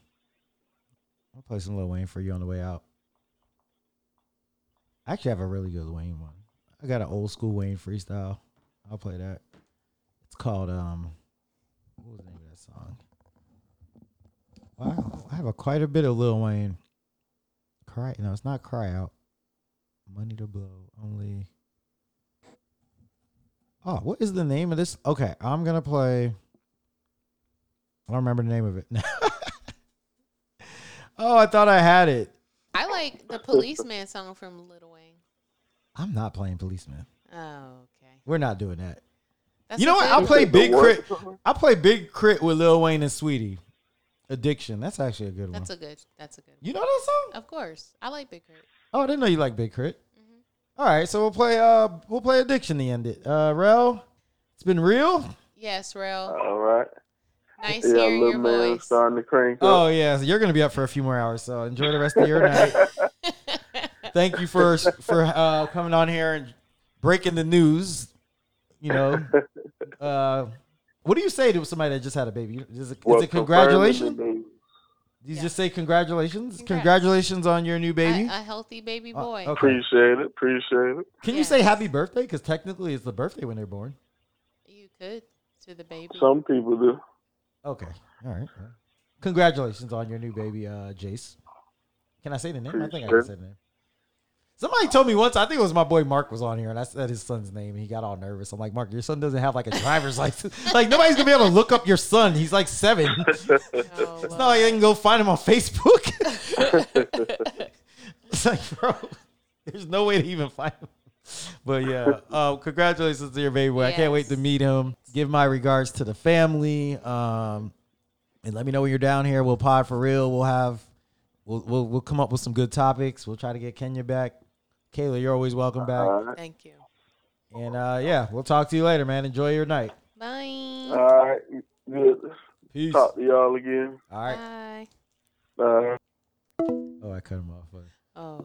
I'll play some Lil Wayne for you on the way out. I actually have a really good Wayne one. I got an old school Wayne freestyle. I'll play that. It's called um what was the name of that song? Wow, I have a quite a bit of Lil Wayne. Cry no, it's not cry out. Money to blow only. Oh, what is the name of this? Okay, I'm gonna play. I don't remember the name of it. *laughs* oh, I thought I had it.
I like
*laughs*
the policeman song from Little Wayne.
I'm not playing policeman.
Oh, okay.
We're not doing that.
That's
you know
a
what?
good
I'll play
The
Big
what?
Crit. I'll play Big Crit with Lil Wayne and Sweetie. Addiction. That's actually a good
That's
one.
a good. That's a Oh. good.
you know that song?
Of course, I like Big Crit.
Oh, I didn't know you like Big Crit.
Mm-hmm.
All right, so we'll play. Uh, we'll play Addiction to end it. Uh, Rel, it's been real.
Yes, Rel.
All right.
Nice
Uh, Yeah,
hearing
Lil
your
Man
voice. *laughs*
starting to crank up.
Oh yeah, so you're gonna be up for a few more hours. So enjoy the rest of your night. Thank you for for uh, coming on here and breaking the news. You know, uh, what do you say to somebody that just had a baby? Is it,
Well,
is it congratulations?
confirming the news.
Do you
Yeah.
just say congratulations?
Congrats.
Congratulations on your new baby.
A, a healthy baby
Uh,
boy.
okay.
Appreciate it. Appreciate it.
Can you say
Yes.
happy birthday? Because technically it's the birthday when they're born.
You could to the baby.
Some people do.
Okay. All right. Well, Congratulations on your new baby, uh, Jace. Can I say the name? I think I can say the name. Somebody told me once, I think it was my boy Mark was on here, and I said his son's name, and he got all nervous. I'm like, Mark, your son doesn't have like a driver's *laughs* license. Like, nobody's going to be able to look up your son. He's like seven. It's
Oh, well.
not like they can go find him on Facebook. It's like, bro, there's no way to even find him. But yeah, uh, congratulations to your baby boy. I can't wait to
Yes.
meet him. Give my regards to the family. Um, and let me know when you're down here. We'll pod for real. We'll have, we'll, we'll, we'll come up with some good topics. We'll try to get Kenya back. Kayla, you're always welcome back.
All right.
Thank you.
And uh, yeah, we'll talk to you later, man. Enjoy your night.
Bye.
All right. Good.
Peace.
Talk to y'all again.
All right.
Bye.
All right.
Oh, I cut him off.
Oh.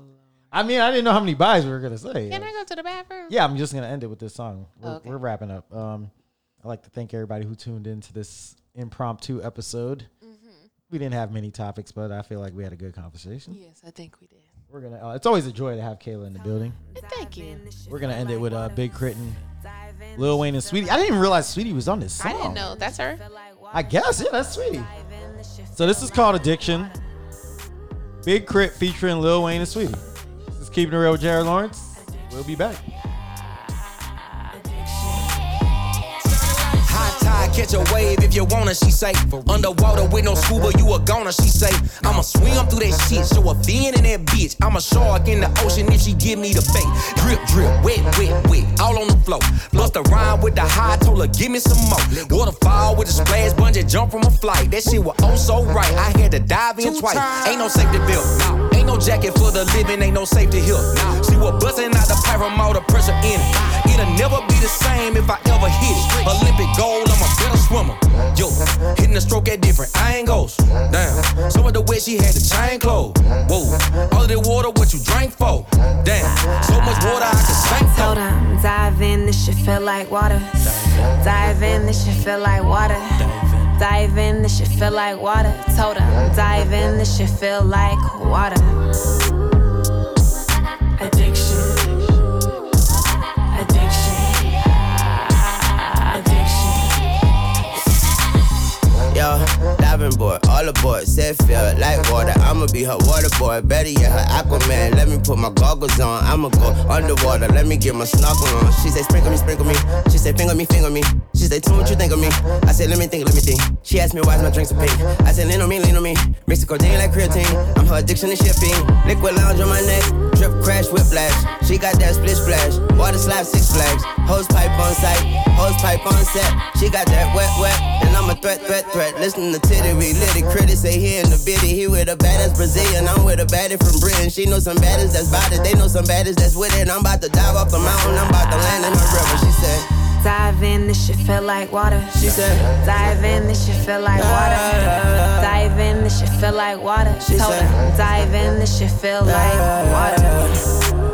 I mean, I didn't know how many buys we were gonna say.
Can I go to the bathroom?
yeah, I'm just gonna end it with this song. We're,
Okay.
we're wrapping up. Um, I'd like to thank everybody who tuned in to this impromptu episode.
Mm-hmm.
We didn't have many topics, but I feel like we had a good conversation.
Yes, I think we did.
We're gonna. Uh, it's always a joy to have Kayla in the building.
And Uh, thank you.
We're gonna end it with uh, Big Crit and Lil Wayne and Sweetie. I didn't even realize Sweetie was on this song.
I didn't know. That's her.
I guess yeah, that's Sweetie. So this is called Addiction. Big Crit featuring Lil Wayne and Sweetie. This is keeping it real with Jared Lawrence. We'll be back.
High tide, catch a wave if you wanna, she say. Underwater with no scuba, you a goner, she say. I'ma swim through that shit, show a fin in that bitch. I'm a shark in the ocean if she give me the bait. Drip, drip, wet, wet, wet, all on the floor. Bust a rhyme with the high, told her give me some more. Waterfall with a splash, bungee jump from a flight. That shit was oh so right, I had to dive in twice. Ain't no safety belt, nah. Ain't no jacket for the living, ain't no safety here. Nah. She was busting out the pyramid, the pressure in it. It'll never be the same if I ever hit it. Olympic gold, I'm a better swimmer. Yo, hitting the stroke at different angles. Damn, some of the way she had the chain closed. Whoa, all of the water, what you drank for? Damn, so much water I could sink
Hold
for.
on, dive in, this shit feel like water. Dive in, this shit feel like water. Dive in, this shit feel like water. Told her, dive in, this shit feel like water. Addiction. Addiction. Addiction.
Yo, diving board, all aboard, said feel like water. I'ma be her water boy, better yet, her Aquaman. Let me put my goggles on, I'ma go underwater. Let me get my snorkel on. She say, sprinkle me, sprinkle me. She say, finger me, finger me. She say, tune what you think of me. I say, let me think, let me think. She asked me, why's my drinks so pink? I said, lean on me, lean on me. Mix the codeine like creatine. I'm her addiction to shipping. Liquid lounge on my neck, drip crash, whiplash. She got that split splash, water slide, six flags. Hose pipe on site, hose pipe on set. She got that wet, wet, and I'm a threat, threat, threat. Listen to titty, we litty. Critics say he in the bitty. He with a badass Brazilian, I'm with a baddie from Britain. She know some baddies that's about it, they know some baddies that's with it. I'm about to dive off the mountain, I'm about to land in her river. She said,
Dive in, this shit feel like water.
She said,
Dive in, this shit feel like water. Dive in, this shit feel like water. Told her,
said-
dive in, this shit feel like water.